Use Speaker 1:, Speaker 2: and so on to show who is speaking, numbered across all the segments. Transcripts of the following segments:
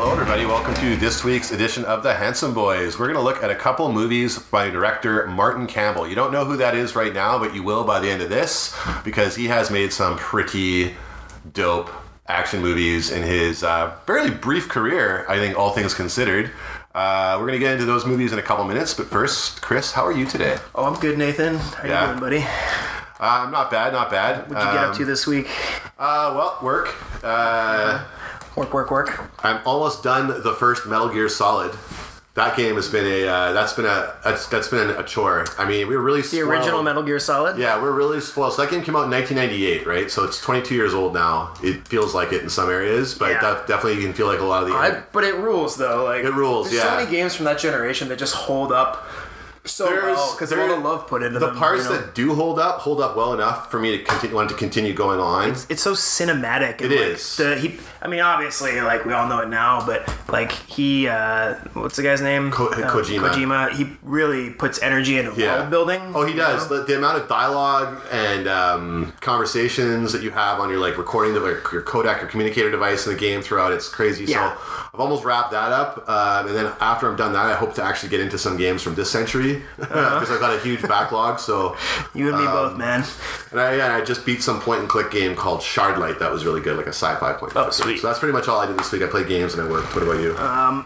Speaker 1: welcome to this week's edition of The Handsome Boys. We're going to look at a couple movies by director Martin Campbell. You don't know who that is right now, but you will by the end of this because he has made some pretty dope action movies in his uh, fairly brief career, I think, all things considered. Uh, we're going to get into those movies in a couple minutes, but first, Chris, how are you today?
Speaker 2: Oh, I'm good, Nathan. How
Speaker 1: Yeah.
Speaker 2: you doing, buddy?
Speaker 1: Uh, not bad, not bad. Um,
Speaker 2: What'd you get up to this week?
Speaker 1: Uh, well, work. Uh,
Speaker 2: Work, work, work.
Speaker 1: I'm almost done the first Metal Gear Solid. That game has been a uh, that's been a that's, that's been a chore. I mean, we were really
Speaker 2: The original Metal Gear Solid.
Speaker 1: Yeah, we're really spoiled. So that game came out in 1998, right? So it's 22 years old now. It feels like it in some areas, but
Speaker 2: Yeah.
Speaker 1: def- definitely you can feel like a lot of the.
Speaker 2: I, but it rules though. Like
Speaker 1: It rules,
Speaker 2: There's
Speaker 1: yeah.
Speaker 2: so many games from that generation that just hold up so
Speaker 1: There's-
Speaker 2: well because all
Speaker 1: there-
Speaker 2: the love put into
Speaker 1: the
Speaker 2: them, you
Speaker 1: parts
Speaker 2: know?
Speaker 1: that do hold up hold up well enough for me to continue want to continue going on.
Speaker 2: it's so cinematic. And
Speaker 1: It
Speaker 2: like,
Speaker 1: is.
Speaker 2: The, he, I mean, obviously, like we all know it now, but like he, uh, what's the guy's name?
Speaker 1: Ko-
Speaker 2: Uh,
Speaker 1: Kojima.
Speaker 2: Kojima. He really puts energy into world building.
Speaker 1: Oh, he
Speaker 2: you
Speaker 1: does.
Speaker 2: know?
Speaker 1: The, the amount of dialogue and um, conversations that you have on your like recording the like, your Kodak or communicator device in the game throughout it's crazy.
Speaker 2: Yeah.
Speaker 1: So I've almost wrapped that up, um, and then after I'm done that, I hope to actually get into some games from this century
Speaker 2: Uh-huh.
Speaker 1: because I've got a huge backlog. So,
Speaker 2: You
Speaker 1: um,
Speaker 2: and me both, man.
Speaker 1: and I, yeah, I just beat some point and click game called Shardlight that was really good, like a sci-fi point. and
Speaker 2: Oh,
Speaker 1: click game.
Speaker 2: sweet. Uh-huh.
Speaker 1: So that's pretty much all I did this week. I played games and I worked. What about you?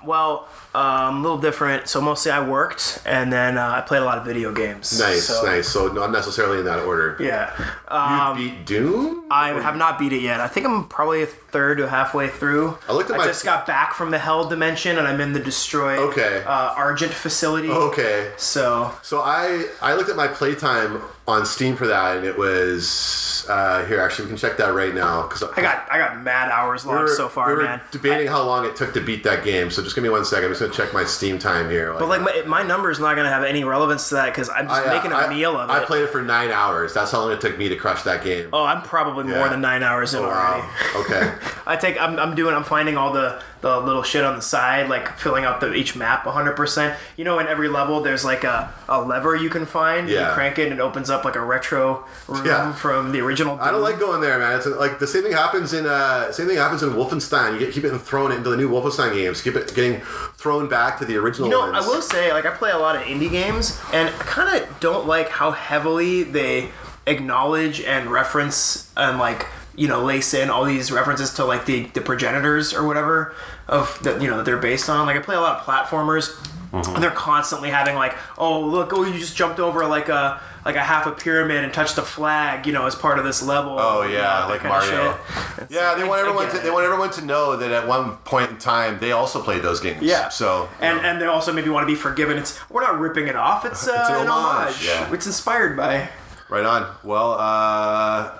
Speaker 2: Well, um, a little different. So mostly I worked, and then uh, I played a lot of video games.
Speaker 1: nice,
Speaker 2: so,
Speaker 1: nice. So not necessarily in that order.
Speaker 2: Yeah, uh,
Speaker 1: you beat Doom.
Speaker 2: I have not beat it yet. I think I'm probably a third to halfway through.
Speaker 1: I looked at
Speaker 2: I
Speaker 1: my-
Speaker 2: just got back from the Hell Dimension, and I'm in the Destroy
Speaker 1: Okay. Oh.
Speaker 2: uh, Argent facility.
Speaker 1: okay.
Speaker 2: So
Speaker 1: So I I looked at my playtime on Steam for that, and it was uh, here. Actually, we can check that right now because
Speaker 2: I got I got mad hours
Speaker 1: we
Speaker 2: long
Speaker 1: were,
Speaker 2: so far,
Speaker 1: we were
Speaker 2: man.
Speaker 1: debating how long it took to beat that game. So just give me one second. I'm just gonna check my Steam time here.
Speaker 2: But like my, my number is not gonna have any relevance to that because I'm just
Speaker 1: uh,
Speaker 2: making a meal of
Speaker 1: I
Speaker 2: it.
Speaker 1: played it for nine hours. That's how long it took me to crush that game.
Speaker 2: oh, I'm probably
Speaker 1: Yeah. Oh,
Speaker 2: more than nine hours in already.
Speaker 1: Wow. Okay.
Speaker 2: I take I'm, I'm doing I'm finding all the the little shit on the side like filling out the each map 100%. You know in every level there's like a, a lever you can find
Speaker 1: Yeah.
Speaker 2: you crank it and it opens up like a retro room
Speaker 1: Yeah.
Speaker 2: from the original
Speaker 1: I don't like going there, man. It's like the same thing happens in uh, same thing happens in Wolfenstein. You get, keep getting thrown into the new Wolfenstein games. Keep it getting thrown back to the original.
Speaker 2: You know,
Speaker 1: ones.
Speaker 2: I will say, like, I play a lot of indie games, and I kind of don't like how heavily they acknowledge and reference and like you know lace in all these references to like the the progenitors or whatever of that you know that they're based on. Like, I play a lot of platformers,
Speaker 1: Mm-hmm.
Speaker 2: and they're constantly having like, oh look, oh you just jumped over like a like a half a pyramid and touched a flag, you know, as part of this level.
Speaker 1: Oh
Speaker 2: you
Speaker 1: yeah,
Speaker 2: know, that
Speaker 1: like
Speaker 2: kinda
Speaker 1: Mario.
Speaker 2: shit. It's
Speaker 1: Yeah,
Speaker 2: like,
Speaker 1: they
Speaker 2: I-
Speaker 1: want
Speaker 2: I
Speaker 1: everyone
Speaker 2: get
Speaker 1: to
Speaker 2: it.
Speaker 1: they want everyone to know that at one point in time they also played those games.
Speaker 2: Yeah.
Speaker 1: So
Speaker 2: and and they also maybe want to be forgiven. It's we're not ripping it off. It's, uh,
Speaker 1: It's an
Speaker 2: an, homage.
Speaker 1: homage, yeah.
Speaker 2: It's inspired by.
Speaker 1: right on. Well, uh,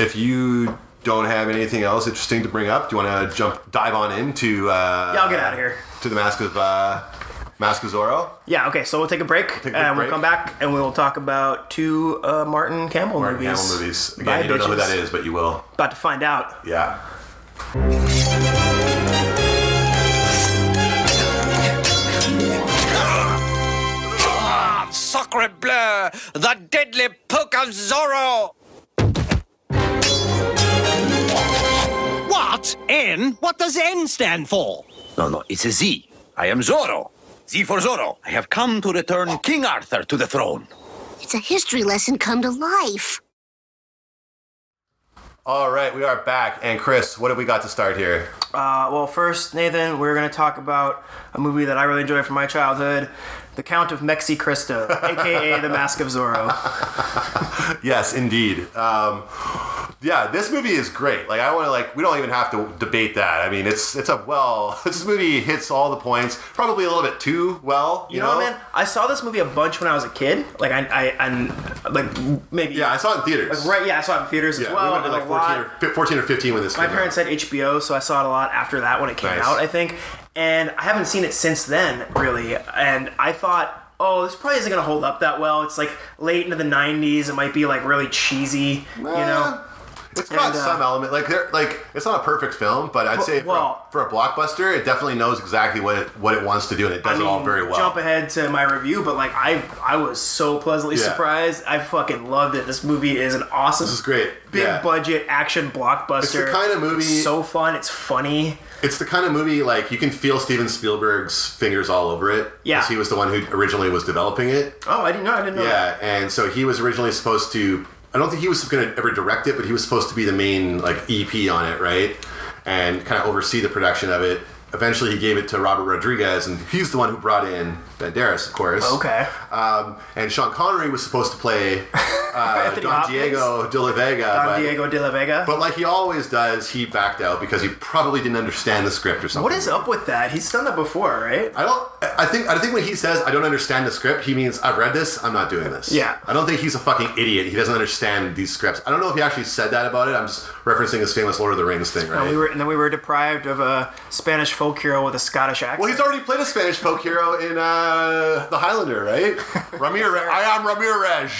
Speaker 1: if you don't have anything else interesting to bring up, do you want to jump dive on into? Uh,
Speaker 2: Yeah, I'll get outta here.
Speaker 1: To the mask of uh, Mask of Zorro.
Speaker 2: Yeah. Okay. So we'll take a break
Speaker 1: a quick
Speaker 2: and
Speaker 1: break.
Speaker 2: we'll come back and we'll talk about two uh, Martin Campbell
Speaker 1: Martin
Speaker 2: movies.
Speaker 1: Hamill movies. Again,
Speaker 2: Bye,
Speaker 1: you don't know who
Speaker 2: bitches.
Speaker 1: that is, but you will.
Speaker 2: About to find out.
Speaker 1: Yeah.
Speaker 3: Sacre bleu! The deadly poke of Zorro! What? N? What does N stand for? No, no, it's a Z. I am Zorro. Z for Zorro. I have come to return King Arthur to the throne.
Speaker 4: It's a history lesson come to life.
Speaker 1: All right, we are back. And Chris, what have we got to start here?
Speaker 2: Uh, well, first, Nathan, we're gonna talk about a movie that I really enjoyed from my childhood. The Count of Mexi Cristo, aka The Mask of Zorro.
Speaker 1: Yes, indeed. Um, yeah, this movie is great. Like I want to like we don't even have to debate that. I mean, it's it's a well. This movie hits all the points. Probably a little bit too well. You,
Speaker 2: You know, man, I saw this movie a bunch when I was a kid. Like I, I, I like maybe
Speaker 1: Yeah, I saw it in theaters.
Speaker 2: Right, yeah, I saw it in theaters
Speaker 1: Yeah,
Speaker 2: as well.
Speaker 1: we went to like
Speaker 2: and a lot.
Speaker 1: 14 or, fif- 14 or 15 when this
Speaker 2: My
Speaker 1: came
Speaker 2: parents
Speaker 1: out.
Speaker 2: had HBO, so I saw it a lot after that when it came
Speaker 1: Nice.
Speaker 2: out, I think. And I haven't seen it since then, really. And I thought, oh, this probably isn't going to hold up that well. It's like late into the 90s. It might be like really cheesy, you know?
Speaker 1: Eh, It's got
Speaker 2: And, uh,
Speaker 1: some element like there, like it's not a perfect film, but I'd say for,
Speaker 2: well-
Speaker 1: for a blockbuster, it definitely knows exactly what it, what it wants to do, and it does
Speaker 2: I
Speaker 1: it all
Speaker 2: mean,
Speaker 1: very well.
Speaker 2: Jump ahead to my review, but like I, I was so pleasantly
Speaker 1: Yeah.
Speaker 2: surprised. I fucking loved it. This movie is an awesome. This
Speaker 1: is great.
Speaker 2: Big
Speaker 1: Yeah.
Speaker 2: budget action blockbuster.
Speaker 1: It's the kind of movie-
Speaker 2: It's so fun. It's funny.
Speaker 1: It's the kind of movie like you can feel Steven Spielberg's fingers all over it. 'cause
Speaker 2: Yeah.
Speaker 1: he was the one who originally was developing it.
Speaker 2: Oh, I didn't know. I didn't know. that.
Speaker 1: Yeah, and so he was originally supposed to. I don't think he was going to ever direct it, but he was supposed to be the main like EP on it, right? And kind of oversee the production of it. Eventually, he gave it to Robert Rodriguez, and he's the one who brought in Banderas, of course.
Speaker 2: Oh, Okay.
Speaker 1: Um, and Sean Connery was supposed to play uh,
Speaker 2: Anthony
Speaker 1: Don
Speaker 2: Hopkins?
Speaker 1: Diego de la Vega.
Speaker 2: Don
Speaker 1: but,
Speaker 2: Diego de la Vega.
Speaker 1: but like he always does, he backed out because he probably didn't understand the script or something.
Speaker 2: what is up with that? He's done that before, right?
Speaker 1: I don't. I think. I think when he says I don't understand the script, he means I've read this. I'm not doing this.
Speaker 2: Yeah.
Speaker 1: I don't think he's a fucking idiot. He doesn't understand these scripts. I don't know if he actually said that about it. I'm just referencing his famous Lord of the Rings thing, right?
Speaker 2: And Oh, we were, and then we were deprived of a Spanish folk hero with a Scottish accent.
Speaker 1: well, he's already played a Spanish folk hero in uh, The Highlander, right? Ramirez. I am Ramirez.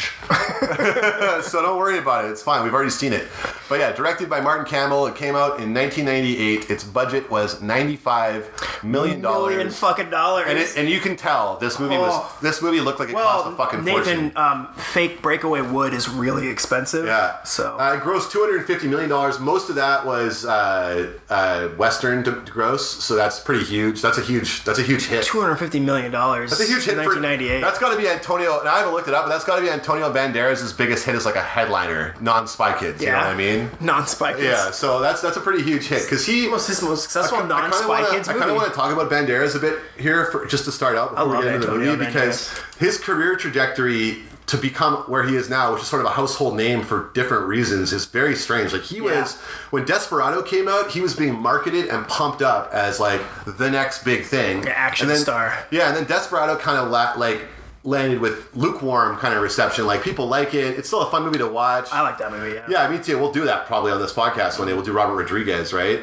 Speaker 1: so don't worry about it. It's fine. We've already seen it. But yeah, directed by Martin Campbell. It came out in 1998. Its budget was 95 million
Speaker 2: million
Speaker 1: dollars.
Speaker 2: fucking dollars.
Speaker 1: And, it, and you can tell this movie
Speaker 2: Oh.
Speaker 1: was this movie looked like it cost a fucking
Speaker 2: Nathan,
Speaker 1: fortune.
Speaker 2: um, fake breakaway wood is really expensive.
Speaker 1: Yeah.
Speaker 2: So
Speaker 1: uh, it grossed two hundred and fifty million dollars. Most of that was uh, uh, Western to, to gross, so that's pretty huge. That's a huge. That's a huge hit.
Speaker 2: two hundred fifty million dollars.
Speaker 1: That's a huge hit. for-
Speaker 2: 1998.
Speaker 1: that's got to be Antonio. And I haven't looked it up, but that's got to be Antonio Banderas' biggest hit as like a headliner, non-Spy Kids. You know what I mean?
Speaker 2: Non-Spy Kids.
Speaker 1: Yeah. So that's that's a pretty huge hit because he.
Speaker 2: Almost his most
Speaker 1: I
Speaker 2: successful
Speaker 1: kin- I kinda
Speaker 2: non-Spy
Speaker 1: wanna-
Speaker 2: Kids
Speaker 1: I
Speaker 2: movie.
Speaker 1: kind of want to talk about Banderas a bit here, for, just to start out before we
Speaker 2: love
Speaker 1: get into
Speaker 2: Antonio
Speaker 1: the movie, because his career trajectory to become where he is now, which is sort of a household name for different reasons, is very strange. Like he
Speaker 2: Yeah.
Speaker 1: was when Desperado came out, he was being marketed and pumped up as like the next big thing,
Speaker 2: an action
Speaker 1: And then-
Speaker 2: star.
Speaker 1: Yeah, and then Desperado kind of la- like landed with lukewarm kind of reception. Like people like it. It's still a fun movie to watch.
Speaker 2: I like that movie. Yeah.
Speaker 1: Yeah, me too. We'll do that probably on this podcast one day. We'll do Robert Rodriguez, right?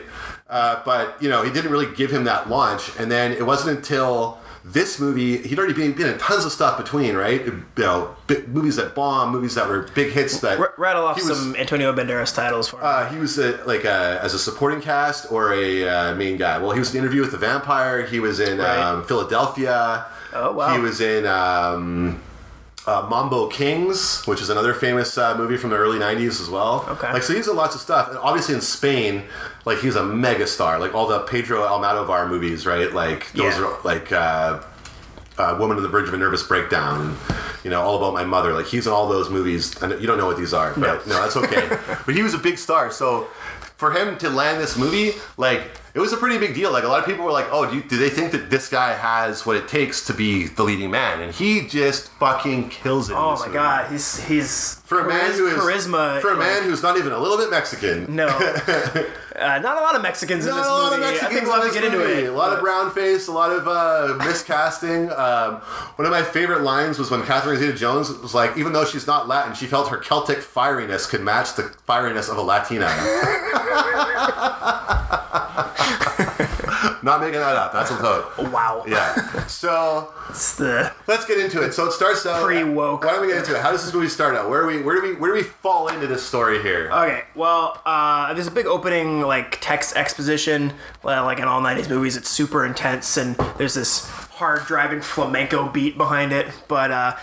Speaker 1: Uh, but you know, he didn't really give him that launch, and then it wasn't until this movie he'd already been, been in tons of stuff between, right? You know, bi- movies that bomb, movies that were big hits. That
Speaker 2: R- rattle off
Speaker 1: he was-
Speaker 2: some Antonio Banderas titles for me.
Speaker 1: uh, he was a, like a, as a supporting cast or a uh, main guy. Well, he was in Interview with the Vampire. He was in
Speaker 2: Right.
Speaker 1: um, Philadelphia.
Speaker 2: Oh, wow.
Speaker 1: He was in um, uh, Mambo Kings, which is another famous uh, movie from the early '90s as well.
Speaker 2: Okay.
Speaker 1: Like so, he's in lots of stuff. And obviously in Spain, like he's a megastar. Like all the Pedro Almodovar movies, right? Like those
Speaker 2: Yeah.
Speaker 1: are like. Uh, uh, Woman on the Verge of a Nervous Breakdown, you know, All About My Mother. Like he's in all those movies. And you don't know what these are, but no, that's okay. but he was a big star, so for him to land this movie, like it was a pretty big deal. Like a lot of people were like, "Oh, do, you, do they think that this guy has what it takes to be the leading man?" And he just fucking kills it. in
Speaker 2: oh
Speaker 1: this
Speaker 2: my
Speaker 1: movie.
Speaker 2: god, he's he's
Speaker 1: For a man
Speaker 2: chariz-
Speaker 1: who is
Speaker 2: charisma.
Speaker 1: for a
Speaker 2: like,
Speaker 1: man who's not even a little bit Mexican,
Speaker 2: no, uh, not a lot of Mexicans in
Speaker 1: Not
Speaker 2: this
Speaker 1: a lot
Speaker 2: movie.
Speaker 1: of Mexicans
Speaker 2: I think we'll have
Speaker 1: in
Speaker 2: to
Speaker 1: this
Speaker 2: get
Speaker 1: movie.
Speaker 2: into it.
Speaker 1: A lot of
Speaker 2: but-
Speaker 1: brown face, a lot of uh, miscasting. Um, one of my favorite lines was when Catherine Zeta-Jones was like, even though she's not Latin, she felt her Celtic fieriness could match the fieriness of a Latina. not making that up. That's a quote.
Speaker 2: Wow.
Speaker 1: Yeah. So
Speaker 2: It's the
Speaker 1: let's get into it. So it starts out
Speaker 2: Pre-woke.
Speaker 1: Why don't we get into it? How does this movie start out? Where do we where do we where do we fall into this story here?
Speaker 2: Okay, well, uh, there's a big opening like text exposition, well, like in all '90s movies. It's super intense, and there's this hard driving flamenco beat behind it. But uh,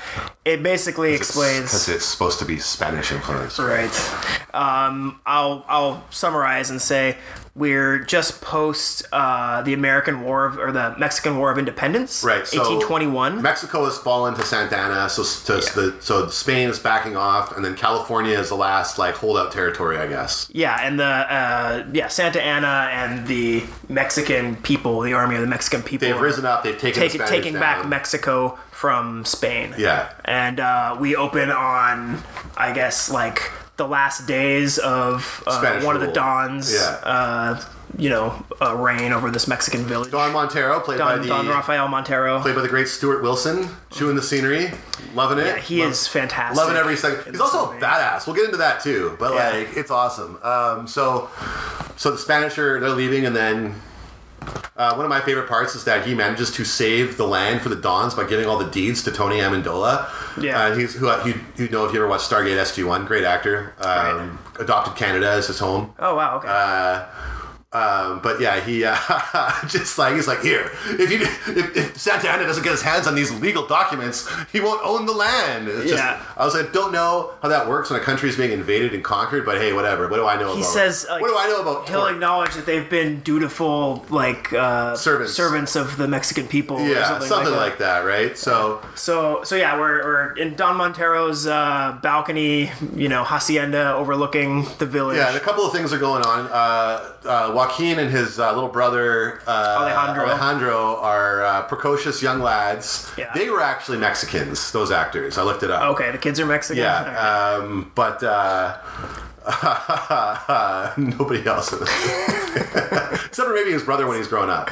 Speaker 2: it basically
Speaker 1: because
Speaker 2: explains.
Speaker 1: it's supposed to be Spanish influenced.
Speaker 2: Right. Um, I'll I'll summarize and say we're just post uh, the American War of, or the Mexican War of Independence,
Speaker 1: Right. So
Speaker 2: 1821.
Speaker 1: Mexico has fallen to Santa Anna, so to the, so Spain is backing off, and then California is the last like holdout territory, I guess.
Speaker 2: Yeah, and the uh, yeah Santa Ana and the Mexican people, the army of the Mexican people,
Speaker 1: They've risen up. They've taken
Speaker 2: take,
Speaker 1: the Spanish
Speaker 2: taking
Speaker 1: down.
Speaker 2: back Mexico from Spain.
Speaker 1: Yeah.
Speaker 2: and uh, we open on I guess like the last days of uh,
Speaker 1: Spanish
Speaker 2: one of the
Speaker 1: rule.
Speaker 2: Don's.
Speaker 1: Yeah.
Speaker 2: Uh, you know, uh, reign over this Mexican village.
Speaker 1: Don
Speaker 2: Don,
Speaker 1: Montero, played by the
Speaker 2: Don Rafael Montero.
Speaker 1: played by the great Stuart Wilson, chewing the scenery, loving it.
Speaker 2: Yeah, he
Speaker 1: Lo-
Speaker 2: is fantastic.
Speaker 1: Loving every second.
Speaker 2: in
Speaker 1: He's
Speaker 2: this
Speaker 1: also a
Speaker 2: movie.
Speaker 1: badass. We'll get into that too, but
Speaker 2: Yeah.
Speaker 1: like it's awesome. Um, so, so the Spanish are they're leaving, and then Uh, one of my favorite parts is that he manages to save the land for the Dons by giving all the deeds to Tony Amendola.
Speaker 2: Yeah.
Speaker 1: Uh, he's who you you know if you ever watched Stargate SG One, great actor. Um, Adopted Canada as his home.
Speaker 2: Oh wow. Okay.
Speaker 1: Uh, Um, but yeah, he uh, just like he's like here. If you if, if Santa Ana doesn't get his hands on these legal documents, he won't own the land. It's just-
Speaker 2: Yeah.
Speaker 1: I was like, don't know how that works when a country is being invaded and conquered. But hey, whatever. What do I know?
Speaker 2: he
Speaker 1: about
Speaker 2: says. Like,
Speaker 1: what do I know about
Speaker 2: He'll
Speaker 1: torque?
Speaker 2: acknowledge that they've been dutiful, like uh,
Speaker 1: Servants.
Speaker 2: servants of the Mexican people. or
Speaker 1: Yeah,
Speaker 2: something,
Speaker 1: something,
Speaker 2: like
Speaker 1: like,
Speaker 2: that.
Speaker 1: that. right? So
Speaker 2: So, so yeah, we're, we're in Don Montero's uh, balcony, you know, hacienda overlooking the village.
Speaker 1: yeah, and a couple of things are going on. Uh, uh, Joaquin and his uh, little brother uh,
Speaker 2: Alejandro.
Speaker 1: Alejandro are uh, precocious young lads.
Speaker 2: Yeah.
Speaker 1: They were actually Mexicans. Those actors, I looked it up.
Speaker 2: Okay, the kids are Mexican. All right.
Speaker 1: Yeah, um, but uh, nobody else. Except for maybe his brother when he's grown up.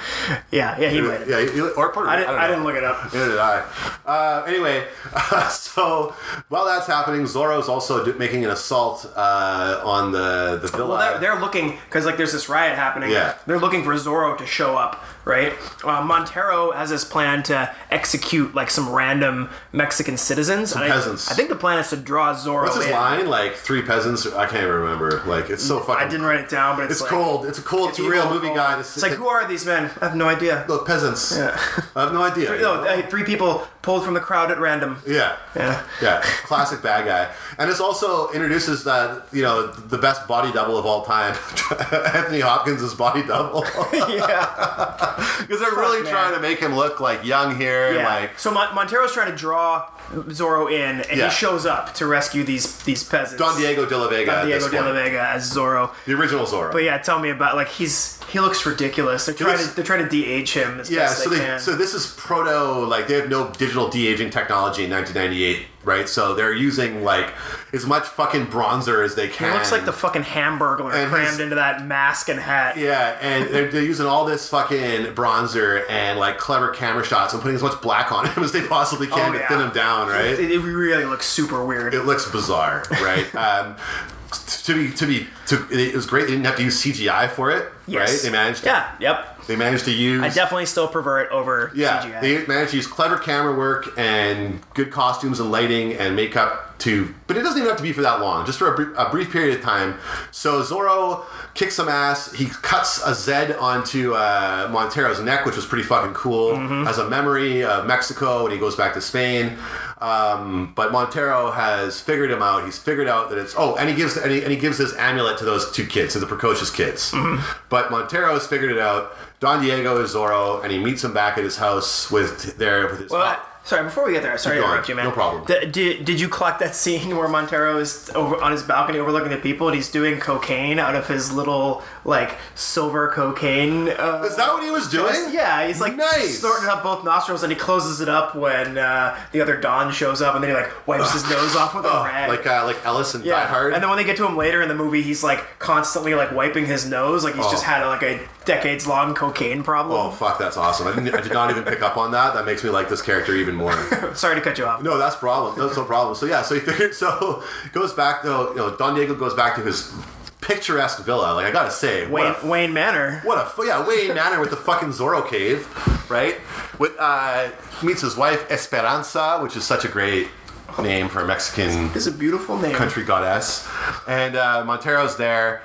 Speaker 2: yeah, yeah, he might.
Speaker 1: Yeah, he- or Puerto
Speaker 2: I,
Speaker 1: Rican,
Speaker 2: didn't, I,
Speaker 1: don't
Speaker 2: didn't
Speaker 1: know.
Speaker 2: look it up.
Speaker 1: Neither did I. Uh, anyway, so while that's happening, Zorro's also do- making an assault uh, on the the villa.
Speaker 2: Well, they're, they're looking because like there's this riot happening.
Speaker 1: Uh, Yeah.
Speaker 2: They're looking for Zorro to show up, right? Uh, Montero has this plan to execute like some random Mexican citizens. Some
Speaker 1: peasants.
Speaker 2: I, think the plan is to draw Zorro.
Speaker 1: What's his
Speaker 2: in.
Speaker 1: line? Like three peasants? I can't even remember. Like it's so fucking.
Speaker 2: oh, Mm, I didn't write it down, but it's,
Speaker 1: It's
Speaker 2: like,
Speaker 1: cold. It's a cold. It's a
Speaker 2: evil
Speaker 1: real
Speaker 2: and
Speaker 1: movie
Speaker 2: cold.
Speaker 1: guy.
Speaker 2: It's, like who are these men? I have no idea.
Speaker 1: the peasants? I have no idea.
Speaker 2: No, uh, three people pulled from the crowd at random.
Speaker 1: Yeah.
Speaker 2: Yeah.
Speaker 1: Yeah. Classic bad guy. And this also introduces that, you know, the best body double of all time. Anthony Hopkins' is body double.
Speaker 2: yeah.
Speaker 1: Because they're really
Speaker 2: man.
Speaker 1: trying to make him look like young here and like
Speaker 2: so Mon- Montero's trying to draw Zorro in, and
Speaker 1: Yeah.
Speaker 2: he shows up to rescue these these peasants.
Speaker 1: Don Diego de la Vega.
Speaker 2: Don
Speaker 1: at this
Speaker 2: Diego de la
Speaker 1: point.
Speaker 2: Vega as Zorro.
Speaker 1: The original Zorro.
Speaker 2: But yeah, tell me about like he's he looks ridiculous. They're trying
Speaker 1: looks-
Speaker 2: to they're trying to de-age him as
Speaker 1: Yeah,
Speaker 2: best
Speaker 1: so
Speaker 2: they,
Speaker 1: they,
Speaker 2: can.
Speaker 1: so this is proto like they have no digital de aging technology in 1998, right? So they're using like as much fucking bronzer as they
Speaker 2: he
Speaker 1: can.
Speaker 2: looks like the fucking Hamburglar
Speaker 1: and he's-
Speaker 2: crammed into that mask and hat.
Speaker 1: Yeah, and they're, they're using all this fucking bronzer and like clever camera shots and putting as much black on him as they possibly can
Speaker 2: Oh, yeah.
Speaker 1: to thin him down, right?
Speaker 2: It, it really looks super weird.
Speaker 1: it looks bizarre, right? um, to be to be to it was great. They didn't have to use CGI for it, right?
Speaker 2: Yes.
Speaker 1: They managed.
Speaker 2: Yeah. Yep.
Speaker 1: They managed to use.
Speaker 2: I definitely still prefer it over
Speaker 1: yeah,
Speaker 2: CGI.
Speaker 1: they managed to use clever camera work and good costumes and lighting and makeup to, but it doesn't even have to be for that long, just for a, br- a brief period of time. So Zorro kicks some ass. He cuts a Z onto uh, Montero's neck, which was pretty fucking cool as a memory of Mexico when he goes back to Spain. Um, but Montero has figured him out. He's figured out that it's oh, and he gives and he, and he gives this amulet to those two kids, to the precocious kids. But Montero has figured it out. Don Diego is Zorro, and he meets him back at his house with their with his.
Speaker 2: Well, I- sorry, before we get there, sorry to
Speaker 1: Keep going.
Speaker 2: interrupt you, man.
Speaker 1: No problem.
Speaker 2: D- did, did you clock that scene where Montero is over on his balcony overlooking the people and he's doing cocaine out of his little, like, silver cocaine? Uh,
Speaker 1: is that what he was doing?
Speaker 2: yeah, he's like
Speaker 1: Nice.
Speaker 2: snorting it up both nostrils and he closes it up when uh, the other Don shows up and then he, like, wipes his nose off with a rag.
Speaker 1: like uh, like Ellis and
Speaker 2: yeah,
Speaker 1: Die Hard.
Speaker 2: and then when they get to him later in the movie, he's like constantly like wiping his nose, like he's just
Speaker 1: Oh.
Speaker 2: had like a decades long cocaine
Speaker 1: oh
Speaker 2: problem.
Speaker 1: fuck, that's awesome! I, didn't, I did not even pick up on that. That makes me like this character even more.
Speaker 2: Sorry to cut you off.
Speaker 1: Oh. No, that's problem. That's no problem. So yeah, so he figured. So goes back though. You know, Don Diego goes back to his picturesque villa. Like I gotta say, what
Speaker 2: Wayne,
Speaker 1: a,
Speaker 2: Wayne Manor.
Speaker 1: what a fu- yeah Wayne Manor with the fucking Zorro cave, right? With uh, he meets his wife Esperanza, which is such a great name for a Mexican
Speaker 2: This is a beautiful name.
Speaker 1: country goddess. And uh, Montero's there.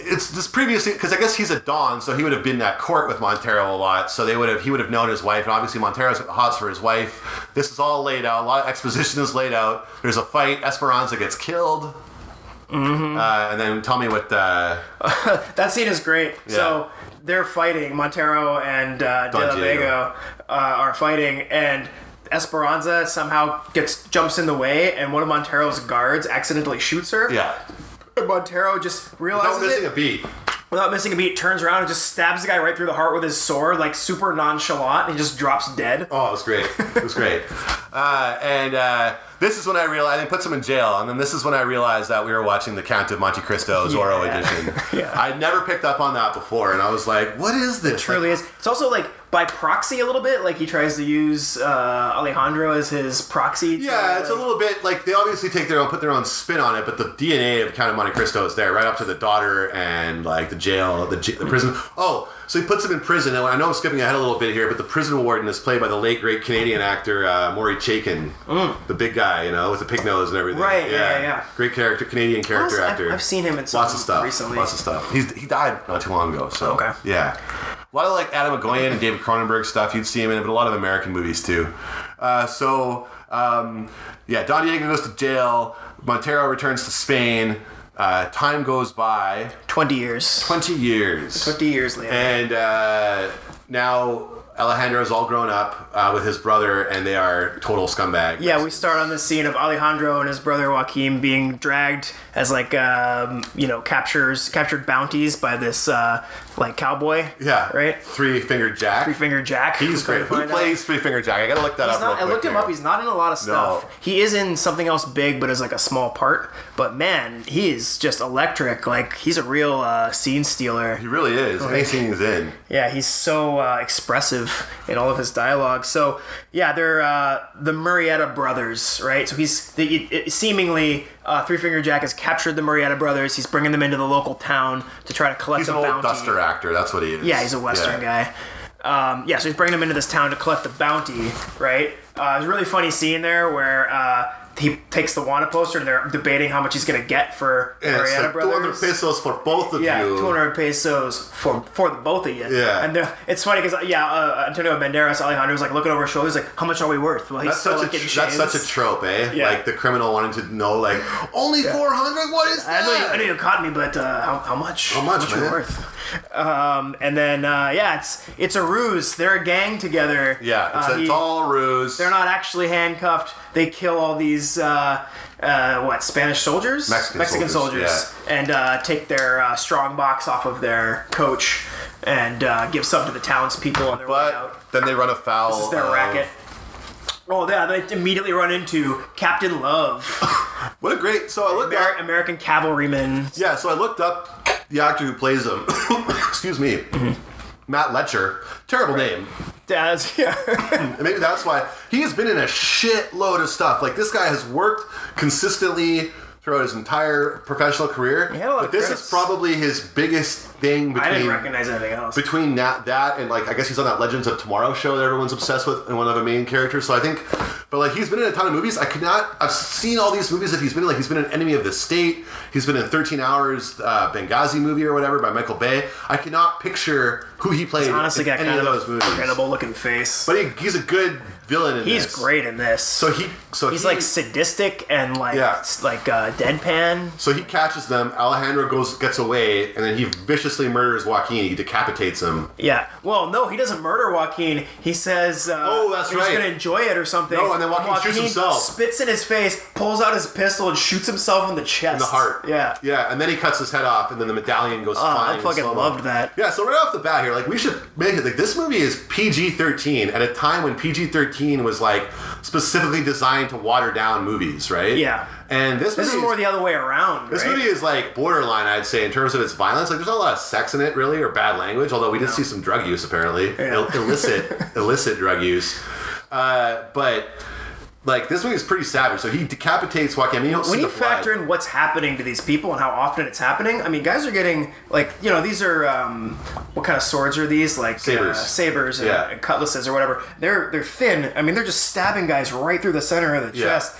Speaker 1: It's this previously because I guess he's a don, so he would have been at court with Montero a lot. So they would have he would have known his wife, and obviously Montero's hots for his wife. This is all laid out. A lot of exposition is laid out. There's a fight. Esperanza gets killed. Uh, and then tell me what uh,
Speaker 2: That scene is great. So they're fighting. Montero and uh, De
Speaker 1: Don
Speaker 2: La
Speaker 1: Diego.
Speaker 2: Vega uh, are fighting, and Esperanza somehow gets jumps in the way, and one of Montero's guards accidentally shoots her.
Speaker 1: yeah.
Speaker 2: And Montero just
Speaker 1: Without
Speaker 2: realizes
Speaker 1: missing
Speaker 2: it
Speaker 1: a beat.
Speaker 2: without missing a beat, turns around and just stabs the guy right through the heart with his sword, like super nonchalant, and he just drops dead.
Speaker 1: Oh, it was great. It was great. uh, and uh, this is when I realized they puts him in jail, and then this is when I realized that we were watching the Count of Monte Cristo Zorro
Speaker 2: Yeah.
Speaker 1: edition.
Speaker 2: Yeah.
Speaker 1: I never picked up on that before, and I was like, "What is this?"
Speaker 2: It really
Speaker 1: Like,
Speaker 2: is. It's also like by proxy a little bit. Like he tries to use uh, Alejandro as his proxy. to,
Speaker 1: Yeah, it's a
Speaker 2: like-
Speaker 1: little bit like they obviously take their own, put their own spin on it, but the DNA of Count of Monte Cristo is there, right up to the daughter and like the jail, the, j- the prison. Oh, So he puts him in prison. And I know I'm skipping ahead a little bit here, but the prison warden is played by the late great Canadian actor uh, Maury Chaykin, the big guy, you know, with the pig nose and everything.
Speaker 2: Mm. Right, yeah, yeah, yeah.
Speaker 1: Great character, Canadian character
Speaker 2: Honestly, I've-
Speaker 1: actor.
Speaker 2: I've seen him in
Speaker 1: lots of
Speaker 2: something
Speaker 1: stuff
Speaker 2: recently.
Speaker 1: Lots of stuff. He's, he died not too long ago. So
Speaker 2: Okay.
Speaker 1: yeah. A lot of like Adam McGoyan and David Cronenberg stuff you'd see him in, but a lot of American movies too. Uh, so um, yeah, Don Diego goes to jail. Montero returns to Spain. Uh, time goes by.
Speaker 2: Twenty years.
Speaker 1: 20 years.
Speaker 2: 50 years later.
Speaker 1: And uh, now Alejandro's all grown up uh, with his brother, and they are total scumbags.
Speaker 2: yeah, we start on the scene of Alejandro and his brother Joaquin being dragged as like um, you know captures captured bounties by this uh, like cowboy.
Speaker 1: yeah,
Speaker 2: right.
Speaker 1: Three fingered Jack.
Speaker 2: Three Finger Jack.
Speaker 1: He's
Speaker 2: We're
Speaker 1: great. Who
Speaker 2: gonna find out.
Speaker 1: plays Three Finger Jack? I gotta look that
Speaker 2: He's
Speaker 1: up.
Speaker 2: not,
Speaker 1: real
Speaker 2: I looked
Speaker 1: quick
Speaker 2: him up.
Speaker 1: here.
Speaker 2: He's not in a lot of stuff.
Speaker 1: No.
Speaker 2: He is in something else big, but as like a small part. But man, he is just electric. Like he's a real uh, scene stealer.
Speaker 1: He really is. Anything he's in.
Speaker 2: Yeah, he's so uh, expressive in all of his dialogue. So yeah, they're uh, the Murrieta brothers, right? So he's the, it, it- seemingly uh, Three Finger Jack has captured the Murrieta brothers. He's bringing them into the local town to try to collect
Speaker 1: He's
Speaker 2: the
Speaker 1: an old
Speaker 2: bounty.
Speaker 1: duster actor. That's what he is.
Speaker 2: Yeah, he's a Western guy. Um, yeah, so he's bringing him into this town to collect the bounty, right? Uh, it's a really funny scene there where uh, he takes the wanted poster and they're debating how much he's going to get for
Speaker 1: And it's
Speaker 2: Marietta
Speaker 1: like 200
Speaker 2: Brothers.
Speaker 1: pesos for both of
Speaker 2: Yeah,
Speaker 1: you.
Speaker 2: 200 pesos for for the both of you.
Speaker 1: Yeah.
Speaker 2: and they're- it's funny because yeah, uh, Antonio Banderas, Alejandro's like looking over his shoulder. He's like, "How much are we worth?" Well, he's
Speaker 1: That's
Speaker 2: still
Speaker 1: such, a,
Speaker 2: like, getting
Speaker 1: tr- that's
Speaker 2: chains.
Speaker 1: such a trope, eh?
Speaker 2: Yeah.
Speaker 1: Like the criminal wanted to know, like, only 400? What is
Speaker 2: I
Speaker 1: that?
Speaker 2: know, you, I know you caught me, but uh, how, how much?
Speaker 1: How much,
Speaker 2: How much you
Speaker 1: man?
Speaker 2: worth? Um, and then uh, yeah, it's it's a ruse. They're a gang together.
Speaker 1: yeah, it's
Speaker 2: Uh,
Speaker 1: a
Speaker 2: he-
Speaker 1: tall ruse.
Speaker 2: They're not actually handcuffed. They kill all these uh, uh, what Spanish soldiers,
Speaker 1: Mexican
Speaker 2: soldiers,
Speaker 1: soldiers,
Speaker 2: and uh, take their uh, strong box off of their coach and uh, give some to the townspeople on their way out.
Speaker 1: But then they run afoul.
Speaker 2: This is their
Speaker 1: of-
Speaker 2: racket. Oh yeah, they immediately run into Captain Love,
Speaker 1: What a great. So I looked
Speaker 2: Amer-
Speaker 1: up.
Speaker 2: American cavalryman.
Speaker 1: Yeah, so I looked up the actor who plays him. Excuse me.
Speaker 2: Mm-hmm.
Speaker 1: Matt Letcher. Terrible name.
Speaker 2: That's- yeah.
Speaker 1: And maybe that's why he has been in a shitload of stuff. Like this guy has worked consistently throughout his entire professional career.
Speaker 2: had a lot
Speaker 1: But
Speaker 2: of
Speaker 1: this
Speaker 2: credits.
Speaker 1: is probably his biggest thing
Speaker 2: I didn't
Speaker 1: between
Speaker 2: recognize anything else.
Speaker 1: between that, that and like I guess he's on that Legends of Tomorrow show that everyone's obsessed with and one of the main characters. So I think, but like he's been in a ton of movies. I could not. I've seen all these movies that he's been in. Like he's been in Enemy of the State. He's been in Thirteen Hours, uh, Benghazi movie or whatever by Michael Bay. I cannot picture who he played
Speaker 2: Honestly,
Speaker 1: in
Speaker 2: got
Speaker 1: any
Speaker 2: kind
Speaker 1: of
Speaker 2: of
Speaker 1: those
Speaker 2: a
Speaker 1: movies.
Speaker 2: forgettable looking face.
Speaker 1: But he, he's a good villain. in
Speaker 2: he's
Speaker 1: this.
Speaker 2: great in this.
Speaker 1: So he so
Speaker 2: He's
Speaker 1: he-
Speaker 2: like sadistic and like
Speaker 1: Yeah.
Speaker 2: s- like uh, deadpan.
Speaker 1: so he catches them. Alejandro goes gets away, and then he viciously murders Joaquin. He decapitates him.
Speaker 2: Yeah. Well, no, he doesn't murder Joaquin. He says, uh,
Speaker 1: Oh, that's
Speaker 2: he's
Speaker 1: right.
Speaker 2: gonna enjoy it or something.
Speaker 1: No, and then Joaquin shoots himself.
Speaker 2: Spits in his face, pulls out his pistol, and shoots himself in the chest.
Speaker 1: in the heart.
Speaker 2: Yeah. Oh,
Speaker 1: yeah, and then he cuts his head off, and then the medallion goes flying.
Speaker 2: I
Speaker 1: in
Speaker 2: fucking
Speaker 1: slow-mo.
Speaker 2: loved that.
Speaker 1: Yeah, so right off the bat here, like we should make it like this movie is PG thirteen at a time when PG thirteen was like specifically designed to water down movies, right?
Speaker 2: Yeah.
Speaker 1: and this
Speaker 2: This is more the other way around.
Speaker 1: This
Speaker 2: right?
Speaker 1: movie is like borderline, I'd say, in terms of its violence. Like, there's not a lot of sex in it, really, or bad language. Although we did see some drug use, apparently, Ill- illicit, illicit drug use. Uh, but like, this movie is pretty savage. So he decapitates Joaquin. I mean, you don't
Speaker 2: when
Speaker 1: see
Speaker 2: you
Speaker 1: the blood.
Speaker 2: factor in what's happening to these people and how often it's happening, I mean, guys are getting like you know these are um, what kind of swords are these like
Speaker 1: Sabers.
Speaker 2: uh, sabers and,
Speaker 1: Yeah.
Speaker 2: and cutlasses or whatever. They're they're thin. I mean, they're just stabbing guys right through the center of the
Speaker 1: Yeah.
Speaker 2: chest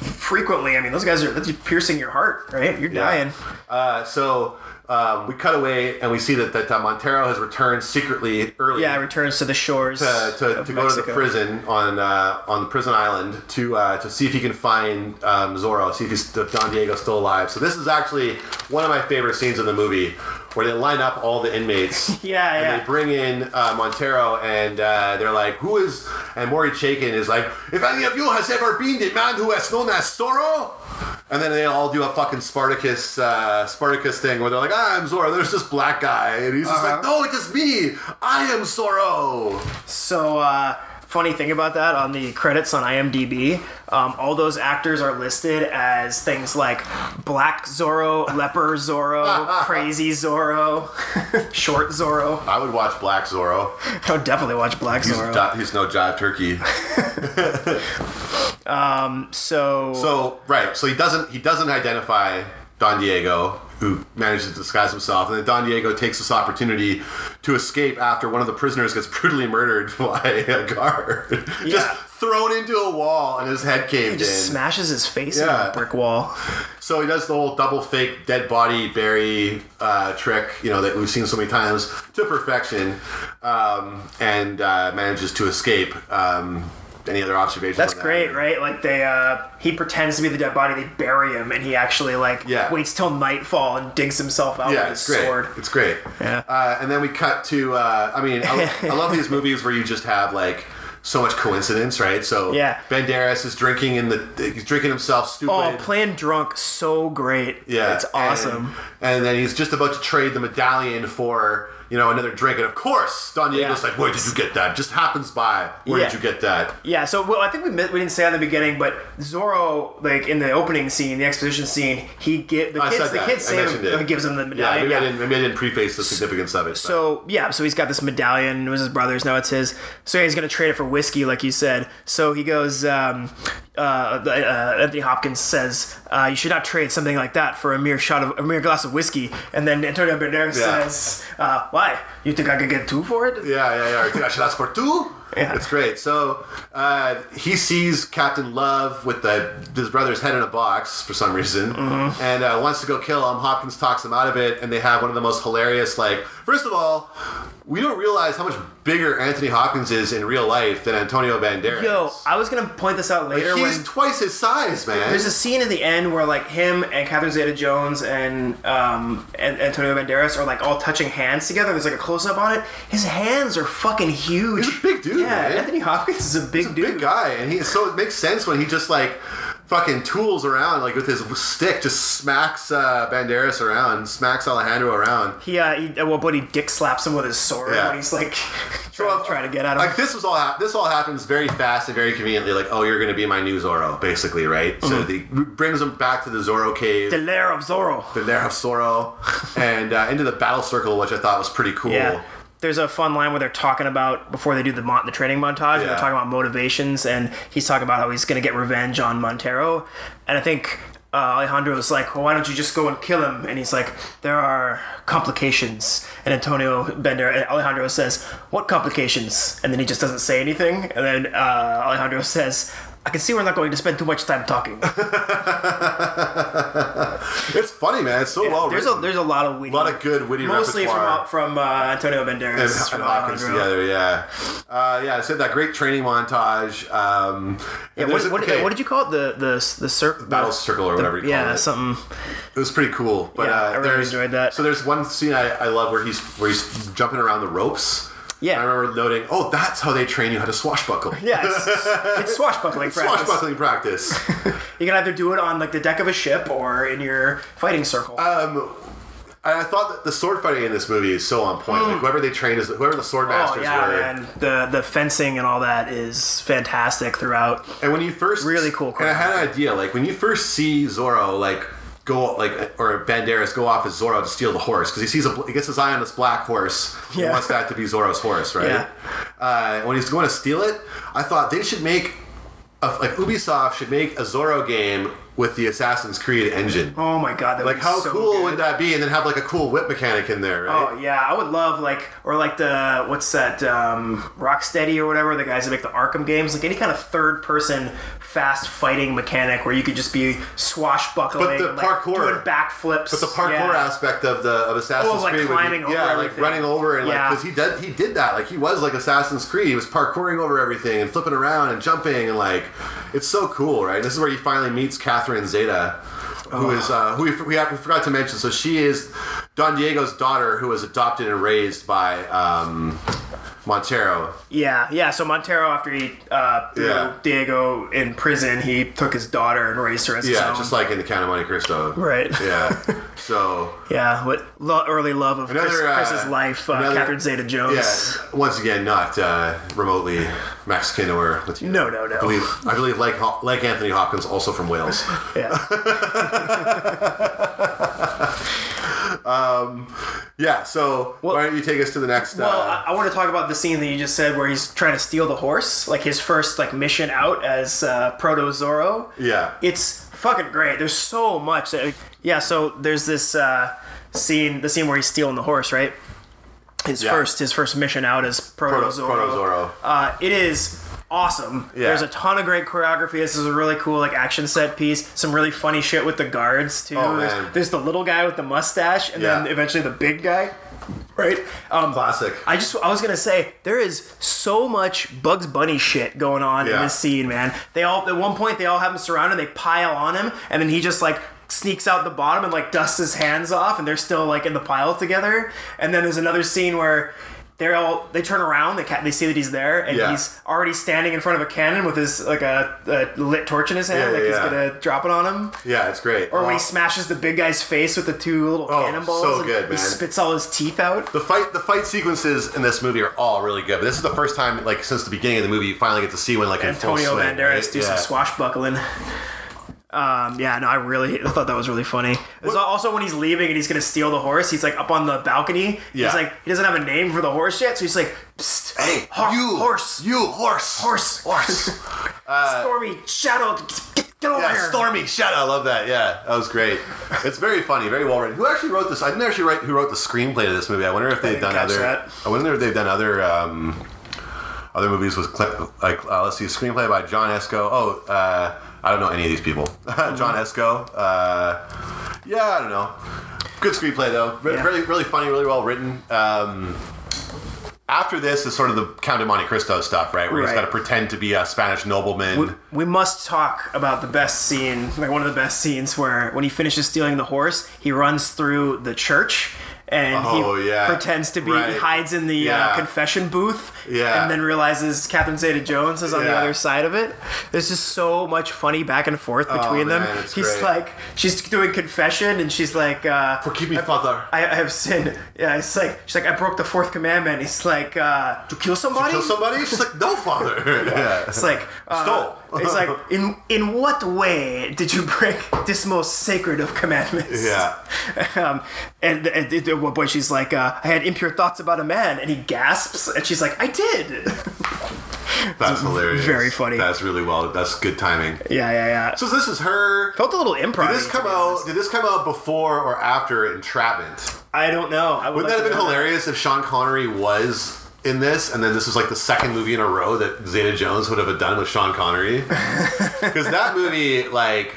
Speaker 2: frequently. I mean, those guys are that's just piercing your heart, right? You're dying.
Speaker 1: Uh, so um, we cut away and we see that, that uh, Montero has returned secretly early.
Speaker 2: Yeah, it returns to the shores
Speaker 1: uh, to,
Speaker 2: of
Speaker 1: to go to
Speaker 2: Mexico.
Speaker 1: the prison on uh, on the prison island to uh, to see if he can find um, Zorro, see if, he's, if Don Diego's still alive. So this is actually one of my favorite scenes in the movie, where they line up all the inmates.
Speaker 2: Yeah,
Speaker 1: and
Speaker 2: yeah.
Speaker 1: They bring in uh, Montero, and uh, they're like, "Who is?" And Maury Chaykin is like, "If any of you has ever been the man who has known as Zorro." And then they all do a fucking Spartacus uh, Spartacus thing where they're like, ah, I'm Zorro. There's this black guy, and he's
Speaker 2: Uh-huh.
Speaker 1: just like, No, it is me. I am Zorro.
Speaker 2: So, uh, funny thing about that on the credits on IMDb, um, all those actors are listed as things like Black Zorro, Leper Zorro, Crazy Zorro, Short Zorro.
Speaker 1: I would watch Black Zorro.
Speaker 2: I would definitely watch Black
Speaker 1: He's,
Speaker 2: Zorro.
Speaker 1: di- he's no jive turkey.
Speaker 2: So,
Speaker 1: So right, so he doesn't he doesn't identify Don Diego, who manages to disguise himself. And then Don Diego takes this opportunity to escape after one of the prisoners gets brutally murdered by a guard. Just thrown into a wall and his head caved
Speaker 2: He just
Speaker 1: in.
Speaker 2: smashes his face in
Speaker 1: Yeah.
Speaker 2: a brick wall.
Speaker 1: So he does the whole double fake dead body bury uh, trick, you know, that we've seen so many times to perfection um, and uh, manages to escape. Um, any other observations?
Speaker 2: That's
Speaker 1: on that?
Speaker 2: great, right? Like they, uh, he pretends to be the dead body. They bury him, and he actually like
Speaker 1: Yeah.
Speaker 2: waits till nightfall and digs himself out
Speaker 1: Yeah,
Speaker 2: with his
Speaker 1: it's great.
Speaker 2: sword.
Speaker 1: It's great. Uh, and then we cut to. Uh, I mean, I, I love these movies where you just have like so much coincidence, right? So
Speaker 2: Yeah.
Speaker 1: Banderas is drinking in the. He's drinking himself stupid.
Speaker 2: Oh, playing drunk, so great.
Speaker 1: yeah,
Speaker 2: it's awesome.
Speaker 1: And, and then he's just about to trade the medallion for you know another drink, and of course Don Diego's
Speaker 2: Yeah.
Speaker 1: like, "Where did you get that?" Just happens by. Where
Speaker 2: Yeah.
Speaker 1: did you get that?
Speaker 2: Yeah, so well, I think we mi- we didn't say on the beginning, but Zorro, like in the opening scene, the exposition scene, he get the
Speaker 1: I
Speaker 2: kids,
Speaker 1: said
Speaker 2: the
Speaker 1: that.
Speaker 2: kids
Speaker 1: I
Speaker 2: save
Speaker 1: mentioned
Speaker 2: him,
Speaker 1: it.
Speaker 2: gives him the
Speaker 1: Yeah,
Speaker 2: medallion.
Speaker 1: maybe
Speaker 2: Yeah,
Speaker 1: I didn't. Maybe I didn't preface the significance of it. but-
Speaker 2: So yeah, so he's got this medallion. It was his brother's. Now it's his. So he's gonna trade it for whiskey, like you said. So he goes. Um, uh, uh, Anthony Hopkins says, uh, "You should not trade something like that for a mere shot of a mere glass of whiskey." And then Antonio Banderas
Speaker 1: Yeah.
Speaker 2: says, uh, "Why? You think I could get two for it?"
Speaker 1: Yeah, yeah, yeah. Or, Gosh, that's for two.
Speaker 2: Yeah.
Speaker 1: It's great. So uh, he sees Captain Love with the, his brother's head in a box for some reason,
Speaker 2: Mm-hmm.
Speaker 1: and uh, wants to go kill him. Hopkins talks him out of it, and they have one of the most hilarious. Like, first of all, we don't realize how much bigger Anthony Hopkins is in real life than Antonio Banderas.
Speaker 2: Yo, I was gonna point this out later
Speaker 1: he's
Speaker 2: when
Speaker 1: twice his size, man.
Speaker 2: There's a scene at the end where like him and Catherine Zeta-Jones and um, and Antonio Banderas are like all touching hands together. There's like a close-up on it. His hands are fucking huge.
Speaker 1: He's a big dude,
Speaker 2: Yeah,
Speaker 1: man.
Speaker 2: Anthony Hopkins is a big dude.
Speaker 1: big guy, and he so it makes sense when he just like fucking tools around like with his stick, just smacks uh, Banderas around, smacks Alejandro around.
Speaker 2: He, uh, he at one point he dick slaps him with his sword
Speaker 1: Yeah. uh,
Speaker 2: when he's like trying, trying to get at him.
Speaker 1: Like this was all hap this all happens very fast and very conveniently. Like oh, you're gonna be my new Zorro, basically, right? So
Speaker 2: Mm-hmm.
Speaker 1: they brings him back to the Zorro cave.
Speaker 2: the lair of Zorro.
Speaker 1: the Lair of Zorro, and uh, into the battle circle, which I thought was pretty cool.
Speaker 2: Yeah. There's a fun line where they're talking about before they do the mon- the training montage. and
Speaker 1: Yeah.
Speaker 2: They're talking about motivations, and he's talking about how he's going to get revenge on Montero. And I think uh, Alejandro's like, "Well, why don't you just go and kill him?" And he's like, "There are complications." And Antonio Bender Alejandro says, "What complications?" And then he just doesn't say anything. And then uh, Alejandro says. I can see we're not going to spend too much time talking.
Speaker 1: It's funny, man. It's so well
Speaker 2: there's
Speaker 1: written.
Speaker 2: a there's a lot of witty,
Speaker 1: Oh, lot of good witty
Speaker 2: mostly
Speaker 1: repertoire.
Speaker 2: from from uh, Antonio Banderas
Speaker 1: and,
Speaker 2: from
Speaker 1: and Hopkins
Speaker 2: Alejandro.
Speaker 1: together, yeah, uh, yeah. So that great training montage. Um, yeah,
Speaker 2: What, what, what did you call it? The the the circle
Speaker 1: Battle circle or whatever you
Speaker 2: yeah,
Speaker 1: call it.
Speaker 2: something.
Speaker 1: It was pretty cool. But
Speaker 2: Yeah,
Speaker 1: uh,
Speaker 2: I really
Speaker 1: there's-
Speaker 2: enjoyed that.
Speaker 1: So there's one scene I, I love where he's where he's jumping around the ropes.
Speaker 2: Yeah.
Speaker 1: I remember noting, oh, that's how they train you how to swashbuckle.
Speaker 2: Yeah, it's, it's swashbuckling practice.
Speaker 1: Swashbuckling practice.
Speaker 2: You can either do it on like the deck of a ship or in your fighting circle.
Speaker 1: Ah, and I thought that the sword fighting in this movie is so on point. Like whoever they trained is whoever the sword
Speaker 2: Mm. oh
Speaker 1: masters
Speaker 2: yeah,
Speaker 1: were.
Speaker 2: man. The the fencing and all that is fantastic throughout.
Speaker 1: And when you first
Speaker 2: Really cool
Speaker 1: and I had an idea. Like when you first see Zorro, like go like or Banderas go off as Zorro to steal the horse because he sees a he gets his eye on this black horse. He
Speaker 2: Yeah.
Speaker 1: wants that to be Zorro's horse, right?
Speaker 2: Yeah.
Speaker 1: Uh, when he's going to steal it, I thought they should make a, like Ubisoft should make a Zorro game with the Assassin's Creed engine.
Speaker 2: Oh my god, that
Speaker 1: Like
Speaker 2: was
Speaker 1: how
Speaker 2: so
Speaker 1: cool
Speaker 2: good.
Speaker 1: would that be? And then have like a cool whip mechanic in there, right?
Speaker 2: Oh yeah, I would love like or like the what's that um, Rocksteady or whatever the guys that make the Arkham games, like any kind of third-person fast fighting mechanic where you could just be swashbuckling,
Speaker 1: But the
Speaker 2: and, like,
Speaker 1: parkour-
Speaker 2: doing backflips,
Speaker 1: But the parkour
Speaker 2: yeah.
Speaker 1: aspect of the of Assassin's
Speaker 2: Oh, like
Speaker 1: Creed, would be-
Speaker 2: climbing over
Speaker 1: yeah, like
Speaker 2: everything.
Speaker 1: running over and
Speaker 2: Yeah.
Speaker 1: like because he did he did that like he was like Assassin's Creed. He was parkouring over everything and flipping around and jumping and like it's so cool, right? This is where he finally meets Catherine Zeta,
Speaker 2: Oh.
Speaker 1: who is uh, who we, we, have, we forgot to mention. So she is Don Diego's daughter, who was adopted and raised by um, Montero.
Speaker 2: Yeah, yeah. So Montero, after he uh, threw
Speaker 1: Yeah.
Speaker 2: Diego in prison, he took his daughter and raised her as his
Speaker 1: Yeah,
Speaker 2: own.
Speaker 1: just like in the Count of Monte Cristo.
Speaker 2: right.
Speaker 1: Yeah. So
Speaker 2: Yeah, with lo- early love of Chris,
Speaker 1: Another, uh,
Speaker 2: Chris's life, uh,
Speaker 1: another-
Speaker 2: Catherine Zeta-Jones.
Speaker 1: Yeah, once again, not uh, remotely Mexican or Latino.
Speaker 2: No, no, no.
Speaker 1: I believe, I believe like, Ho- like Anthony Hopkins, also from Wales.
Speaker 2: Yeah,
Speaker 1: Um, Yeah, so why don't you take us to the next?
Speaker 2: well,
Speaker 1: uh,
Speaker 2: I, I want to talk about the scene that you just said where he's trying to steal the horse, like his first like mission out as uh, Proto Zorro.
Speaker 1: yeah.
Speaker 2: It's fucking great. There's so much. That, yeah, so there's this uh, scene, the scene where he's stealing the horse, right? His
Speaker 1: Yeah.
Speaker 2: first, his first mission out is Proto,
Speaker 1: Proto-
Speaker 2: Zorro.
Speaker 1: Proto Zorro.
Speaker 2: Uh, it is awesome.
Speaker 1: Yeah.
Speaker 2: There's a ton of great choreography. This is a really cool like action set piece. Some really funny shit with the guards too.
Speaker 1: Oh,
Speaker 2: there's,
Speaker 1: man.
Speaker 2: there's the little guy with the mustache, and then
Speaker 1: Yeah.
Speaker 2: eventually the big guy, right? Um,
Speaker 1: Classic.
Speaker 2: I just I was gonna say there is so much Bugs Bunny shit going on
Speaker 1: Yeah.
Speaker 2: in this scene, man. They all at one point they all have him surrounded, they pile on him, and then he just like sneaks out the bottom and like dusts his hands off, and they're still like in the pile together. And then there's another scene where they're all they turn around, they ca- they see that he's there, and
Speaker 1: Yeah.
Speaker 2: he's already standing in front of a cannon with his like a, a lit torch in his hand,
Speaker 1: Yeah,
Speaker 2: like
Speaker 1: yeah,
Speaker 2: he's
Speaker 1: yeah.
Speaker 2: gonna drop it on him.
Speaker 1: Yeah, it's great. Uh,
Speaker 2: Or when
Speaker 1: Wow.
Speaker 2: he smashes the big guy's face with the two little
Speaker 1: Oh,
Speaker 2: cannonballs,
Speaker 1: so
Speaker 2: and
Speaker 1: good,
Speaker 2: he
Speaker 1: man.
Speaker 2: spits all his teeth out.
Speaker 1: The fight, the fight sequences in this movie are all really good. But this is the first time, like since the beginning of the movie, you finally get to see when like in full
Speaker 2: Antonio
Speaker 1: swing,
Speaker 2: Banderas
Speaker 1: right?
Speaker 2: do
Speaker 1: Yeah.
Speaker 2: some swashbuckling. Um, yeah, no, I really I thought that was really funny. There's also when he's leaving and he's gonna steal the horse, he's like up on the balcony.
Speaker 1: Yeah.
Speaker 2: He's like he doesn't have a name for the horse yet, so he's like, Psst,
Speaker 1: Hey,
Speaker 2: ho-
Speaker 1: you
Speaker 2: horse,
Speaker 1: you horse,
Speaker 2: horse,
Speaker 1: horse.
Speaker 2: Stormy Shadow, get, get- get over
Speaker 1: Yeah,
Speaker 2: here.
Speaker 1: Stormy Shadow. I love that. Yeah, that was great. It's very funny, very well written. Who actually wrote this? I didn't actually write who wrote the screenplay to this movie. I wonder if they've
Speaker 2: didn't
Speaker 1: done
Speaker 2: catch
Speaker 1: other.
Speaker 2: that.
Speaker 1: I wonder if they've done other um, other movies with Clint, like uh, let's see, screenplay by John Esco. Oh, uh, I don't know any of these people.
Speaker 2: Mm-hmm.
Speaker 1: John Esco. Uh, yeah, I don't know. Good screenplay though. Re-
Speaker 2: Yeah.
Speaker 1: Really, really funny. Really well written. Um, after this is sort of the Count of Monte Cristo stuff, right? Where he's
Speaker 2: Right.
Speaker 1: got to pretend to be a Spanish nobleman.
Speaker 2: We, we must talk about the best scene, like one of the best scenes where when he finishes stealing the horse, he runs through the church and
Speaker 1: Oh,
Speaker 2: he
Speaker 1: yeah.
Speaker 2: pretends to be
Speaker 1: Right.
Speaker 2: he hides in the
Speaker 1: Yeah.
Speaker 2: uh, confession booth
Speaker 1: Yeah.
Speaker 2: and then realizes Catherine Zeta-Jones is on the
Speaker 1: Yeah.
Speaker 2: other side of it. There's just so much funny back and forth between
Speaker 1: Oh, man,
Speaker 2: them.
Speaker 1: it's
Speaker 2: He's
Speaker 1: great.
Speaker 2: like she's doing confession and she's like uh,
Speaker 1: Forgive me, Father.
Speaker 2: I, I have sinned. Yeah, it's like she's like I broke the fourth commandment. He's like uh, to kill somebody.
Speaker 1: kill somebody? She's like, no, father. yeah.
Speaker 2: It's like uh,
Speaker 1: Stole.
Speaker 2: it's like in in what way did you break this most sacred of commandments?
Speaker 1: Yeah.
Speaker 2: Um, and, and it- at one point she's like, uh, I had impure thoughts about a man, and he gasps, and she's like, I did.
Speaker 1: That's hilarious.
Speaker 2: very funny.
Speaker 1: That's really well. That's good timing.
Speaker 2: yeah, yeah, yeah.
Speaker 1: So this is her. Did
Speaker 2: Felt a little improv.
Speaker 1: this come out? Did this come out before or after Entrapment?
Speaker 2: I don't know. I would
Speaker 1: Wouldn't
Speaker 2: like
Speaker 1: that have
Speaker 2: to
Speaker 1: been
Speaker 2: know.
Speaker 1: hilarious if Sean Connery was in this, and then this was like the second movie in a row that Zeta Jones would have done with Sean Connery? Because that movie, like,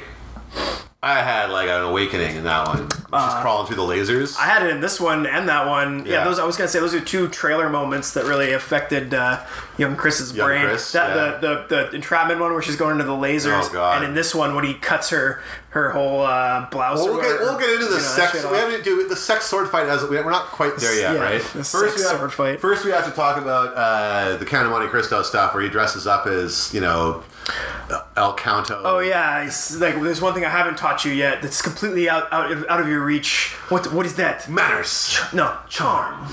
Speaker 1: I had like an awakening in that one. She's
Speaker 2: Uh,
Speaker 1: crawling through the lasers.
Speaker 2: I had it in this one and that one. Yeah,
Speaker 1: Yeah.
Speaker 2: those I was gonna say those are two trailer moments that really affected uh, young Chris's
Speaker 1: Young
Speaker 2: brain.
Speaker 1: Chris,
Speaker 2: that,
Speaker 1: yeah.
Speaker 2: the, the the entrapment one where she's going into the
Speaker 1: Oh,
Speaker 2: lasers,
Speaker 1: God.
Speaker 2: and in this one when he cuts her her whole uh, blouse.
Speaker 1: Well,
Speaker 2: or
Speaker 1: we'll get,
Speaker 2: whatever,
Speaker 1: we'll get into
Speaker 2: you
Speaker 1: the
Speaker 2: know, that
Speaker 1: sex.
Speaker 2: shit
Speaker 1: We
Speaker 2: off.
Speaker 1: haven't do the sex sword fight as we're not quite there yet,
Speaker 2: Yeah,
Speaker 1: right?
Speaker 2: the
Speaker 1: we
Speaker 2: sex
Speaker 1: have-
Speaker 2: sword fight.
Speaker 1: First, we have to talk about uh, the Count of Monte Cristo stuff, where he dresses up as you know El Canto.
Speaker 2: Oh yeah, it's like there's one thing I haven't taught you yet that's completely out out of, out of your reach. What what is that?
Speaker 1: manners.
Speaker 2: No charm.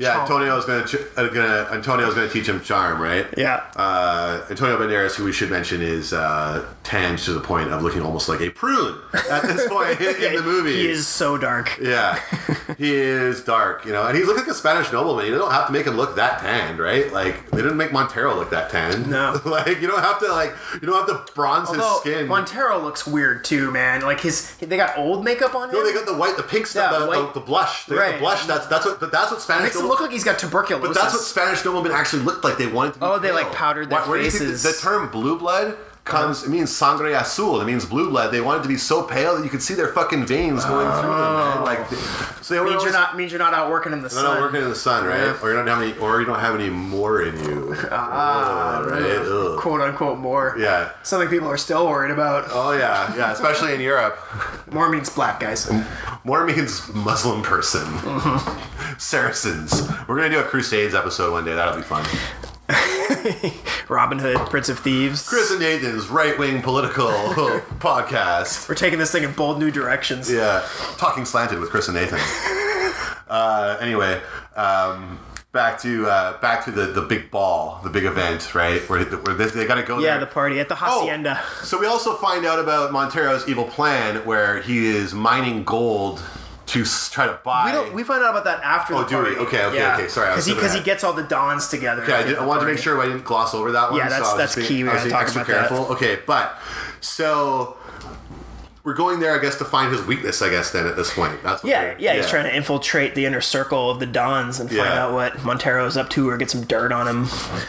Speaker 1: Yeah, Antonio's gonna, ch- uh, gonna Antonio's gonna teach him charm, right?
Speaker 2: Yeah.
Speaker 1: Uh, Antonio Banderas, who we should mention, is uh, tanned to the point of looking almost like a prune at this point in, in the movie.
Speaker 2: He is so dark.
Speaker 1: Yeah, he is dark, you know, and he's looking like a Spanish nobleman. You don't have to make him look that tanned, right? Like they didn't make Montero look that tanned.
Speaker 2: No.
Speaker 1: like you don't have to like you don't have to bronze his
Speaker 2: Although
Speaker 1: skin.
Speaker 2: Montero looks weird too, man. Like his they got old makeup on him.
Speaker 1: no, they got the white, the pink stuff,
Speaker 2: Yeah,
Speaker 1: the,
Speaker 2: white-
Speaker 1: the, the blush, they got the
Speaker 2: Right.
Speaker 1: blush. That's that's what but that's what Spanish.
Speaker 2: Makes him
Speaker 1: noble-
Speaker 2: look like he's got tuberculosis.
Speaker 1: but that's what Spanish noblemen actually looked like. They wanted to. Be
Speaker 2: Oh, they,
Speaker 1: pale.
Speaker 2: like, powdered their
Speaker 1: where do you think
Speaker 2: faces. Uh-huh.
Speaker 1: The, the term blue blood. Comes, it means sangre azul. It means blue blood. They wanted to be so pale that you could see their fucking veins going through them. Man. Like, they- so they were
Speaker 2: Oh. means
Speaker 1: always-
Speaker 2: you're not means you're not out working in the
Speaker 1: No,
Speaker 2: sun.
Speaker 1: no, working in the sun, right?
Speaker 2: Yeah.
Speaker 1: Or you don't have any, or you don't have any more in you. Ah, right. Ugh.
Speaker 2: quote unquote more.
Speaker 1: Yeah.
Speaker 2: Something people are still worried about.
Speaker 1: Oh yeah, yeah. Especially in Europe,
Speaker 2: More means black guys.
Speaker 1: more means Muslim person. Mm-hmm. Saracens. We're gonna do a Crusades episode one day. That'll be fun.
Speaker 2: Robin Hood, Prince of Thieves.
Speaker 1: Chris and Nathan's right-wing political podcast.
Speaker 2: We're taking this thing in bold new directions.
Speaker 1: Yeah, talking slanted with Chris and Nathan. uh, anyway, um, back to uh, back to the, the big ball, the big event, right? Where, where they, they got to go.
Speaker 2: Yeah,
Speaker 1: there.
Speaker 2: the party at the
Speaker 1: Oh,
Speaker 2: hacienda.
Speaker 1: So we also find out about Montero's evil plan, where he is mining gold to s- try to buy.
Speaker 2: We don't. We find out about that after.
Speaker 1: Oh,
Speaker 2: the
Speaker 1: do we?
Speaker 2: party.
Speaker 1: Okay, okay, okay. Sorry, I was
Speaker 2: because he
Speaker 1: skipping
Speaker 2: because he
Speaker 1: ahead.
Speaker 2: gets all the dons together.
Speaker 1: Okay, I,
Speaker 2: at
Speaker 1: did, I
Speaker 2: the
Speaker 1: wanted to make
Speaker 2: party.
Speaker 1: sure I didn't gloss over that one.
Speaker 2: Yeah, that's-
Speaker 1: so I was being-
Speaker 2: that's key. We
Speaker 1: I was
Speaker 2: gotta
Speaker 1: being
Speaker 2: talk
Speaker 1: extra
Speaker 2: about that.
Speaker 1: careful. Okay, but so We're going there, I guess, to find his weakness. I guess then at this point, that's what
Speaker 2: Yeah,
Speaker 1: we're-
Speaker 2: yeah, he's trying to infiltrate the inner circle of the Dons and find
Speaker 1: Yeah.
Speaker 2: out what Montero's up to or get some dirt on him.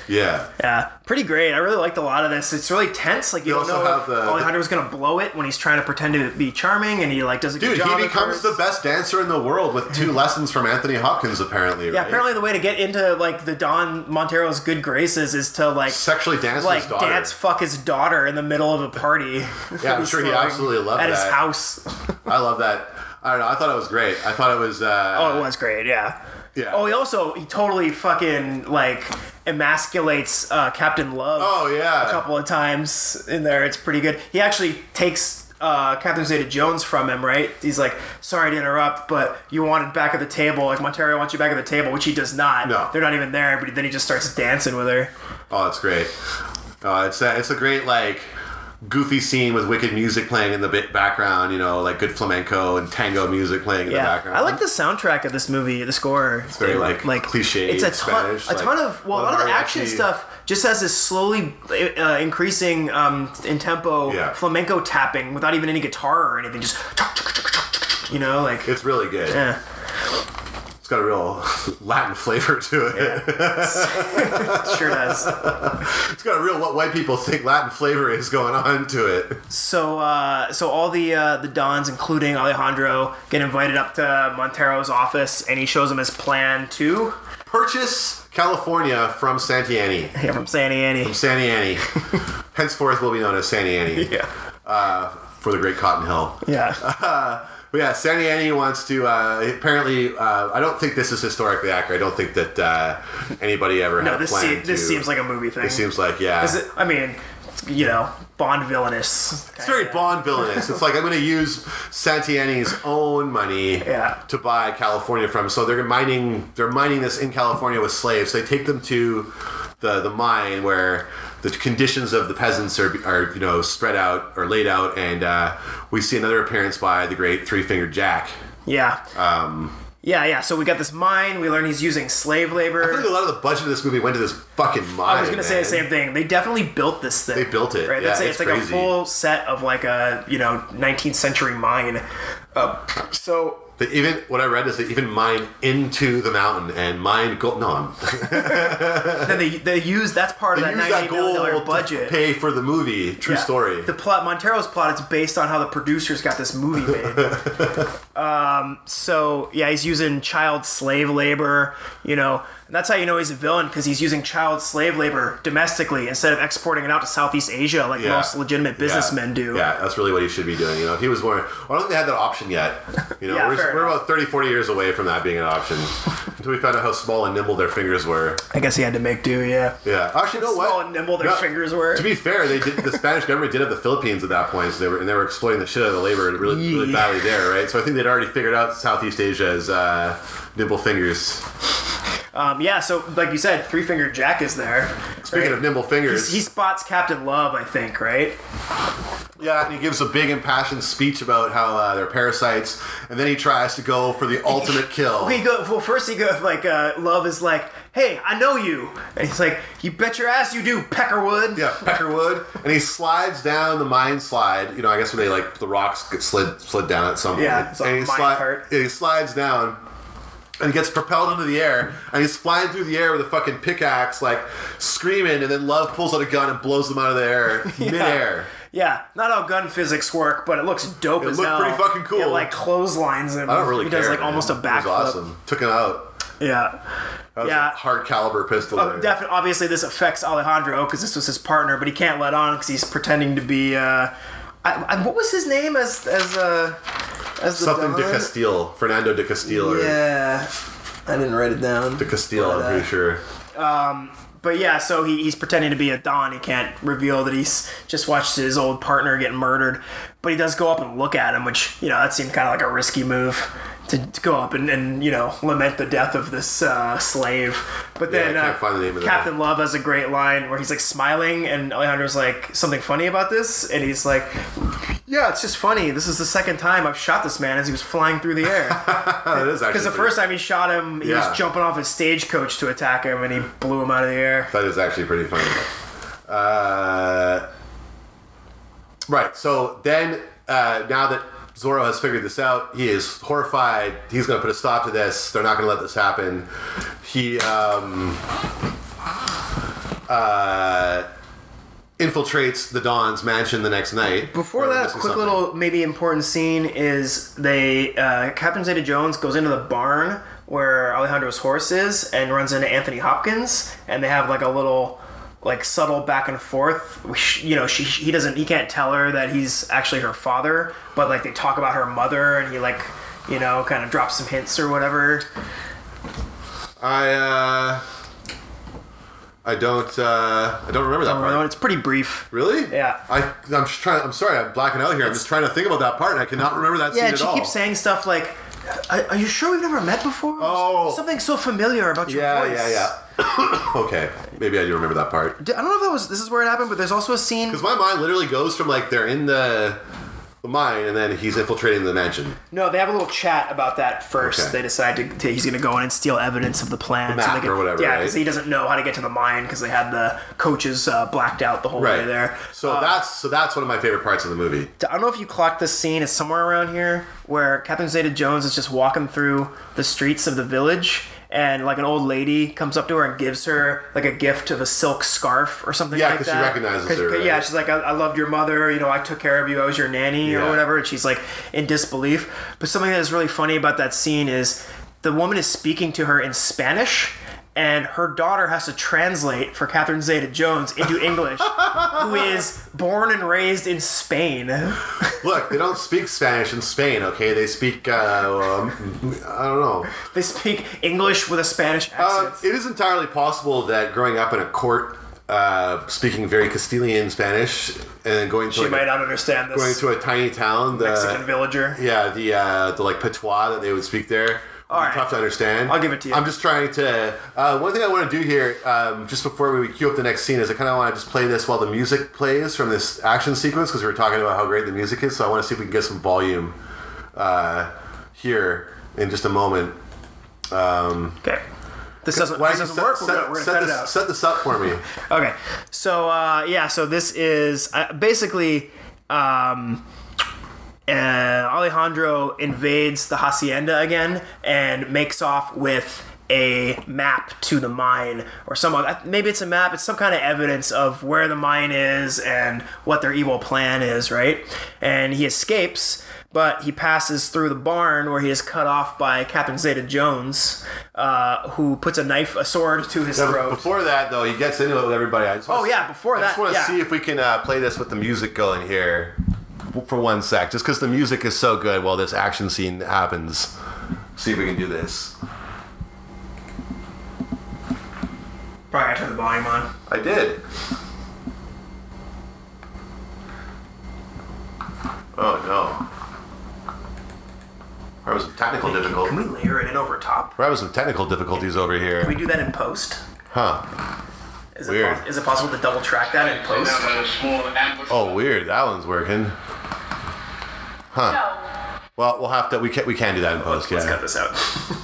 Speaker 1: Yeah,
Speaker 2: Yeah, pretty great. I really liked a lot of this. It's really tense. Like you,
Speaker 1: You
Speaker 2: don't
Speaker 1: also
Speaker 2: know
Speaker 1: have
Speaker 2: if
Speaker 1: the-
Speaker 2: Alejandro's gonna blow it when he's trying to pretend to be charming, and he like does a good
Speaker 1: dude,
Speaker 2: job.
Speaker 1: he
Speaker 2: at
Speaker 1: becomes
Speaker 2: first.
Speaker 1: the best dancer in the world with two lessons from Anthony Hopkins, apparently.
Speaker 2: Yeah,
Speaker 1: right?
Speaker 2: apparently the way to get into like the Don Montero's good graces is to like
Speaker 1: sexually dance with
Speaker 2: like
Speaker 1: his daughter.
Speaker 2: dance fuck his daughter in the middle of a party.
Speaker 1: Yeah, I'm sure he absolutely loved
Speaker 2: at his
Speaker 1: that.
Speaker 2: house.
Speaker 1: I love that. I don't know. I thought it was great. I thought it was. Uh,
Speaker 2: Oh, it was great. Yeah.
Speaker 1: Yeah.
Speaker 2: Oh, he also he totally fucking like emasculates uh, Captain Love.
Speaker 1: Oh, yeah.
Speaker 2: a couple of times in there. It's pretty good. He actually takes uh, Captain Zeta Jones from him, right? He's like, "Sorry to interrupt, but you wanted back at the table. Like Montero wants you back at the table," which he does not.
Speaker 1: No.
Speaker 2: they're not even there. But then he just starts dancing with her.
Speaker 1: Oh, it's great. Uh, it's a, it's a great like goofy scene with wicked music playing in the bit background. You know, like good flamenco and tango music playing in the
Speaker 2: Yeah,
Speaker 1: background.
Speaker 2: I like the soundtrack of this movie. The score. It's
Speaker 1: very, like, cliche
Speaker 2: It's a
Speaker 1: in
Speaker 2: ton,
Speaker 1: Spanish,
Speaker 2: a
Speaker 1: like,
Speaker 2: ton of well, a lot of the
Speaker 1: mariachi.
Speaker 2: action stuff just has this slowly uh, increasing um, in tempo
Speaker 1: Yeah.
Speaker 2: flamenco tapping without even any guitar or anything. Just you know, like
Speaker 1: It's really good.
Speaker 2: yeah.
Speaker 1: It's got a real Latin flavor to it.
Speaker 2: sure does.
Speaker 1: It's got a real what white people think Latin flavor is going on to it.
Speaker 2: So, uh, so all the uh, the dons, including Alejandro, get invited up to Montero's office, and he shows them his plan too.
Speaker 1: Purchase California from Santiani.
Speaker 2: Yeah, from Santa Annie.
Speaker 1: Santiani. Henceforth will be known as Santiani
Speaker 2: Yeah,
Speaker 1: for the Great Cotton Hill.
Speaker 2: yeah.
Speaker 1: But Uh, yeah, Santiani wants to. Uh, apparently, uh, I don't think this is historically accurate. I don't think that uh, anybody ever had
Speaker 2: No,
Speaker 1: a
Speaker 2: this
Speaker 1: plan
Speaker 2: se- this
Speaker 1: to-
Speaker 2: seems like a movie thing.
Speaker 1: It seems like yeah.
Speaker 2: Is it- I mean, you know, Bond villainous.
Speaker 1: it's very Bond villainous. It's like I'm going to use Santiani's own money
Speaker 2: Yeah.
Speaker 1: to buy California from. So they're mining. They're mining this in California with slaves. They take them to the the mine where the conditions of the peasants are, are you know spread out or laid out, and uh, we see another appearance by the great Three Fingered Jack.
Speaker 2: Yeah. Um. Yeah, yeah. So we got this mine. We learn he's using slave labor.
Speaker 1: I think a lot of the budget of this movie went to this fucking mine.
Speaker 2: I was gonna say
Speaker 1: man.
Speaker 2: the same thing. They definitely built this thing.
Speaker 1: They built it.
Speaker 2: Right.
Speaker 1: Yeah,
Speaker 2: That's it.
Speaker 1: it's
Speaker 2: It's, like
Speaker 1: crazy.
Speaker 2: a full set of like a you know 19th century mine. Uh, so
Speaker 1: They even what I read is they even mine into the mountain and mine gold. No, I'm-
Speaker 2: then they they use that's part
Speaker 1: they
Speaker 2: of that
Speaker 1: use
Speaker 2: 98
Speaker 1: that
Speaker 2: million dollar
Speaker 1: gold
Speaker 2: budget.
Speaker 1: to pay for the movie. True
Speaker 2: Yeah.
Speaker 1: story.
Speaker 2: The plot, Montero's plot, it's based on how the producers got this movie made. um, so yeah, he's using child slave labor, you know, and that's how you know he's a villain because he's using child slave labor domestically instead of exporting it out to Southeast Asia like
Speaker 1: Yeah.
Speaker 2: most legitimate businessmen
Speaker 1: yeah.
Speaker 2: do.
Speaker 1: Yeah, that's really what he should be doing. You know, if he was more, I don't think they had that option yet. You know,
Speaker 2: Yeah,
Speaker 1: we're,
Speaker 2: fair
Speaker 1: we're
Speaker 2: enough.
Speaker 1: about 30, 40 years away from that being an option until we found out how small and nimble their fingers were.
Speaker 2: I guess he had to make do. Yeah.
Speaker 1: Yeah, actually, you know what?
Speaker 2: Small and nimble their
Speaker 1: No,
Speaker 2: fingers were.
Speaker 1: To be fair, they did. The Spanish government did have the Philippines at that point, so they were and they were exploiting the shit out of the labor really, really
Speaker 2: Yeah.
Speaker 1: badly there, right? So I think they'd already figured out Southeast Asia as uh, nimble fingers.
Speaker 2: Um, yeah. So like you said, Three Finger Jack is there.
Speaker 1: Speaking of nimble fingers,
Speaker 2: He spots Captain Love, I think, right?
Speaker 1: yeah, and he gives a big impassioned speech about how uh, they're parasites, and then he tries to go for the ultimate kill.
Speaker 2: He go well. First, he goes like, uh, "Love is like, hey, I know you," and he's like, "You bet your ass you do, Peckerwood."
Speaker 1: Yeah, Peckerwood, and he slides down the mine slide. You know, I guess where they like the rocks get slid slid down at some
Speaker 2: Yeah,
Speaker 1: point.
Speaker 2: it's a
Speaker 1: and he,
Speaker 2: mine cart.
Speaker 1: yeah, he slides down and gets propelled into the air, and he's flying through the air with a fucking pickaxe, like screaming. And then Love pulls out a gun and blows them out of the air midair.
Speaker 2: Yeah, not how gun physics work, but it looks dope
Speaker 1: It
Speaker 2: as
Speaker 1: looked
Speaker 2: hell.
Speaker 1: pretty fucking cool.
Speaker 2: It like clotheslines him.
Speaker 1: I don't really
Speaker 2: He
Speaker 1: care.
Speaker 2: does like
Speaker 1: man.
Speaker 2: almost a
Speaker 1: It was
Speaker 2: backflip.
Speaker 1: awesome. Took him out.
Speaker 2: Yeah,
Speaker 1: That was
Speaker 2: yeah.
Speaker 1: a hard caliber pistol.
Speaker 2: Oh,
Speaker 1: there.
Speaker 2: defi- obviously, this affects Alejandro because this was his partner, but he can't let on because he's pretending to be. Uh, I, I, what was his name as as uh, as the
Speaker 1: Something
Speaker 2: Don?
Speaker 1: de Castile, Fernando de Castile, or
Speaker 2: Yeah, I didn't write it down.
Speaker 1: de Castile. I'm pretty sure.
Speaker 2: But yeah, so he, he's pretending to be a don. He can't reveal that he's just watched his old partner get murdered. But he does go up and look at him, which you know that seemed kind of like a risky move to, to go up and, and you know lament the death of this uh, slave. But
Speaker 1: Yeah, I
Speaker 2: then
Speaker 1: can't
Speaker 2: uh,
Speaker 1: find the name of the
Speaker 2: Captain Love has a great line where he's like smiling, and Alejandro's like something funny about this, and he's like, "Yeah, it's just funny. This is the second time I've shot this man as he was flying through the air."
Speaker 1: Oh, that is actually
Speaker 2: Because the
Speaker 1: pretty-
Speaker 2: first time he shot him, he
Speaker 1: Yeah.
Speaker 2: was jumping off his stagecoach to attack him, and he blew him out of the air.
Speaker 1: That is actually pretty funny. Uh, right. So then uh, now that Zorro has figured this out, he is horrified. He's going to put a stop to this. They're not going to let this happen. He um, uh, infiltrates the Dawn's mansion the next night.
Speaker 2: Before
Speaker 1: Or
Speaker 2: that, a
Speaker 1: this is
Speaker 2: quick
Speaker 1: something.
Speaker 2: little maybe important scene is they uh, Captain Zeta Jones goes into the barn where Alejandro's horse is and runs into Anthony Hopkins, and they have like a little like subtle back and forth. Which, you know, she he doesn't he can't tell her that he's actually her father, but like they talk about her mother, and he like you know kind of drops some hints or whatever.
Speaker 1: I uh, I don't uh, I don't remember that part.
Speaker 2: Although It's pretty brief.
Speaker 1: Really?
Speaker 2: Yeah.
Speaker 1: I, I'm just trying. I'm sorry. I'm blacking out here. I'm just trying to think about that part, and I cannot remember that
Speaker 2: Yeah,
Speaker 1: scene
Speaker 2: and
Speaker 1: at
Speaker 2: she
Speaker 1: all.
Speaker 2: keeps saying stuff like. Are are you sure we've never met before?
Speaker 1: Oh.
Speaker 2: something so familiar about your
Speaker 1: yeah,
Speaker 2: voice.
Speaker 1: yeah, yeah. okay, maybe I do remember that part.
Speaker 2: D- I don't know if that was this is where it happened, but there's also a scene.
Speaker 1: Because my mind literally goes from like they're in the the mine, and then he's infiltrating the mansion.
Speaker 2: No, they have a little chat about that first.
Speaker 1: Okay.
Speaker 2: They decide to, to- he's going to go in and steal evidence of the plan,
Speaker 1: The map or whatever,
Speaker 2: Yeah,
Speaker 1: right?
Speaker 2: because he doesn't know how to get to the mine because they had the coaches uh, blacked out the whole way
Speaker 1: Right
Speaker 2: there.
Speaker 1: So
Speaker 2: Uh,
Speaker 1: that's so that's one of my favorite parts of the movie.
Speaker 2: I don't know if you clocked this scene. It's somewhere around here where Captain Zeta Jones is just walking through the streets of the village, and like an old lady comes up to her and gives her like a gift of a silk scarf or something
Speaker 1: Yeah,
Speaker 2: like
Speaker 1: 'cause she
Speaker 2: that.
Speaker 1: recognizes
Speaker 2: 'Cause-
Speaker 1: her, right?
Speaker 2: Yeah, she's like, I, I loved your mother. You know, I took care of you. I was your nanny
Speaker 1: Yeah.
Speaker 2: or whatever. And she's like in disbelief. But something that is really funny about that scene is the woman is speaking to her in Spanish. And her daughter has to translate for Catherine Zeta Jones into English, who is born and raised in Spain.
Speaker 1: Look, they don't speak Spanish in Spain. Okay, they speak uh, um, I don't know.
Speaker 2: They speak English with a Spanish
Speaker 1: Uh,
Speaker 2: accent.
Speaker 1: it is entirely possible that growing up in a court. Uh, speaking very Castilian Spanish and then going to
Speaker 2: she
Speaker 1: like,
Speaker 2: might not understand this
Speaker 1: going to a tiny town, the
Speaker 2: Mexican villager.
Speaker 1: Yeah, the uh, the like patois that they would speak there. would be
Speaker 2: right.
Speaker 1: Tough to understand.
Speaker 2: I'll give it to you.
Speaker 1: I'm just trying to. Uh, one thing I want to do here, um, just before we cue up the next scene, is I kind of want to just play this while the music plays from this action sequence because we were talking about how great the music is. So I want to see if we can get some volume uh, here in just a moment.
Speaker 2: Okay. This doesn't,
Speaker 1: Why
Speaker 2: this
Speaker 1: don't you
Speaker 2: doesn't work.
Speaker 1: set-
Speaker 2: we're gonna, we're gonna
Speaker 1: set
Speaker 2: cut
Speaker 1: this,
Speaker 2: it out.
Speaker 1: set this up for me.
Speaker 2: Okay. So uh, yeah, so this is uh, basically um, uh, Alejandro invades the hacienda again and makes off with a map to the mine or some other, maybe it's a map it's some kind of evidence of where the mine is and what their evil plan is right and he escapes but he passes through the barn where he is cut off by captain zeta jones uh, who puts a knife a sword to his throat
Speaker 1: Before that, though, he gets into it with everybody. I just wanna
Speaker 2: Oh,
Speaker 1: s-
Speaker 2: yeah, before
Speaker 1: I just
Speaker 2: that,
Speaker 1: want to
Speaker 2: yeah.
Speaker 1: see if we can uh, play this with the music going here for one sec, just because the music is so good while this action scene happens. See if we can do this.
Speaker 2: Probably gotta turn the volume on.
Speaker 1: I did. Oh no. We're having some technical
Speaker 2: Can we
Speaker 1: difficulties.
Speaker 2: layer it in over top?
Speaker 1: We're having some technical difficulties over
Speaker 2: Can
Speaker 1: here.
Speaker 2: we do that in post?
Speaker 1: Huh.
Speaker 2: Is
Speaker 1: Weird.
Speaker 2: It pos- is it possible to double track that in post?
Speaker 1: Oh, weird. That one's working. Well, we'll have to. We can. We can do that in post.
Speaker 2: Let's cut
Speaker 1: Yeah.
Speaker 2: this out.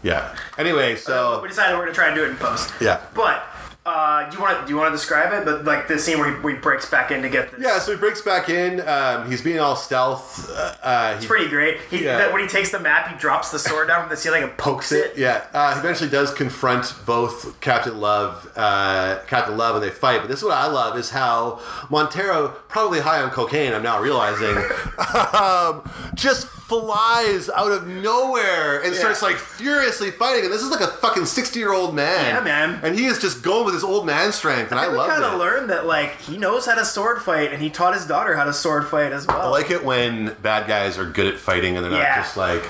Speaker 1: Yeah. Anyway, so.
Speaker 2: we decided we're gonna try and do it in post.
Speaker 1: Yeah.
Speaker 2: But uh, do you want to do you want to describe it? But like the scene where he, where he breaks back in to get this.
Speaker 1: Yeah, so he breaks back in. Um, he's being all stealth. Uh, uh, he
Speaker 2: It's pretty great. He,
Speaker 1: Yeah.
Speaker 2: that- when he takes the map, he drops the sword down from the ceiling and pokes it.
Speaker 1: Yeah, uh, he eventually does confront both Captain Love, uh, Captain Love, and they fight. But this is what I love is how Montero, probably high on cocaine, I'm now realizing, um, just flies out of nowhere and starts like furiously fighting. And this is like a fucking 60 year old man.
Speaker 2: Yeah, man.
Speaker 1: And he is just going with his old man strength, and I,
Speaker 2: I think we
Speaker 1: love
Speaker 2: kind
Speaker 1: it.
Speaker 2: of learned that like he knows how to sword fight, and he taught his daughter how to sword fight as well.
Speaker 1: I like it when bad guys are good at fighting and they're not
Speaker 2: Yeah.
Speaker 1: just like,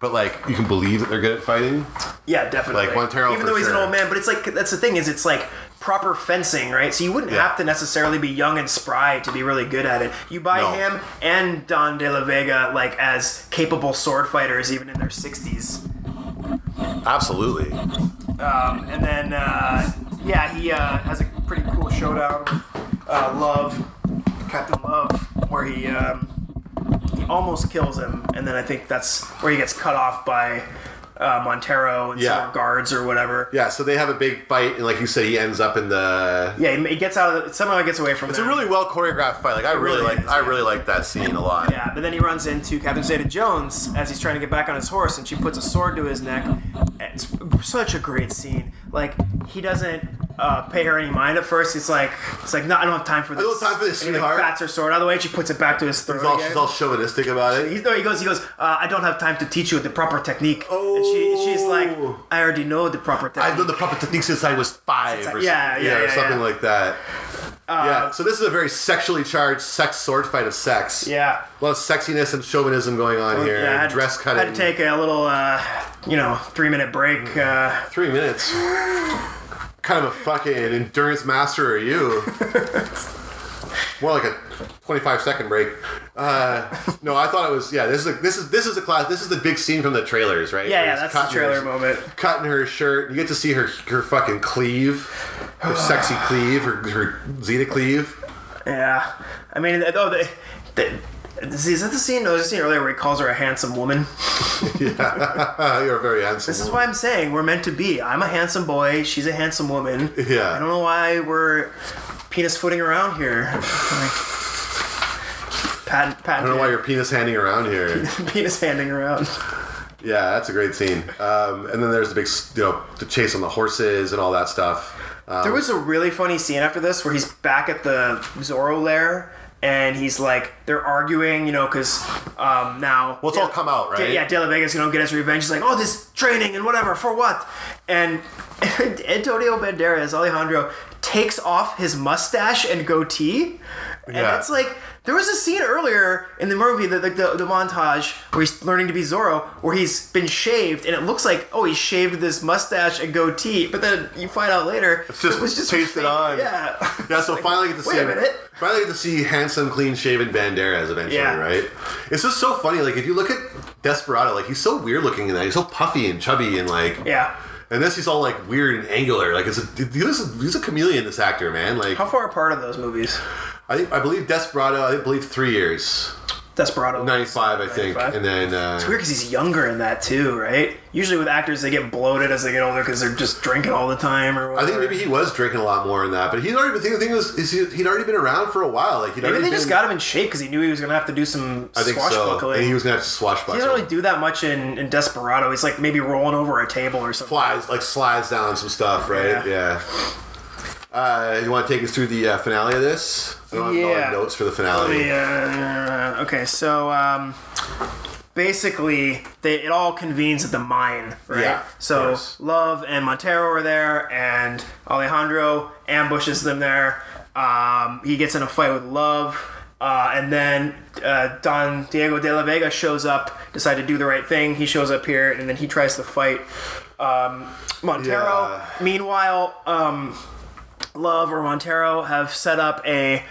Speaker 1: but like you can believe that they're good at fighting.
Speaker 2: Yeah, definitely.
Speaker 1: Like, Montero
Speaker 2: even
Speaker 1: for
Speaker 2: though he's
Speaker 1: sure.
Speaker 2: an old man, but it's like that's the thing is it's like proper fencing, right? So you wouldn't
Speaker 1: Yeah.
Speaker 2: have to necessarily be young and spry to be really good at it. You buy
Speaker 1: No.
Speaker 2: him and Don De La Vega like as capable sword fighters, even in their sixties.
Speaker 1: Absolutely.
Speaker 2: Um, and then uh, yeah, he uh, has a pretty cool showdown with uh, Love, Captain Love, where he. Um, he almost kills him, and then I think that's where he gets cut off by uh, Montero and
Speaker 1: Yeah.
Speaker 2: some more guards or whatever.
Speaker 1: Yeah, so they have a big fight, and like you said, he ends up in the.
Speaker 2: Yeah, he he gets out of the, somehow he gets away from
Speaker 1: It's a
Speaker 2: them.
Speaker 1: really well choreographed fight. Like I really
Speaker 2: really
Speaker 1: like,
Speaker 2: is,
Speaker 1: I
Speaker 2: yeah.
Speaker 1: really like that scene a lot.
Speaker 2: Yeah, but then he runs into Captain Zeta Jones as he's trying to get back on his horse, and she puts a sword to his neck. It's such a great scene. Like he doesn't uh, pay her any mind at first. It's like it's like no, I don't have time for this.
Speaker 1: don't have time for this,
Speaker 2: And he,
Speaker 1: sweetheart.
Speaker 2: Like, bats her sword out of the way. and She puts it back to his throat.
Speaker 1: She's all,
Speaker 2: again.
Speaker 1: she's all chauvinistic about it.
Speaker 2: He's, no, he goes. He goes. Uh, I don't have time to teach you the proper technique. and she, she's like,
Speaker 1: Oh.
Speaker 2: I already know the proper technique.
Speaker 1: I've done the proper technique since I was five,
Speaker 2: Since I-
Speaker 1: or,
Speaker 2: yeah,
Speaker 1: something-
Speaker 2: yeah,
Speaker 1: or
Speaker 2: yeah,
Speaker 1: something
Speaker 2: yeah. Uh,
Speaker 1: like that. yeah, so this is a very sexually charged sex sword fight of sex.
Speaker 2: Yeah.
Speaker 1: a lot of sexiness and chauvinism going on here.
Speaker 2: Yeah, I had,
Speaker 1: dress
Speaker 2: I
Speaker 1: cutting. Mm.
Speaker 2: had to take a little, uh, you know, three minute break. Uh,
Speaker 1: three minutes. kind of a fucking endurance master are you? More like a twenty-five second break. Uh, no, I thought it was yeah. This is a, this is this is a class. This is the big scene from the trailers, right?
Speaker 2: yeah,
Speaker 1: Where
Speaker 2: yeah,
Speaker 1: he's
Speaker 2: that's the
Speaker 1: cutting
Speaker 2: trailer
Speaker 1: her-
Speaker 2: moment.
Speaker 1: cutting her shirt. You get to see her her fucking cleave, her sexy cleave, her, her Zeta cleave.
Speaker 2: Yeah, I mean, oh, the, the, is that the scene? No, there's a scene earlier where he calls her a handsome woman.
Speaker 1: Uh, you're very handsome.
Speaker 2: This is why I'm saying we're meant to be. I'm a handsome boy. She's a handsome woman.
Speaker 1: Yeah.
Speaker 2: I don't know why we're penis footing around here. like, patent, patent.
Speaker 1: I don't know why your penis handing around here.
Speaker 2: penis handing around.
Speaker 1: yeah, that's a great scene. Um, and then there's the big, s- you know, the chase on the horses and all that stuff.
Speaker 2: There was a really funny scene after this where he's back at the Zorro lair and he's like, they're arguing, you know, because um, now.
Speaker 1: Well, it's all come out, right?
Speaker 2: Yeah, De La Vega's gonna get his revenge. He's like, oh, this training and whatever, for what? And Antonio Banderas, Alejandro, takes off his mustache and goatee. And
Speaker 1: Yeah.
Speaker 2: that's like, there was a scene earlier in the movie, the, like the, the montage where he's learning to be Zorro, where he's been shaved, and it looks like, oh, he shaved this mustache and goatee. But then you find out later,
Speaker 1: It's just
Speaker 2: it was just
Speaker 1: pasted
Speaker 2: fake.
Speaker 1: on.
Speaker 2: Yeah.
Speaker 1: Yeah, so finally get to see.
Speaker 2: wait a minute.
Speaker 1: Finally get to see handsome, clean-shaven Banderas eventually,
Speaker 2: Yeah.
Speaker 1: right? It's just so funny. Like if you look at Desperado, like he's so weird looking in that. He's so puffy and chubby and like.
Speaker 2: yeah.
Speaker 1: And this he's all like weird and angular. Like it's a, he's a, he's a chameleon. This actor, man. Like
Speaker 2: How far apart are those movies?
Speaker 1: I, think- I believe Desperado. I believe three years,
Speaker 2: Desperado.
Speaker 1: ninety five, I think,
Speaker 2: 95?
Speaker 1: and then uh,
Speaker 2: It's weird because he's younger in that too, right? Usually with actors, they get bloated as they get older because they're just drinking all the time or
Speaker 1: I
Speaker 2: whatever.
Speaker 1: think maybe he was drinking a lot more in that. But he'd already been. The thing was, is he, he'd already been around for a while. Like he'd
Speaker 2: Maybe
Speaker 1: already
Speaker 2: they
Speaker 1: been,
Speaker 2: just got him in shape because he knew he was going to have to do some
Speaker 1: I think so.
Speaker 2: swashbuckling.
Speaker 1: And he
Speaker 2: he,
Speaker 1: was gonna have to swashbuckle.
Speaker 2: doesn't really do that much in, in Desperado. He's like maybe rolling over a table or something.
Speaker 1: flies like slides down some stuff, right? Yeah. Uh, you want to take us through the uh, finale of this? I don't have all the
Speaker 2: Yeah.
Speaker 1: notes for the finale.
Speaker 2: Yeah. Okay, so um, basically, they, it all convenes at the mine, right?
Speaker 1: Yeah, of
Speaker 2: So
Speaker 1: course.
Speaker 2: Love and Montero are there, and Alejandro ambushes them there. Um, he gets in a fight with Love. Uh, and then uh, Don Diego de la Vega shows up, decide to do the right thing. He shows up here, and then he tries to fight um, Montero.
Speaker 1: Yeah.
Speaker 2: Meanwhile, um, Love or Montero have set up a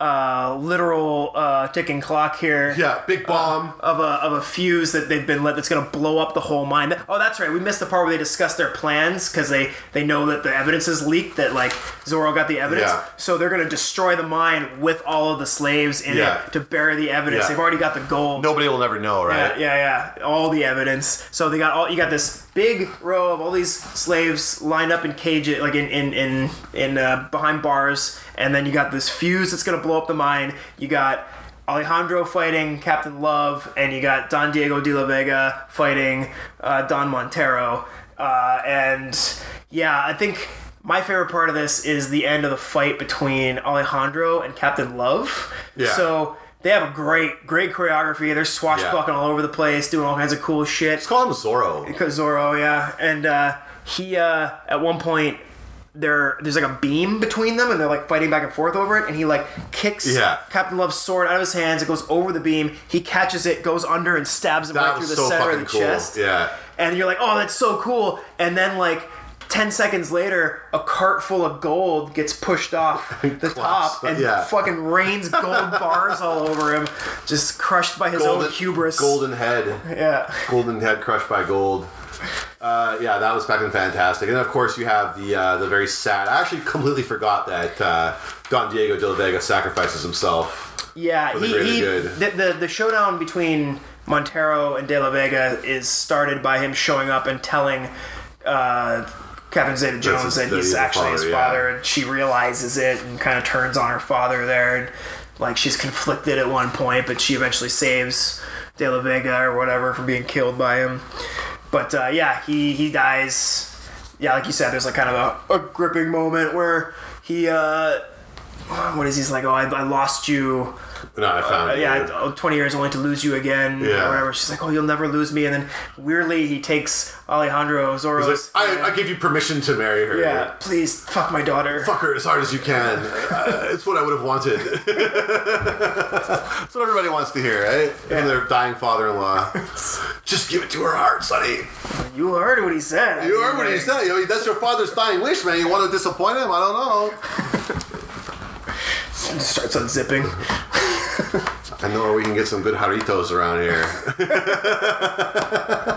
Speaker 2: uh, literal uh, ticking clock here
Speaker 1: Yeah, big bomb.
Speaker 2: of a of a fuse that they've been lit that's going to blow up the whole mine. Oh, that's right. We missed the part where they discuss their plans because they they know that the evidence is leaked that like Zorro got the evidence,
Speaker 1: Yeah.
Speaker 2: so they're going to destroy the mine with all of the slaves in
Speaker 1: Yeah.
Speaker 2: it to bury the evidence.
Speaker 1: Yeah.
Speaker 2: They've already got the gold.
Speaker 1: Nobody will never know,
Speaker 2: Yeah,
Speaker 1: right?
Speaker 2: yeah, yeah. All the evidence. So they got all you got this big row of all these slaves lined up in cages, like in in in in uh, behind bars, and then you got this fuse that's gonna blow up the mine. You got Alejandro fighting Captain Love, and you got Don Diego de la Vega fighting uh, Don Montero, uh, and yeah, I think. My favorite part of this is the end of the fight between Alejandro and Captain Love.
Speaker 1: Yeah.
Speaker 2: So they have a great, great choreography. They're swashbuckling all over the place, doing all kinds of cool shit.
Speaker 1: Let's call him Zorro.
Speaker 2: Zorro, yeah, and uh, he uh, at one point there there's like a beam between them, and they're like fighting back and forth over it. And he like kicks
Speaker 1: Yeah.
Speaker 2: Captain Love's sword out of his hands. It goes over the beam. He catches it, goes under, and stabs him
Speaker 1: That
Speaker 2: right through
Speaker 1: was
Speaker 2: the
Speaker 1: so
Speaker 2: center
Speaker 1: fucking
Speaker 2: of the
Speaker 1: cool.
Speaker 2: chest
Speaker 1: Yeah.
Speaker 2: and you're like, oh, that's so cool. And then like ten seconds later, a cart full of gold gets pushed off the
Speaker 1: Claps.
Speaker 2: top and
Speaker 1: Yeah.
Speaker 2: fucking rains gold bars all over him, just crushed by his own hubris.
Speaker 1: Golden head.
Speaker 2: Yeah.
Speaker 1: Golden head crushed by gold. Uh, yeah, that was fucking fantastic. And of course, you have the uh, the very sad. I actually completely forgot that uh, Don Diego de la Vega sacrifices himself.
Speaker 2: Yeah,
Speaker 1: For the
Speaker 2: he,
Speaker 1: greater
Speaker 2: he
Speaker 1: good.
Speaker 2: the, the the showdown between Montero and De La Vega is started by him showing up and telling uh, Captain Zeta Jones
Speaker 1: his-
Speaker 2: that
Speaker 1: that
Speaker 2: he's
Speaker 1: he's his
Speaker 2: actually his
Speaker 1: father, yeah.
Speaker 2: father, and she realizes it and kind of turns on her father there. And, like she's conflicted at one point, but she eventually saves De La Vega or whatever from being killed by him. But uh, yeah, he he dies. Yeah, like you said, there's like kind of a, a gripping moment where he. Uh, what is he's like? Oh, I, I lost you.
Speaker 1: No, I found
Speaker 2: Uh,
Speaker 1: it.
Speaker 2: yeah, I- oh, 20 years only to lose you again,
Speaker 1: Yeah.
Speaker 2: or whatever. She's like, oh, you'll never lose me. And then weirdly, he takes Alejandro Zorro.
Speaker 1: He's like, I, I give you permission to marry her.
Speaker 2: yeah, please fuck my daughter.
Speaker 1: Fuck her as hard as you can. Uh, it's what I would have wanted. That's what everybody wants to hear, right? From their dying father-in-law. Just give it to her heart, sonny.
Speaker 2: You heard what he said.
Speaker 1: You heard what he said. You know, that's your father's dying wish, man. You want to disappoint him? I don't know.
Speaker 2: Starts unzipping.
Speaker 1: I know where we can get some good jarritos around here.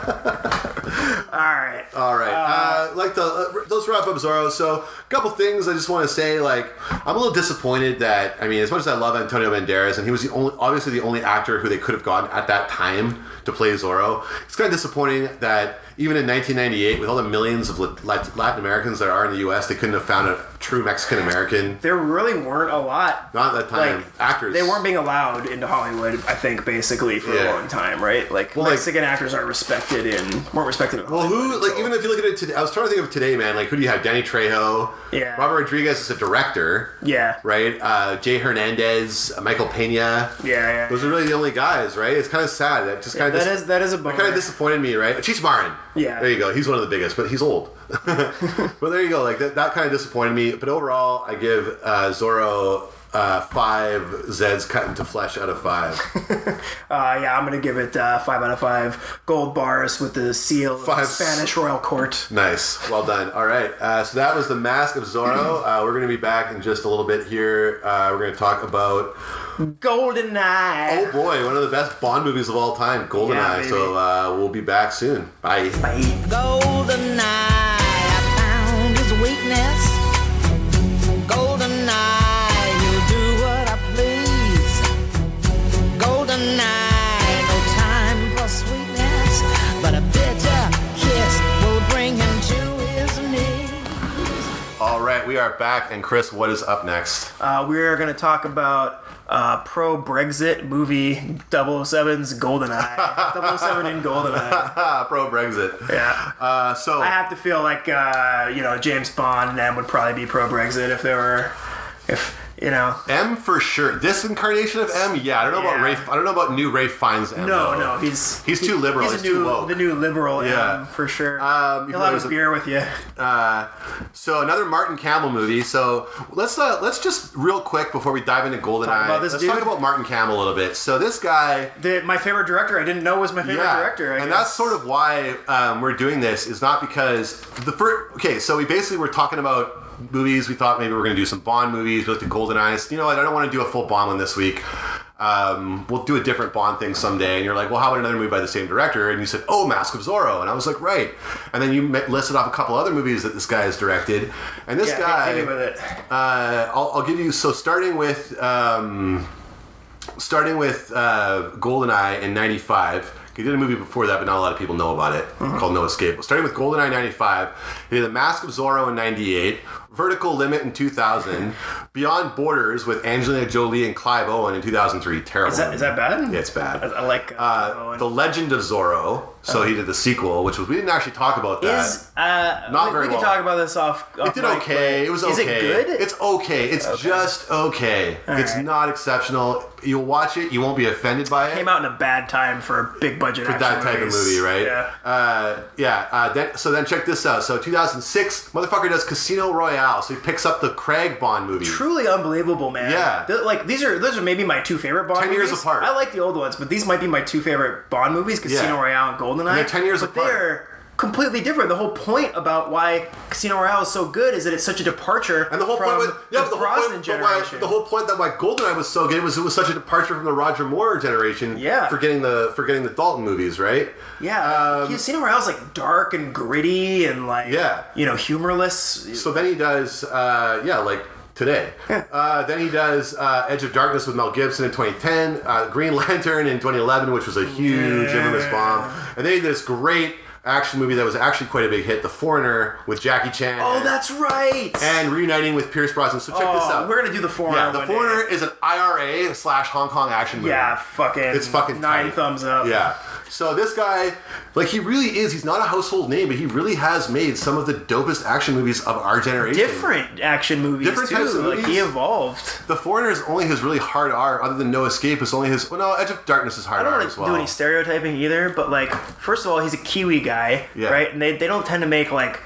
Speaker 2: All right.
Speaker 1: All right, uh, like the uh, those wrap up Zorro. So a couple things I just want to say. Like I'm a little disappointed that I mean, as much as I love Antonio Banderas, and he was the only, obviously the only actor who they could have gotten at that time to play Zorro. It's kind of disappointing that even in 1998, with all the millions of Lat- Lat- Latin Americans there are in the U.S., they couldn't have found a true Mexican American.
Speaker 2: There really weren't a lot.
Speaker 1: Not at that time, actors.
Speaker 2: They weren't being allowed into Hollywood, I think, basically for
Speaker 1: Yeah.
Speaker 2: a long time, right? Like
Speaker 1: like-
Speaker 2: Mexican actors aren't respected in weren't respected. In
Speaker 1: Well,
Speaker 2: Hollywood.
Speaker 1: who like even if you look at it today, I was trying to think of today, man. Like who do you have? Danny Trejo,
Speaker 2: Yeah.
Speaker 1: Robert Rodriguez is a director,
Speaker 2: yeah,
Speaker 1: right? Uh, Jay Hernandez, uh, Michael Pena.
Speaker 2: yeah, yeah.
Speaker 1: Those are really the only guys, right? It's kind of sad. That just kind of
Speaker 2: That is that is a bummer.
Speaker 1: kind of disappointed me, right? Cheech Marin.
Speaker 2: Yeah.
Speaker 1: There you go. He's one of the biggest, but he's old. but there you go. Like that, that kind of disappointed me. But overall, I give uh, Zorro uh, five Zeds cut into flesh out of five.
Speaker 2: Uh, yeah, I'm gonna give it uh, five out of five gold bars with the seal of the
Speaker 1: Five.
Speaker 2: Spanish royal court.
Speaker 1: Nice. Well done. All right. Uh, so that was The Mask of Zorro. Uh, we're going to be back in just a little bit here. Uh, we're going to talk about,
Speaker 2: Golden eye.
Speaker 1: oh boy, one of the best Bond movies of all time,
Speaker 2: Yeah,
Speaker 1: GoldenEye.
Speaker 2: baby.
Speaker 1: so uh, we'll be back soon. Bye.
Speaker 5: Golden eye, I found his weakness. Golden eye, he'll do what I please. Golden eye, no time for sweetness. But a bitter kiss will bring him to his knees.
Speaker 1: All right. We are back. And Chris, what is up next?
Speaker 2: Uh, we're gonna talk about uh, pro Brexit movie 007's Golden Eye. 007 in Golden Eye.
Speaker 1: Ah, pro Brexit.
Speaker 2: Yeah.
Speaker 1: Uh, so
Speaker 2: I have to feel like uh, you know James Bond and them would probably be pro Brexit if there were, if you know.
Speaker 1: M for sure. This incarnation of M, yeah. I don't know about
Speaker 2: Yeah.
Speaker 1: Rafe. I don't know about new Rafe finds M.
Speaker 2: No,
Speaker 1: though.
Speaker 2: no, he's
Speaker 1: He's too liberal,
Speaker 2: He's, a
Speaker 1: he's
Speaker 2: new,
Speaker 1: too woke.
Speaker 2: the new liberal.
Speaker 1: Yeah.
Speaker 2: um, for sure.
Speaker 1: Um,
Speaker 2: He'll have
Speaker 1: there's
Speaker 2: his
Speaker 1: a-
Speaker 2: beer with you.
Speaker 1: Uh, so another Martin Campbell movie. So let's uh, let's just real quick before we dive into Goldeneye.
Speaker 2: about this
Speaker 1: let's
Speaker 2: dude.
Speaker 1: talk about Martin Campbell a little bit. So this guy,
Speaker 2: The, my favorite director, I didn't know was my favorite
Speaker 1: yeah,
Speaker 2: director. I
Speaker 1: and
Speaker 2: guess.
Speaker 1: that's sort of why um, we're doing this is not because the first. Okay, so we basically were talking about movies. We thought maybe we are going to do some Bond movies. We looked at Goldeneye. You know what? I don't want to do a full Bond one this week. Um, we'll do a different Bond thing someday. And you're like, well, how about another movie by the same director? And you said, oh, Mask of Zorro. And I was like, right. And then you met- listed off a couple other movies that this guy has directed. And this
Speaker 2: yeah,
Speaker 1: guy,
Speaker 2: hit me with it.
Speaker 1: uh, I'll, I'll give you so starting with um, starting with uh, Goldeneye in '95. He did a movie before that, but not a lot of people know about it,
Speaker 2: Mm-hmm.
Speaker 1: called No Escape. Starting with Goldeneye '95, he did The Mask of Zorro in '98, Vertical Limit in 2000, Beyond Borders with Angelina Jolie and Clive Owen in 2003. Terrible.
Speaker 2: Is that is that bad?
Speaker 1: Yeah, it's bad.
Speaker 2: I, I like uh,
Speaker 1: Uh, the Legend of Zorro. So he did the sequel, which was we didn't actually talk about that.
Speaker 2: Uh-huh. is uh,
Speaker 1: Not
Speaker 2: we,
Speaker 1: very
Speaker 2: we can
Speaker 1: well.
Speaker 2: talk about this off. off
Speaker 1: It did
Speaker 2: mic,
Speaker 1: okay.
Speaker 2: but
Speaker 1: It was okay.
Speaker 2: Is it good?
Speaker 1: It's okay. It's just okay. it's
Speaker 2: right.
Speaker 1: not exceptional. You'll watch it. You won't be offended by it.
Speaker 2: came out in a bad time for big budget for
Speaker 1: that type of movie, right?
Speaker 2: Yeah.
Speaker 1: Uh, yeah. Uh, then, so then check this out. So 2006, motherfucker does Casino Royale. So he picks up the Craig Bond movie.
Speaker 2: Truly unbelievable, man.
Speaker 1: Yeah.
Speaker 2: Th- like these are those are maybe my two favorite Bond.
Speaker 1: 10 years
Speaker 2: movies.
Speaker 1: apart.
Speaker 2: I like the old ones, but these might be my two favorite Bond movies: Casino
Speaker 1: Yeah.
Speaker 2: Royale and GoldenEye.
Speaker 1: they're 10 years
Speaker 2: but
Speaker 1: apart.
Speaker 2: They're completely different. The whole point about why Casino Royale is so good is that it's such a departure
Speaker 1: And the whole
Speaker 2: from
Speaker 1: point was yeah, but
Speaker 2: the
Speaker 1: the whole
Speaker 2: Brosnan
Speaker 1: point, but why-
Speaker 2: generation.
Speaker 1: the whole point that why Goldeneye was so good was it was such a departure from the Roger Moore generation.
Speaker 2: Yeah.
Speaker 1: for getting the for getting the Dalton movies, right?
Speaker 2: Yeah,
Speaker 1: Um,
Speaker 2: Casino Royale's like dark and gritty and like
Speaker 1: Yeah.
Speaker 2: you know humorless.
Speaker 1: So then he does, uh, yeah, like today. Uh, then he does uh, Edge of Darkness with Mel Gibson in 2010, uh, Green Lantern in 2011, which was a huge infamous bomb, and then he did this great action movie that was actually quite a big hit, The Foreigner with Jackie Chan.
Speaker 2: Oh, that's right.
Speaker 1: and reuniting with Pierce Brosnan. So check
Speaker 2: oh,
Speaker 1: this out.
Speaker 2: we're gonna do the foreign.
Speaker 1: yeah, The Foreigner is an IRA slash Hong Kong action movie.
Speaker 2: Yeah, fucking.
Speaker 1: It's fucking
Speaker 2: nine
Speaker 1: tight.
Speaker 2: thumbs up.
Speaker 1: Yeah. So this guy, like, he really is. He's not a household name, but he really has made some of the dopest action movies of our generation.
Speaker 2: Different action movies
Speaker 1: Different
Speaker 2: too.
Speaker 1: types of
Speaker 2: like he
Speaker 1: movies.
Speaker 2: evolved.
Speaker 1: The Foreigner is only his really hard R, other than No Escape is only his. Well, no, Edge of Darkness is hard
Speaker 2: I don't
Speaker 1: R
Speaker 2: want
Speaker 1: as
Speaker 2: to
Speaker 1: well.
Speaker 2: do any stereotyping either, but like, first of all, he's a Kiwi guy,
Speaker 1: Yeah.
Speaker 2: right? And they, they don't tend to make like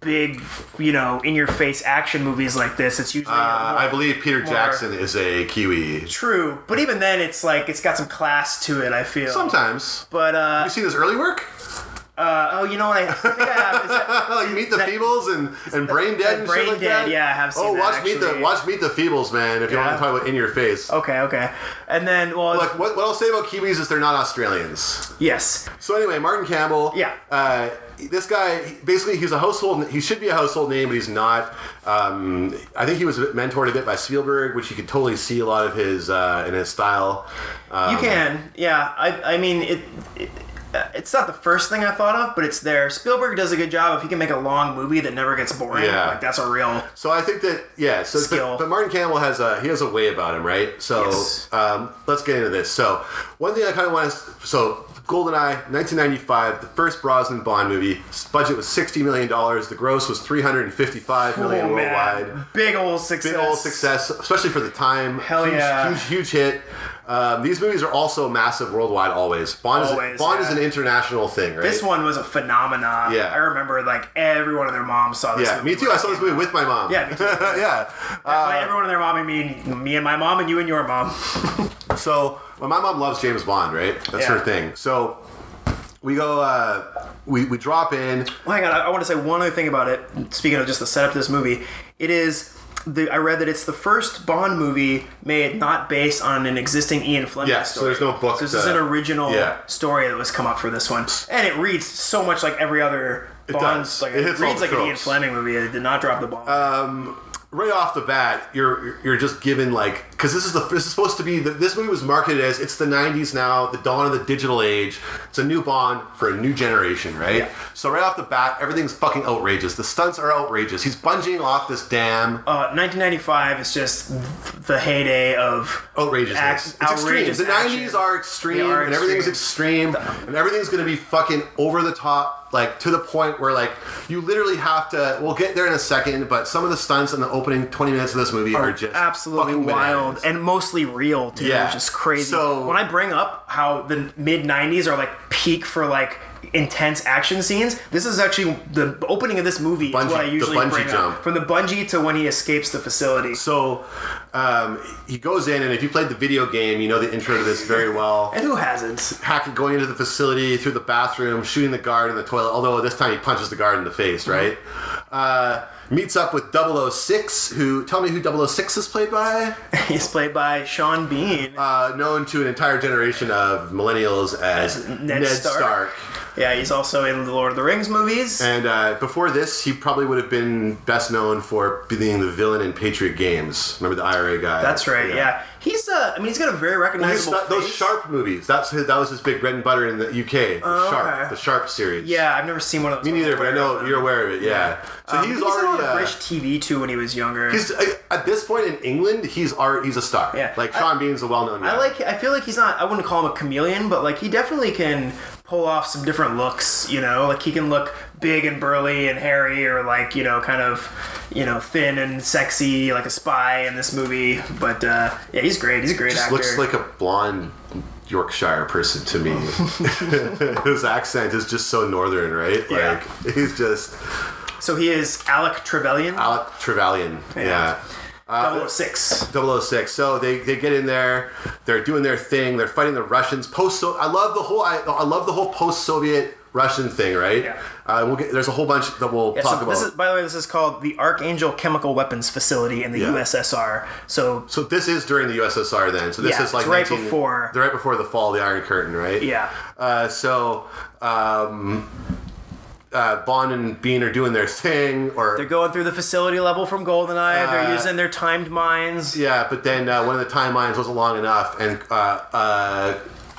Speaker 2: big, you know, in your face action movies like this. It's usually
Speaker 1: uh,
Speaker 2: more
Speaker 1: I believe Peter
Speaker 2: more-
Speaker 1: Jackson is a Kiwi.
Speaker 2: true, but even then, it's like it's got some class to it. I feel
Speaker 1: Sometimes.
Speaker 2: But uh,
Speaker 1: You seen his early work?
Speaker 2: uh, oh, you know what? I, I think I have. Is that,
Speaker 1: like Meet the
Speaker 2: that-
Speaker 1: Feebles and, and Brain Dead and
Speaker 2: Brain
Speaker 1: shit like
Speaker 2: Dead,
Speaker 1: that?
Speaker 2: yeah, I have seen
Speaker 1: Oh,
Speaker 2: that,
Speaker 1: watch Meet the
Speaker 2: actually.
Speaker 1: watch Meet the Feebles, man. If you
Speaker 2: Yeah. Oh.
Speaker 1: want to talk about in your face.
Speaker 2: okay, okay. And then, well,
Speaker 1: Look, what, what I'll say about Kiwis is they're not Australians.
Speaker 2: yes,
Speaker 1: So anyway, Martin Campbell.
Speaker 2: Yeah.
Speaker 1: Uh, this guy, basically, he's a household. He should be a household name, but he's not. Um, I think he was mentored a bit by Spielberg, which you could totally see a lot of his uh, in his style. Um,
Speaker 2: you can. Yeah, I, I mean it. it uh, it's not the first thing I thought of, but it's there. Spielberg does a good job if he can make a long movie that never gets boring.
Speaker 1: Yeah.
Speaker 2: Like that's a real
Speaker 1: So I think that yeah. So but-
Speaker 2: Skill.
Speaker 1: But, Martin Campbell has a he has a way about him, right? So
Speaker 2: Yes.
Speaker 1: um, let's get into this. So one thing I kind of want to so GoldenEye, 1995, the first Brosnan Bond movie. Its budget was 60 million dollars. The gross was 355 million
Speaker 2: Oh, man.
Speaker 1: worldwide.
Speaker 2: Big old success.
Speaker 1: Big old success, especially for the time.
Speaker 2: Hell
Speaker 1: huge,
Speaker 2: yeah.
Speaker 1: Huge, huge hit. Um, these movies are also massive worldwide. Always, Bond
Speaker 2: Always,
Speaker 1: is Bond
Speaker 2: yeah.
Speaker 1: is an international thing, right?
Speaker 2: This one was a phenomenon.
Speaker 1: Yeah.
Speaker 2: I remember like everyone and their mom saw this
Speaker 1: yeah,
Speaker 2: movie.
Speaker 1: me too. I saw this movie with my mom.
Speaker 2: Yeah, me too.
Speaker 1: yeah. Uh,
Speaker 2: By everyone and their mom, I mean me and my mom and you and your mom.
Speaker 1: So, well, my mom loves James Bond, right? That's
Speaker 2: Yeah.
Speaker 1: her thing. So, we go, uh, we, we drop in.
Speaker 2: Well, hang on, I, I want to say one other thing about it. Speaking of just the setup to this movie, it is. The, I read that it's the first Bond movie made not based on an existing Ian Fleming
Speaker 1: Yeah, so
Speaker 2: story.
Speaker 1: there's no book
Speaker 2: So this
Speaker 1: to-
Speaker 2: is an original
Speaker 1: yeah.
Speaker 2: story that was come up for this one, and it reads so much like every other Bond.
Speaker 1: does.
Speaker 2: Like,
Speaker 1: It hits all
Speaker 2: reads
Speaker 1: the
Speaker 2: like an Ian
Speaker 1: tropes. Uh,
Speaker 2: Fleming movie. It did not drop the ball.
Speaker 1: Right off the bat, you're you're just given like because this is the this is supposed to be the, this movie was marketed as it's the '90s now, the dawn of the digital age. It's a new Bond for a new generation, right?
Speaker 2: Yeah.
Speaker 1: So right off the bat, everything's fucking outrageous. The stunts are outrageous. He's bunging off this dam.
Speaker 2: Uh, 1995 is just the heyday of
Speaker 1: outrageousness.
Speaker 2: act-
Speaker 1: it's extreme.
Speaker 2: outrageous
Speaker 1: The
Speaker 2: action.
Speaker 1: '90s are extreme,
Speaker 2: They are
Speaker 1: and everything's extreme, and everything's going to be fucking over the top, like to the point where like you literally have to. We'll get there in a second, but some of the stunts in the opening 20 minutes of this movie are, just
Speaker 2: absolutely
Speaker 1: fucking
Speaker 2: wild
Speaker 1: bananas.
Speaker 2: and mostly real too,
Speaker 1: Yeah.
Speaker 2: which is crazy.
Speaker 1: So-
Speaker 2: when I bring up how the mid 90s are like peak for like intense action scenes, this is actually the opening of this movie
Speaker 1: Bungee-
Speaker 2: is what I
Speaker 1: the
Speaker 2: usually
Speaker 1: bungee
Speaker 2: bring
Speaker 1: jump.
Speaker 2: up from the bungee to when he escapes the facility.
Speaker 1: So um, he goes in, and if you played the video game, you know the intro to this very well.
Speaker 2: and who hasn't?
Speaker 1: Hackett going into the facility through the bathroom, shooting the guard in the toilet. Although this time he punches the guard in the face, right? Uh, meets up with 006, who tell me who 006 is played by?
Speaker 2: He's played by Sean Bean.
Speaker 1: Uh, known to an entire generation of millennials as Ned, Stark.
Speaker 2: yeah, he's also in the Lord of the Rings movies.
Speaker 1: And uh, before this, he probably would have been best known for being the villain in Patriot Games. Remember the IRA guy?
Speaker 2: That's right. Yeah, he's. Uh, I mean, he's got a very
Speaker 1: His-
Speaker 2: recognizable.
Speaker 1: those
Speaker 2: face.
Speaker 1: sharp movies. That's his, that was his big bread and butter in the UK. The sharp,
Speaker 2: Oh, okay.
Speaker 1: the sharp series.
Speaker 2: Yeah, I've never seen one of those.
Speaker 1: Me neither, but I
Speaker 2: Aware
Speaker 1: know
Speaker 2: of
Speaker 1: you're
Speaker 2: them.
Speaker 1: aware of it. Yeah. So
Speaker 2: Um,
Speaker 1: he's
Speaker 2: he was on
Speaker 1: already
Speaker 2: a
Speaker 1: uh,
Speaker 2: British TV too when he was younger.
Speaker 1: he's uh, at this point in England, he's already he's a star.
Speaker 2: Yeah.
Speaker 1: Like
Speaker 2: I-
Speaker 1: Sean Bean's a well-known.
Speaker 2: I
Speaker 1: guy.
Speaker 2: like. I feel like he's not. I wouldn't call him a chameleon, but like he definitely can pull off some different looks. You know, like he can look big and burly and hairy, or like you know, kind of you know, thin and sexy, like a spy in this movie. But uh, yeah, he's great. He's a great
Speaker 1: just
Speaker 2: actor.
Speaker 1: looks like a blonde Yorkshire person to me. His accent is just so northern, right?
Speaker 2: Yeah.
Speaker 1: Like he's just
Speaker 2: so he is Alec Trevelyan,
Speaker 1: Alec Trevelyan. Yeah.
Speaker 2: 006.
Speaker 1: 006. So they, they get in there, they're doing their thing, they're fighting the Russians. Post so I love the whole I, I love the whole post Soviet Russian thing, right?
Speaker 2: Yeah.
Speaker 1: Uh, we'll get, there's a whole bunch that we'll
Speaker 2: Yeah,
Speaker 1: talk
Speaker 2: so
Speaker 1: about.
Speaker 2: this is, by the way, this is called the Archangel Chemical Weapons Facility in the
Speaker 1: Yeah.
Speaker 2: USSR. So
Speaker 1: So this is during the USSR then. So this
Speaker 2: Yeah,
Speaker 1: is like
Speaker 2: it's right
Speaker 1: 19
Speaker 2: before-
Speaker 1: the right Uh, before the fall of the Iron Curtain, right?
Speaker 2: Yeah.
Speaker 1: Uh, so um, uh, Bond and Bean are doing their thing, or
Speaker 2: They're going through the facility level from Goldeneye.
Speaker 1: Uh,
Speaker 2: They're using their timed mines.
Speaker 1: yeah, but then uh, one of the timelines wasn't long enough, and uh, uh,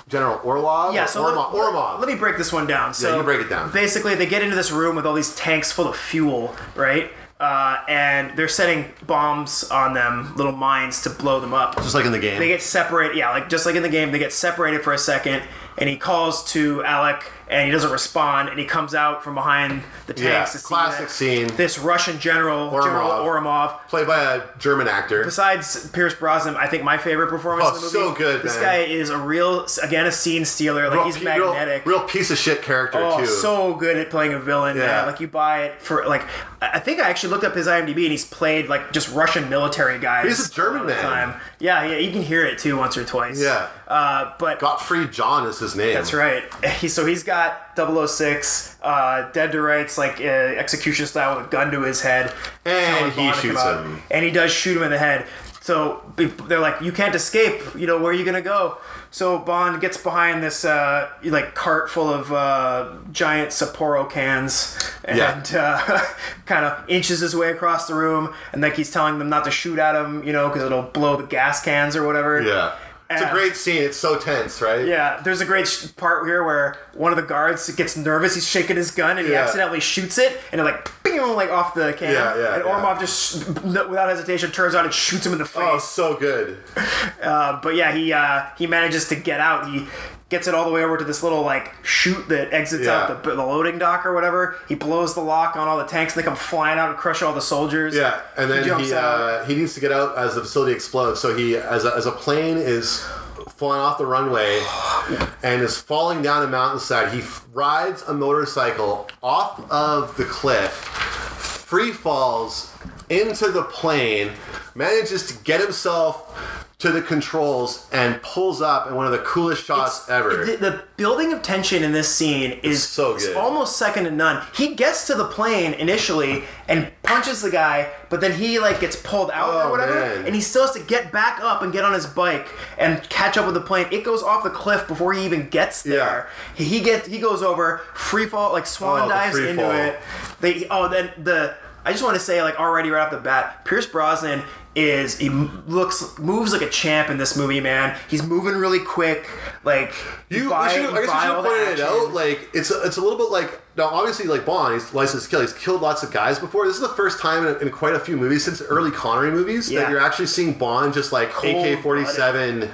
Speaker 1: General Orlov,
Speaker 2: Yeah,
Speaker 1: or
Speaker 2: so
Speaker 1: Ormov,
Speaker 2: let,
Speaker 1: Ormov.
Speaker 2: let me break this one down. So
Speaker 1: you break it down.
Speaker 2: Basically, they get into this room with all these tanks full of fuel, right? Uh, and they're setting bombs on them, little mines to blow them up.
Speaker 1: just like in the game.
Speaker 2: They get separated, yeah, like just like in the game, they get separated for a second, and he calls to Alec, and he doesn't respond, and he comes out from behind the tanks.
Speaker 1: yeah,
Speaker 2: to see
Speaker 1: classic
Speaker 2: that
Speaker 1: scene,
Speaker 2: This Russian general, General
Speaker 1: Oromov.
Speaker 2: Oromov,
Speaker 1: played by a German actor.
Speaker 2: besides Pierce Brosnan, I think my favorite performance
Speaker 1: Oh,
Speaker 2: in the movie.
Speaker 1: so good,
Speaker 2: This
Speaker 1: man.
Speaker 2: guy is a real, again, a scene stealer. Like he's
Speaker 1: pe- real-
Speaker 2: magnetic.
Speaker 1: Real, piece of shit character
Speaker 2: Oh,
Speaker 1: too.
Speaker 2: so good at playing a villain. Yeah.
Speaker 1: Yeah.
Speaker 2: Like you buy it for like. I I think I actually looked up his IMDb and he's played like just Russian military guys.
Speaker 1: He's a German
Speaker 2: all the
Speaker 1: man.
Speaker 2: Time. Yeah, yeah. You can hear it too once or twice.
Speaker 1: yeah,
Speaker 2: Uh, but
Speaker 1: Gottfried John is his name.
Speaker 2: that's right. He, so he's got 006, uh, Dead to Rights, like uh, execution style with a gun to his head.
Speaker 1: And
Speaker 2: Telling
Speaker 1: he
Speaker 2: Bond to come
Speaker 1: shoots
Speaker 2: out.
Speaker 1: him.
Speaker 2: And he does shoot him in the head. So be- they're like, you can't escape. You know, where are you going to go? So Bond gets behind this uh, like cart full of uh, giant Sapporo cans and
Speaker 1: Yeah.
Speaker 2: uh, kind of inches his way across the room. And like he's telling them not to shoot at him, you know, because it'll blow the gas cans or whatever.
Speaker 1: Yeah, it's a
Speaker 2: Uh,
Speaker 1: great scene. It's so tense, right?
Speaker 2: Yeah, there's a great sh- part here where one of the guards gets nervous. He's shaking his gun and he
Speaker 1: Yeah.
Speaker 2: accidentally shoots it, and it like, bing, like off the can.
Speaker 1: Yeah, yeah,
Speaker 2: And
Speaker 1: yeah.
Speaker 2: Ormov just, no- without hesitation, turns out and shoots him in the
Speaker 1: Oh,
Speaker 2: face.
Speaker 1: so good.
Speaker 2: But yeah, he uh, he manages to get out. He gets it all the way over to this little like chute that exits
Speaker 1: Yeah.
Speaker 2: out the, the loading dock or whatever. He blows the lock on all the tanks, and they come flying out and crush all the soldiers.
Speaker 1: Yeah, and then he,
Speaker 2: jumps out.
Speaker 1: uh, he needs to get out as the facility explodes. So he, as a, as a plane is flying off the runway and is falling down a mountainside, he f- rides a motorcycle off of the cliff, free falls into the plane, manages to get himself to the controls, and pulls up in one of the coolest shots ever.
Speaker 2: The, the building of tension in this scene is
Speaker 1: so good.
Speaker 2: is almost second to none. He gets to the plane initially and punches the guy, but then he like gets pulled out
Speaker 1: Oh,
Speaker 2: or whatever,
Speaker 1: man.
Speaker 2: and he still has to get back up and get on his bike and catch up with the plane. It goes off the cliff before he even gets there. He, he gets he goes over free fall like
Speaker 1: Oh,
Speaker 2: swan
Speaker 1: the
Speaker 2: dives
Speaker 1: free
Speaker 2: into
Speaker 1: fall.
Speaker 2: it. They oh then the I just want to say like already right off the bat, Pierce Brosnan is he m- looks moves like a champ in this movie, man. He's moving really quick, like
Speaker 1: You,
Speaker 2: buy-
Speaker 1: we should, I guess
Speaker 2: buy
Speaker 1: you should
Speaker 2: all
Speaker 1: have
Speaker 2: the
Speaker 1: pointed it
Speaker 2: action.
Speaker 1: out. Like it's a, it's a little bit like now. Obviously, like Bond, he's licensed to kill. He's killed lots of guys before. This is the first time in, in quite a few movies since the early Connery movies
Speaker 2: Yeah.
Speaker 1: that you're actually seeing Bond just like AK forty seven,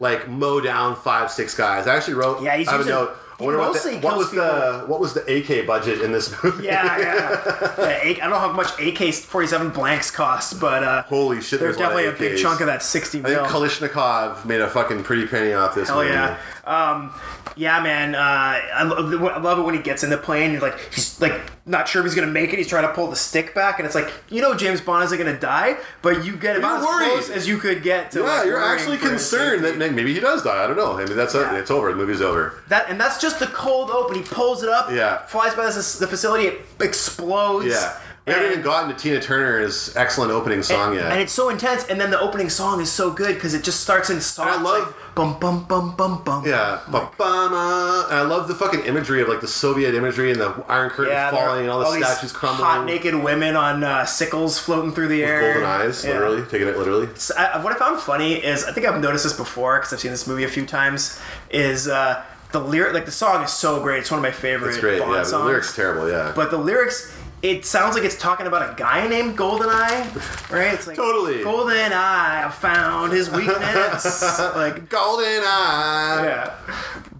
Speaker 1: like mow down five six guys. I actually wrote.
Speaker 2: Yeah, he's
Speaker 1: I have a
Speaker 2: using-
Speaker 1: note. I
Speaker 2: he
Speaker 1: wonder what, the-
Speaker 2: mostly
Speaker 1: what
Speaker 2: kills
Speaker 1: was the what was the AK budget in this movie?
Speaker 2: Yeah, yeah. yeah I I don't know how much AK forty seven blanks cost, but uh,
Speaker 1: Holy shit!
Speaker 2: there's
Speaker 1: a lot
Speaker 2: definitely a
Speaker 1: of
Speaker 2: big
Speaker 1: AKs.
Speaker 2: chunk of that sixty
Speaker 1: I think
Speaker 2: mil.
Speaker 1: Kalishnikov made a fucking pretty penny off this.
Speaker 2: Hell
Speaker 1: movie.
Speaker 2: yeah. Um, yeah, man. Uh, I, lo- I love it when he gets in the plane. And, like he's like not sure if he's gonna make it. He's trying to pull the stick back, and it's like you know James Bond isn't gonna die, but you get about
Speaker 1: You're
Speaker 2: as
Speaker 1: worried.
Speaker 2: close as you could get to.
Speaker 1: Yeah,
Speaker 2: like,
Speaker 1: you're
Speaker 2: worrying
Speaker 1: actually
Speaker 2: for his
Speaker 1: concerned
Speaker 2: safety.
Speaker 1: that maybe he does die. I don't know. I mean, that's
Speaker 2: Yeah.
Speaker 1: it's over. The movie's over.
Speaker 2: That and that's just the cold open. He pulls it up.
Speaker 1: Yeah.
Speaker 2: Flies by this, the facility. It explodes.
Speaker 1: Yeah. We haven't
Speaker 2: and-
Speaker 1: even gotten to Tina Turner's excellent opening song
Speaker 2: and,
Speaker 1: yet.
Speaker 2: and it's so intense. And then the opening song is so good because it just starts in soft.
Speaker 1: And I love-
Speaker 2: like, bum bum bum bum bum.
Speaker 1: yeah, Ba-ba-ma. And I love the fucking imagery of like the Soviet imagery and the Iron Curtain
Speaker 2: Yeah, there are
Speaker 1: falling and all the
Speaker 2: these
Speaker 1: statues crumbling.
Speaker 2: Hot naked women on uh, sickles floating through the air.
Speaker 1: Golden eyes,
Speaker 2: Yeah.
Speaker 1: literally taking it literally.
Speaker 2: So I, what I found funny is I think I've noticed this before because I've seen this movie a few times. Is uh, the lyric like the song is so great? It's one of my favorite.
Speaker 1: It's great.
Speaker 2: Bond
Speaker 1: yeah, but the
Speaker 2: songs.
Speaker 1: lyrics are terrible. Yeah,
Speaker 2: But the lyrics, it sounds like it's talking about a guy named Goldeneye, right? It's like
Speaker 1: Totally.
Speaker 2: Goldeneye found his weakness. like
Speaker 1: Golden Eye.
Speaker 2: yeah.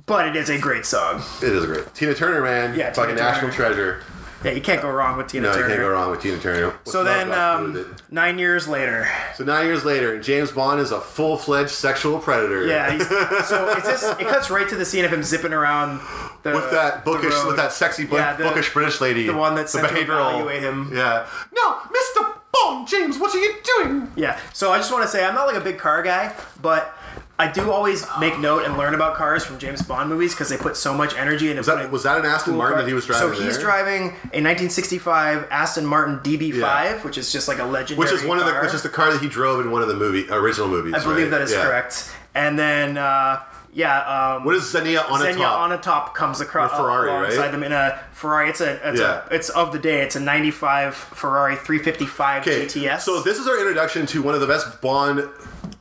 Speaker 2: But it is a great song.
Speaker 1: It is great. Tina Turner, man.
Speaker 2: Yeah,
Speaker 1: fucking
Speaker 2: Tina Turner.
Speaker 1: national treasure.
Speaker 2: Yeah, you can't go wrong with Tina
Speaker 1: No,
Speaker 2: Turner.
Speaker 1: you can't go wrong with Tina Turner. What's
Speaker 2: So
Speaker 1: not
Speaker 2: then,
Speaker 1: left to do
Speaker 2: um,
Speaker 1: with it?
Speaker 2: nine years later,
Speaker 1: so nine years later, James Bond is a full-fledged sexual predator.
Speaker 2: yeah. He's, so it's just, it cuts right to the scene of him zipping around the,
Speaker 1: with that bookish,
Speaker 2: Uh, the road.
Speaker 1: with that sexy bu-
Speaker 2: Yeah, the-
Speaker 1: bookish British lady,
Speaker 2: the one that sent to evaluate him.
Speaker 1: Yeah. No, Mister Bond, James, what are you doing?
Speaker 2: Yeah. So I just want to say I'm not like a big car guy, but I do always make note and learn about cars from James Bond movies because they put so much energy into.
Speaker 1: Was that was that an Aston Martin that he was driving?
Speaker 2: So he's
Speaker 1: there?
Speaker 2: driving a 1965 Aston Martin DB5,
Speaker 1: Yeah.
Speaker 2: which is just like a legendary.
Speaker 1: which is one of the
Speaker 2: car.
Speaker 1: which is the car that he drove in one of the movie original movies.
Speaker 2: I believe
Speaker 1: right?
Speaker 2: that is
Speaker 1: Yeah.
Speaker 2: correct. And then, uh, Yeah, um,
Speaker 1: What is Xenia on a
Speaker 2: Xenia
Speaker 1: top?
Speaker 2: on a top comes across
Speaker 1: With Ferrari,
Speaker 2: alongside
Speaker 1: right?
Speaker 2: them in a Ferrari. It's a it's
Speaker 1: Yeah.
Speaker 2: a it's of the day. It's a '95 Ferrari 355
Speaker 1: Okay,
Speaker 2: GTS.
Speaker 1: So this is our introduction to one of the best Bond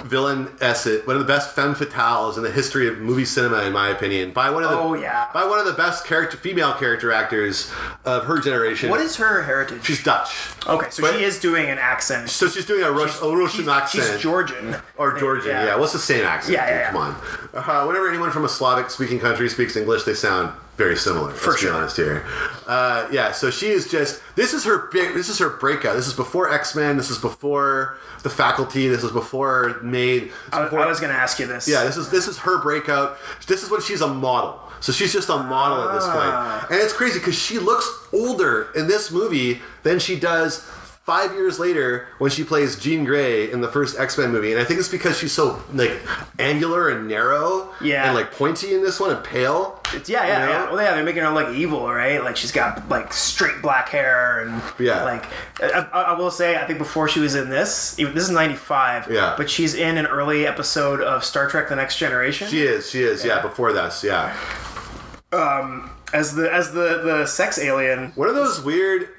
Speaker 1: villain esset, one of the best femme fatales in the history of movie cinema, in my opinion, by one of the
Speaker 2: Oh, yeah.
Speaker 1: by one of the best character female character actors of her generation.
Speaker 2: what is her heritage?
Speaker 1: She's Dutch.
Speaker 2: okay, so
Speaker 1: but-
Speaker 2: she is doing an accent.
Speaker 1: So she's doing a, Rus- a Russian accent.
Speaker 2: She's, she's Georgian
Speaker 1: Or Georgian, yeah. What's the same accent?
Speaker 2: Yeah,
Speaker 1: dude?
Speaker 2: yeah,
Speaker 1: Come on. Uh, whenever anyone from a Slavic-speaking country speaks English, they sound very similar. For let's
Speaker 2: sure.
Speaker 1: be honest here. Uh, yeah. So she is just. This is her big. This is her breakout. This is before X Men. This is before the Faculty. This is before Made. This
Speaker 2: I,
Speaker 1: before,
Speaker 2: I was gonna ask you this.
Speaker 1: yeah, this is this is her breakout. This is when she's a model. So she's just a model at this
Speaker 2: Ah.
Speaker 1: point. And it's crazy because she looks older in this movie than she does five years later when she plays Jean Grey in the first X Men movie. And I think it's because she's so like angular and narrow,
Speaker 2: Yeah.
Speaker 1: and like pointy in this one and pale.
Speaker 2: Yeah, yeah,
Speaker 1: You know?
Speaker 2: yeah. Well, yeah, they're making her look evil, right? Like she's got like straight black hair and
Speaker 1: Yeah.
Speaker 2: Like I, I I will say, I think before she was in this, even this is '95.
Speaker 1: Yeah.
Speaker 2: But she's in an early episode of Star Trek: The Next Generation
Speaker 1: She is, she is, yeah. Before this, yeah.
Speaker 2: as the as the the sex alien.
Speaker 1: One of those weird.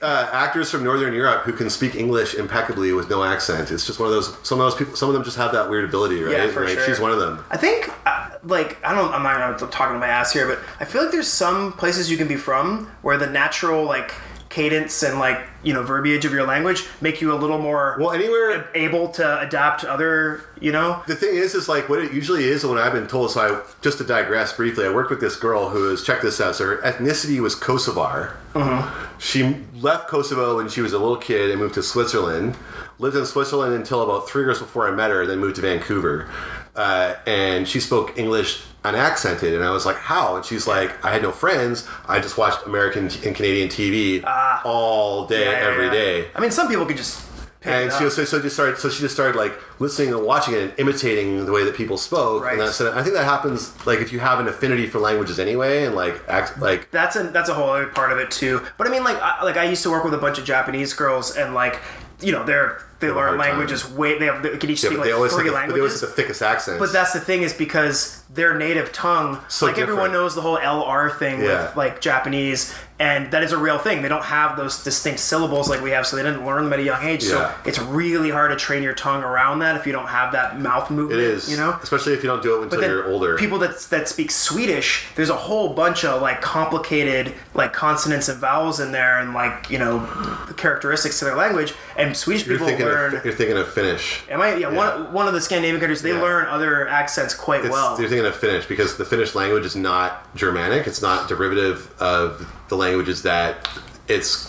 Speaker 1: Uh, actors from Northern Europe who can speak English impeccably with no accent. It's just one of those. Some of those people. Some of them just have that weird ability, right?
Speaker 2: Yeah, for
Speaker 1: Like,
Speaker 2: sure.
Speaker 1: She's one of them.
Speaker 2: I think, uh, like, I don't, I'm not I'm talking to my ass here, but I feel like there's some places you can be from where the natural, like, cadence and, like, you know, verbiage of your language make you a little more
Speaker 1: Well, anywhere
Speaker 2: able to adapt to other, you know?
Speaker 1: the thing is, is like what it usually is, and what I've been told. So, I just to digress briefly, I worked with this girl who is check this out. So, her ethnicity was Kosovar.
Speaker 2: Uh-huh.
Speaker 1: She left Kosovo when she was a little kid and moved to Switzerland. Lived in Switzerland until about three years before I met her, then moved to Vancouver. Uh, and she spoke English unaccented, and I was like, "How?" And she's like, "I had no friends. I just watched American and Canadian TV all day,
Speaker 2: Ah. Yeah, yeah,
Speaker 1: every
Speaker 2: yeah.
Speaker 1: day."
Speaker 2: uh, I mean, some people can just pick
Speaker 1: and
Speaker 2: it
Speaker 1: she
Speaker 2: up.
Speaker 1: was, so, so just started so she just started like listening and watching it and imitating the way that people spoke
Speaker 2: Right.
Speaker 1: and that's I think that happens like if you have an affinity for languages anyway and like act like
Speaker 2: that's a that's a whole other part of it too. But I mean, like I, like I used to work with a bunch of Japanese girls, and like you know they're they
Speaker 1: have a
Speaker 2: learn
Speaker 1: hard time.
Speaker 2: languages way they, have, they can each
Speaker 1: yeah,
Speaker 2: speak
Speaker 1: but
Speaker 2: like
Speaker 1: they always
Speaker 2: three
Speaker 1: have the, but they always
Speaker 2: languages.
Speaker 1: have the thickest accents
Speaker 2: But that's the thing is because their native tongue,
Speaker 1: So
Speaker 2: like everyone
Speaker 1: different.
Speaker 2: knows the whole LR thing
Speaker 1: Yeah.
Speaker 2: with like Japanese, and that is a real thing. They don't have those distinct syllables like we have, so they didn't learn them at a young age.
Speaker 1: Yeah.
Speaker 2: So it's really hard to train your tongue around that if you don't have that mouth
Speaker 1: it
Speaker 2: movement.
Speaker 1: is
Speaker 2: you know.
Speaker 1: especially if you don't do it until
Speaker 2: But then
Speaker 1: you're older
Speaker 2: People that that speak Swedish, there's a whole bunch of like complicated like consonants and vowels in there, and like you know characteristics to their language. And Swedish
Speaker 1: you're
Speaker 2: people
Speaker 1: thinking
Speaker 2: learn.
Speaker 1: of, you're thinking of Finnish
Speaker 2: Am I? Yeah, One, one of the Scandinavian countries, they
Speaker 1: Yeah.
Speaker 2: learn other accents quite
Speaker 1: It's-
Speaker 2: well.
Speaker 1: you're thinking of Finnish because the Finnish language is not Germanic it's not derivative of the languages that its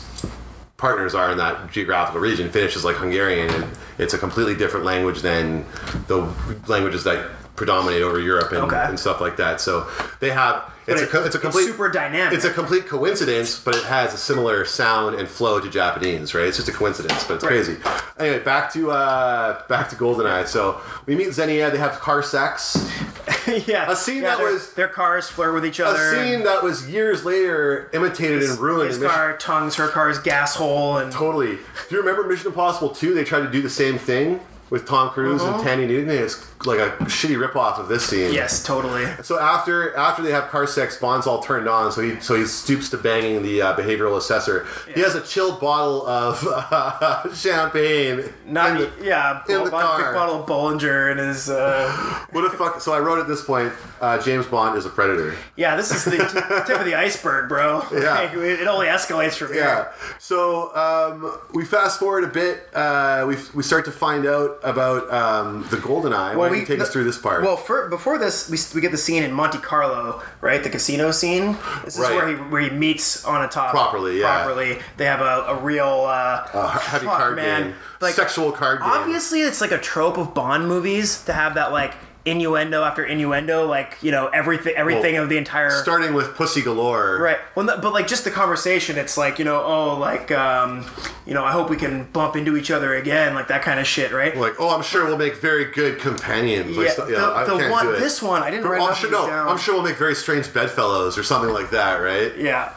Speaker 1: partners are in that geographical region. Finnish is like Hungarian, and it's a completely different language than the languages that predominate over Europe and,
Speaker 2: Okay.
Speaker 1: and stuff like that. So they have it's a
Speaker 2: it-
Speaker 1: co- it's a
Speaker 2: it's
Speaker 1: complete
Speaker 2: super dynamic.
Speaker 1: It's a complete coincidence, but it has a similar sound and flow to Japanese, right? It's just a coincidence, but it's crazy. Anyway, back to uh, back to Goldeneye. So we meet Xenia. They have car sex.
Speaker 2: yeah,
Speaker 1: A scene
Speaker 2: yeah,
Speaker 1: that
Speaker 2: their,
Speaker 1: was-
Speaker 2: their cars flirt with each
Speaker 1: A
Speaker 2: other.
Speaker 1: scene that was years later imitated and ruined.
Speaker 2: His
Speaker 1: in Mission-
Speaker 2: car tongues her car's gas hole, and
Speaker 1: Totally. Do you remember Mission Impossible 2? They tried to do the same thing with Tom Cruise and Tandy Newton. and It's like a shitty ripoff of this scene.
Speaker 2: Uh-huh. yes, totally.
Speaker 1: So after after they have car sex, Bond's all turned on. So he so he stoops to banging the uh, behavioral assessor. He has a chilled bottle of uh, champagne.
Speaker 2: Not
Speaker 1: in the-
Speaker 2: yeah,
Speaker 1: in
Speaker 2: bo-
Speaker 1: the
Speaker 2: bo-
Speaker 1: car.
Speaker 2: big bottle of Bollinger and his. Uh,
Speaker 1: what a fuck. So I wrote at this point, uh, James Bond is a predator.
Speaker 2: yeah, this is the t- tip of the iceberg, bro.
Speaker 1: Yeah.
Speaker 2: Like, it it only escalates from here.
Speaker 1: Yeah. So um, we fast forward a bit. Uh, we we start to find out about um, the Golden Eye. Why don't you take us throrough this part?
Speaker 2: Well, for, before this, we, s- we get the scene in Monte Carlo, right? The casino scene. This is
Speaker 1: Right.
Speaker 2: where he where he meets on a top
Speaker 1: Properly, yeah.
Speaker 2: Properly, they have a, a real uh,
Speaker 1: heavy
Speaker 2: fuck,
Speaker 1: card
Speaker 2: man.
Speaker 1: game,
Speaker 2: Like,
Speaker 1: sexual card game.
Speaker 2: Obviously, it's like a trope of Bond movies to have that like innuendo after innuendo, like you know everything everything
Speaker 1: Well,
Speaker 2: of the entire
Speaker 1: starting with pussy galore.
Speaker 2: Right. Well, no, but like just the conversation, it's like you know, oh, like um, you know, I hope we can bump into each other again, like that kind of shit, right?
Speaker 1: Like, oh, I'm sure we'll make very good companions. Like,
Speaker 2: yeah.
Speaker 1: stu-
Speaker 2: The,
Speaker 1: yeah, I
Speaker 2: the
Speaker 1: can't
Speaker 2: one,
Speaker 1: do it. Oh,
Speaker 2: this one, I didn't write
Speaker 1: I'm
Speaker 2: nothing
Speaker 1: sure. No,
Speaker 2: down.
Speaker 1: I'm sure we'll make very strange bedfellows or something like that, right?
Speaker 2: Yeah.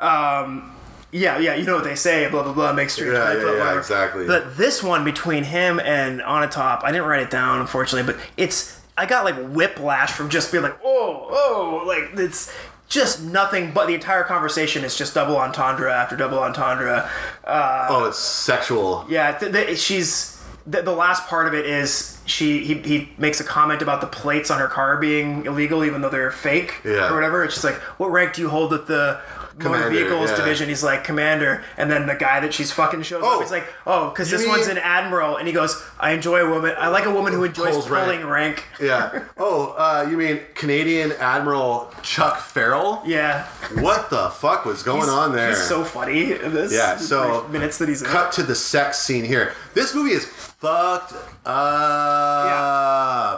Speaker 2: Um, yeah, yeah, you know what they say, blah blah blah, make sure.
Speaker 1: Yeah,
Speaker 2: blah,
Speaker 1: yeah,
Speaker 2: blah,
Speaker 1: yeah,
Speaker 2: whatever.
Speaker 1: exactly.
Speaker 2: But this one between him and Onatop, I didn't write it down unfortunately, but it's I got like whiplash from just being like, oh, oh, like it's just nothing but the entire conversation is just double entendre after double entendre.
Speaker 1: oh, it's sexual.
Speaker 2: Yeah, th- th- she's the, the last part of it is she he, he makes a comment about the plates on her car being illegal, even though they're fake
Speaker 1: Yeah.
Speaker 2: or whatever. It's just like, what rank do you hold at the motor
Speaker 1: Commander,
Speaker 2: vehicles
Speaker 1: yeah.
Speaker 2: division? He's like commander, and then the guy that she's fucking shows
Speaker 1: Oh.
Speaker 2: up. He's like, oh, because
Speaker 1: You
Speaker 2: this one's
Speaker 1: mean-
Speaker 2: an admiral, and he goes, I enjoy a woman. I like a woman who enjoys
Speaker 1: Holds rank.
Speaker 2: pulling rank.
Speaker 1: Yeah. Oh, uh, you mean Canadian Admiral Chuck Farrell?
Speaker 2: Yeah,
Speaker 1: What the fuck was going
Speaker 2: He's-
Speaker 1: on there?
Speaker 2: He's so funny. In this
Speaker 1: Yeah, so-
Speaker 2: brief minutes that he's in.
Speaker 1: Cut to the sex scene here. This movie is fucked up.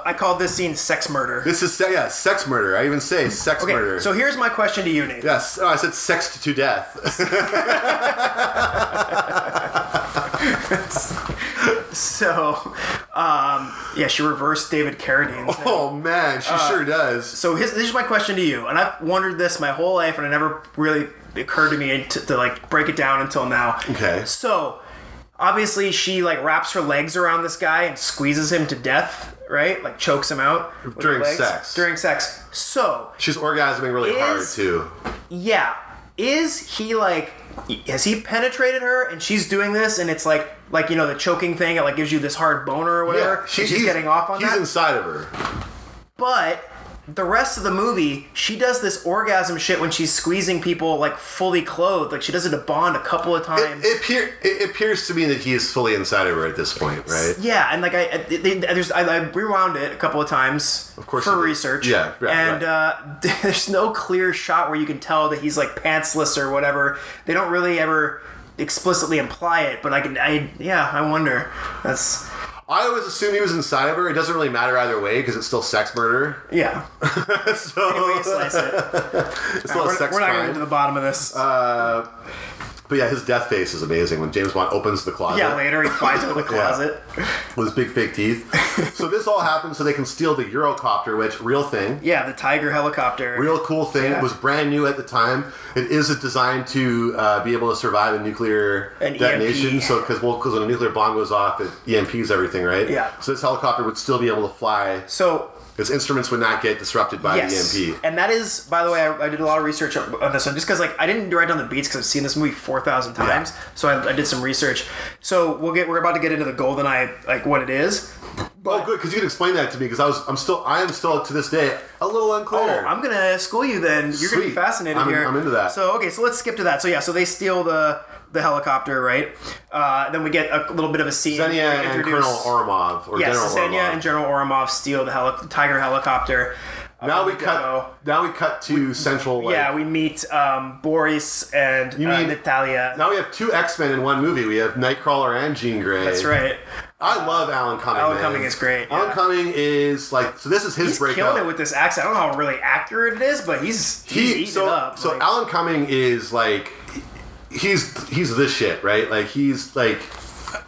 Speaker 2: I called this scene sex murder.
Speaker 1: This is se- yeah, sex murder. I even say sex
Speaker 2: okay,
Speaker 1: murder.
Speaker 2: so here's my question to you, Nate.
Speaker 1: yes, oh, I said sex to death.
Speaker 2: So, um, yeah, she reversed David Carradine.
Speaker 1: oh man, she
Speaker 2: Uh,
Speaker 1: sure does.
Speaker 2: So his, this is my question to you, and I've wondered this my whole life, and it never really occurred to me to, to like break it down until now.
Speaker 1: Okay.
Speaker 2: So, obviously, she like wraps her legs around this guy and squeezes him to death, right? Like chokes him out with her
Speaker 1: During
Speaker 2: legs.
Speaker 1: sex.
Speaker 2: During sex. So
Speaker 1: She's orgasming really
Speaker 2: Is-
Speaker 1: hard too.
Speaker 2: yeah, is he like? Has he penetrated her, and she's doing this, and it's like, like you know, the choking thing, it like gives you this hard boner or whatever. and
Speaker 1: she-
Speaker 2: she's
Speaker 1: he's-
Speaker 2: getting off on
Speaker 1: He's
Speaker 2: that.
Speaker 1: inside of her.
Speaker 2: But the rest of the movie, she does this orgasm shit when she's squeezing people like fully clothed. Like she does it to Bond a couple of times.
Speaker 1: It, it, appear, it appears to me that he is fully inside of her at this point, right?
Speaker 2: yeah, and like I, I, they- there's, I, I rewound it a couple of times, of
Speaker 1: course
Speaker 2: for
Speaker 1: you did.
Speaker 2: research.
Speaker 1: Yeah, right,
Speaker 2: and Uh, there's no clear shot where you can tell that he's like pantsless or whatever. They don't really ever explicitly imply it, but I can, I yeah, I wonder. That's
Speaker 1: I always assume he was inside of her. It doesn't really matter either way because it's still sex murder.
Speaker 2: yeah.
Speaker 1: So
Speaker 2: Way to slice it.
Speaker 1: it's still
Speaker 2: we're,
Speaker 1: a sex
Speaker 2: we're not gonna
Speaker 1: crime. Uh,
Speaker 2: get to the bottom of this.
Speaker 1: But yeah, his death face is amazing when James Bond opens the closet.
Speaker 2: yeah, later he finds her in the closet.
Speaker 1: With his big fake teeth. so this all happens so they can steal the Eurocopter, which real thing.
Speaker 2: Yeah, the Tiger helicopter.
Speaker 1: Real cool thing was brand new at the time. It is designed to uh, be able to survive a nuclear
Speaker 2: An E EMP.
Speaker 1: detonation. So because well, 'cause when a nuclear bomb goes off, it EMPs everything, right?
Speaker 2: Yeah.
Speaker 1: So this helicopter would still be able to fly.
Speaker 2: So
Speaker 1: Its instruments would not get disrupted by E
Speaker 2: yes,
Speaker 1: the EMP.
Speaker 2: and that is, by the way, I, I did a lot of research on on this one just because, like, I didn't write down the beats because I've seen this movie four thousand times. So I, I did some research. So we'll get we're about to get into the GoldenEye, like what it is.
Speaker 1: oh, good, because you can explain that to me. Because I was, I'm still, I am still to this day a little unclear.
Speaker 2: Oh, I'm gonna school you then. You're gonna be
Speaker 1: Sweet.
Speaker 2: fascinated
Speaker 1: I'm-
Speaker 2: here.
Speaker 1: I'm into that.
Speaker 2: So okay, so let's skip to that. So yeah, so they steal the the helicopter, right? Uh, then we get a little bit of a scene.
Speaker 1: Xenia
Speaker 2: where we
Speaker 1: and
Speaker 2: introduce-
Speaker 1: Colonel Oromov, or
Speaker 2: Yes,
Speaker 1: General
Speaker 2: Xenia
Speaker 1: Oromov.
Speaker 2: and General Oromov steal the heli- Tiger helicopter.
Speaker 1: now
Speaker 2: Um,
Speaker 1: we
Speaker 2: go.
Speaker 1: cut. Now we cut to Central. Like,
Speaker 2: Yeah, we meet um, Boris and
Speaker 1: You
Speaker 2: uh,
Speaker 1: mean-
Speaker 2: Natalia.
Speaker 1: now we have two X Men in one movie. We have Nightcrawler and Jean Grey.
Speaker 2: That's right.
Speaker 1: I love Alan Cumming.
Speaker 2: Alan
Speaker 1: man.
Speaker 2: Cumming is great,
Speaker 1: Alan
Speaker 2: yeah.
Speaker 1: Cumming is like so. This is his
Speaker 2: He's
Speaker 1: breakout.
Speaker 2: killing it with this accent. I don't know how really accurate it is, but he's he's
Speaker 1: he
Speaker 2: eating
Speaker 1: so
Speaker 2: it up.
Speaker 1: so
Speaker 2: like-
Speaker 1: Alan Cumming is like he's he's this shit right like he's like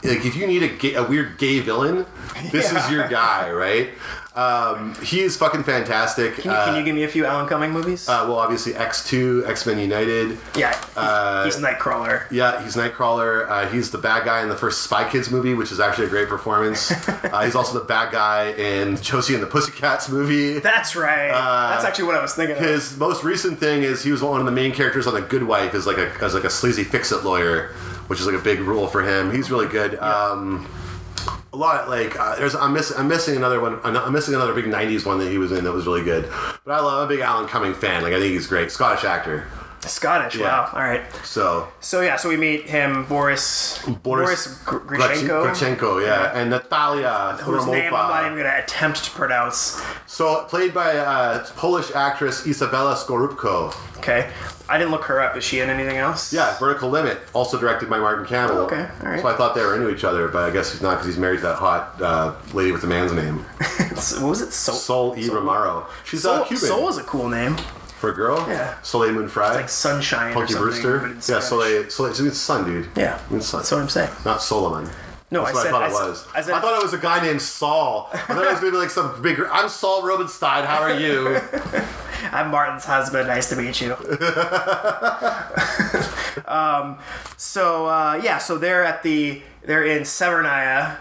Speaker 1: like if you need a gay, a weird gay villain this is your guy right um, he is fucking fantastic
Speaker 2: can, you, can you give me a few Alan Cumming movies?
Speaker 1: uh, well obviously X2 X-Men United
Speaker 2: yeah, he's,
Speaker 1: uh,
Speaker 2: he's Nightcrawler.
Speaker 1: yeah he's Nightcrawler uh, he's the bad guy in the first Spy Kids movie which is actually a great performance uh, he's also the bad guy in Josie and the Pussycats movie
Speaker 2: That's right. That's actually what I was thinking. Of.
Speaker 1: uh, His most recent thing is he was one of the main characters on The Good Wife as like a as like a sleazy fix-it lawyer, which is like a big rule for him. He's really good. Um, a lot like uh, there's I'm missing I'm missing another one I'm missing another big '90s one that he was in that was really good. But I love I'm a big Alan Cumming fan. Like I think he's great Scottish actor.
Speaker 2: Scottish.
Speaker 1: yeah.
Speaker 2: Wow. All right.
Speaker 1: So
Speaker 2: So yeah, so we meet him, Boris. Gr- Grishenko.
Speaker 1: Grichenko, yeah, and Natalia
Speaker 2: Whose name I'm not
Speaker 1: Romova.
Speaker 2: even gonna attempt to pronounce.
Speaker 1: So played by uh, Polish actress Isabella Skorupko.
Speaker 2: Okay, I didn't look her up. Is she in anything else?
Speaker 1: Yeah, Vertical Limit, also directed by Martin Campbell.
Speaker 2: Oh, Okay, all right.
Speaker 1: So I thought they were into each other, but I guess he's not because he's married to that hot uh, lady with the man's name,
Speaker 2: So- what was it? Sol.
Speaker 1: Sol E. Romero. She's uh,
Speaker 2: Sol,
Speaker 1: Cuban
Speaker 2: Sol is a cool name.
Speaker 1: for a girl.
Speaker 2: Yeah.
Speaker 1: Soleil Moon Frye.
Speaker 2: Like sunshine.
Speaker 1: Punky
Speaker 2: or something,
Speaker 1: Brewster.
Speaker 2: but in
Speaker 1: Yeah,
Speaker 2: Spanish.
Speaker 1: Soleil. Soleil. It means sun, dude.
Speaker 2: Yeah,
Speaker 1: It means sun.
Speaker 2: that's what I'm saying.
Speaker 1: Not Solomon.
Speaker 2: No,
Speaker 1: That's
Speaker 2: I
Speaker 1: what
Speaker 2: said,
Speaker 1: I thought
Speaker 2: I
Speaker 1: it
Speaker 2: said-
Speaker 1: was.
Speaker 2: I said-
Speaker 1: thought it was a guy named Saul. I thought it was gonna be like some big. I'm Saul Robenstein. How are you?
Speaker 2: I'm Martin's husband. Nice to meet you. um, so uh, yeah, so they're at the they're in Severnaya,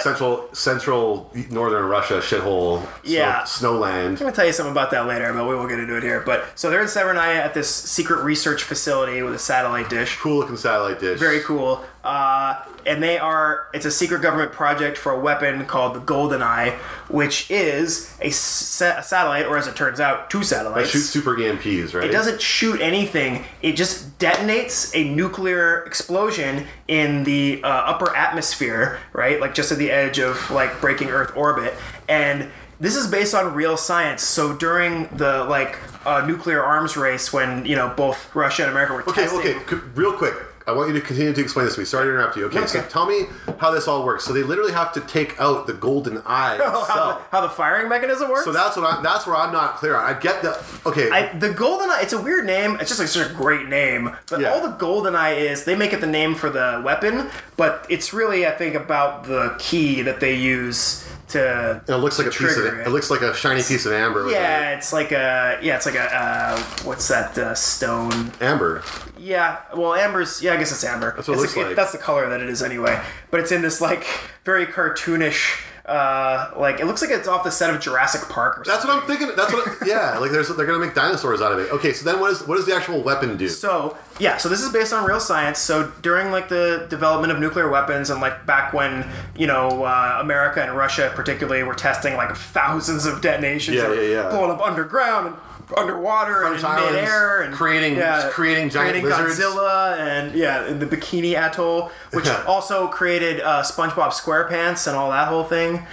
Speaker 1: central central northern Russia shithole. snow-
Speaker 2: Yeah.
Speaker 1: snowland.
Speaker 2: I'm gonna tell you something about that later, but we won't get into it here. But so they're in Severnaya at this secret research facility with a satellite dish.
Speaker 1: Cool looking satellite dish.
Speaker 2: Very cool. Uh, and they are. It's a secret government project for a weapon called the Golden Eye, which is a, sa- satellite, or as it turns out, two
Speaker 1: I
Speaker 2: satellites.
Speaker 1: shoot super EMPs, right?
Speaker 2: It doesn't shoot anything. It just detonates a nuclear explosion in the uh, upper atmosphere, right? Like just at the edge of like breaking Earth orbit. And this is based on real science. So during the like uh, nuclear arms race, when you know both Russia and America were
Speaker 1: Okay,
Speaker 2: testing,
Speaker 1: okay, c- real quick. I want you to continue to explain this to me. Sorry to interrupt you. Okay, so
Speaker 2: okay.
Speaker 1: tell me how this all works. So they literally have to take out the golden eye
Speaker 2: how,
Speaker 1: itself.
Speaker 2: how the firing mechanism works.
Speaker 1: So that's what I'm. That's where I'm not clear on. I get the okay.
Speaker 2: I, the Golden Eye, it's a weird name. It's just like such a great name. But
Speaker 1: Yeah.
Speaker 2: all the Golden Eye is, they make it the name for the weapon, but it's really, I think, about the key that they use to.
Speaker 1: and it looks like a piece of it.
Speaker 2: trigger it.
Speaker 1: It looks like a shiny piece of amber. with
Speaker 2: Yeah, it's like a yeah, it's like a uh, what's that uh, stone?
Speaker 1: a- amber.
Speaker 2: Yeah, well, amber's yeah, I guess it's amber. That's
Speaker 1: what it
Speaker 2: it's
Speaker 1: looks like.
Speaker 2: That's the color that it is anyway. But it's in this like very cartoonish, uh, like it looks like it's off the set of Jurassic Park or
Speaker 1: That's
Speaker 2: something.
Speaker 1: what I'm thinking. That's what. yeah, like there's they're gonna make dinosaurs out of it. Okay, so then what is what does the actual weapon do?
Speaker 2: So yeah, so this is based on real science. So during like the development of nuclear weapons and like back when you know uh, America and Russia particularly were testing like thousands of detonations,
Speaker 1: Yeah,
Speaker 2: that were
Speaker 1: yeah, yeah.
Speaker 2: blowing up underground and underwater
Speaker 1: French
Speaker 2: and in
Speaker 1: islands,
Speaker 2: midair and
Speaker 1: creating- creating giant lizards.
Speaker 2: Godzilla and yeah, and the Bikini Atoll, which
Speaker 1: Yeah.
Speaker 2: also created uh, SpongeBob SquarePants and all that whole thing.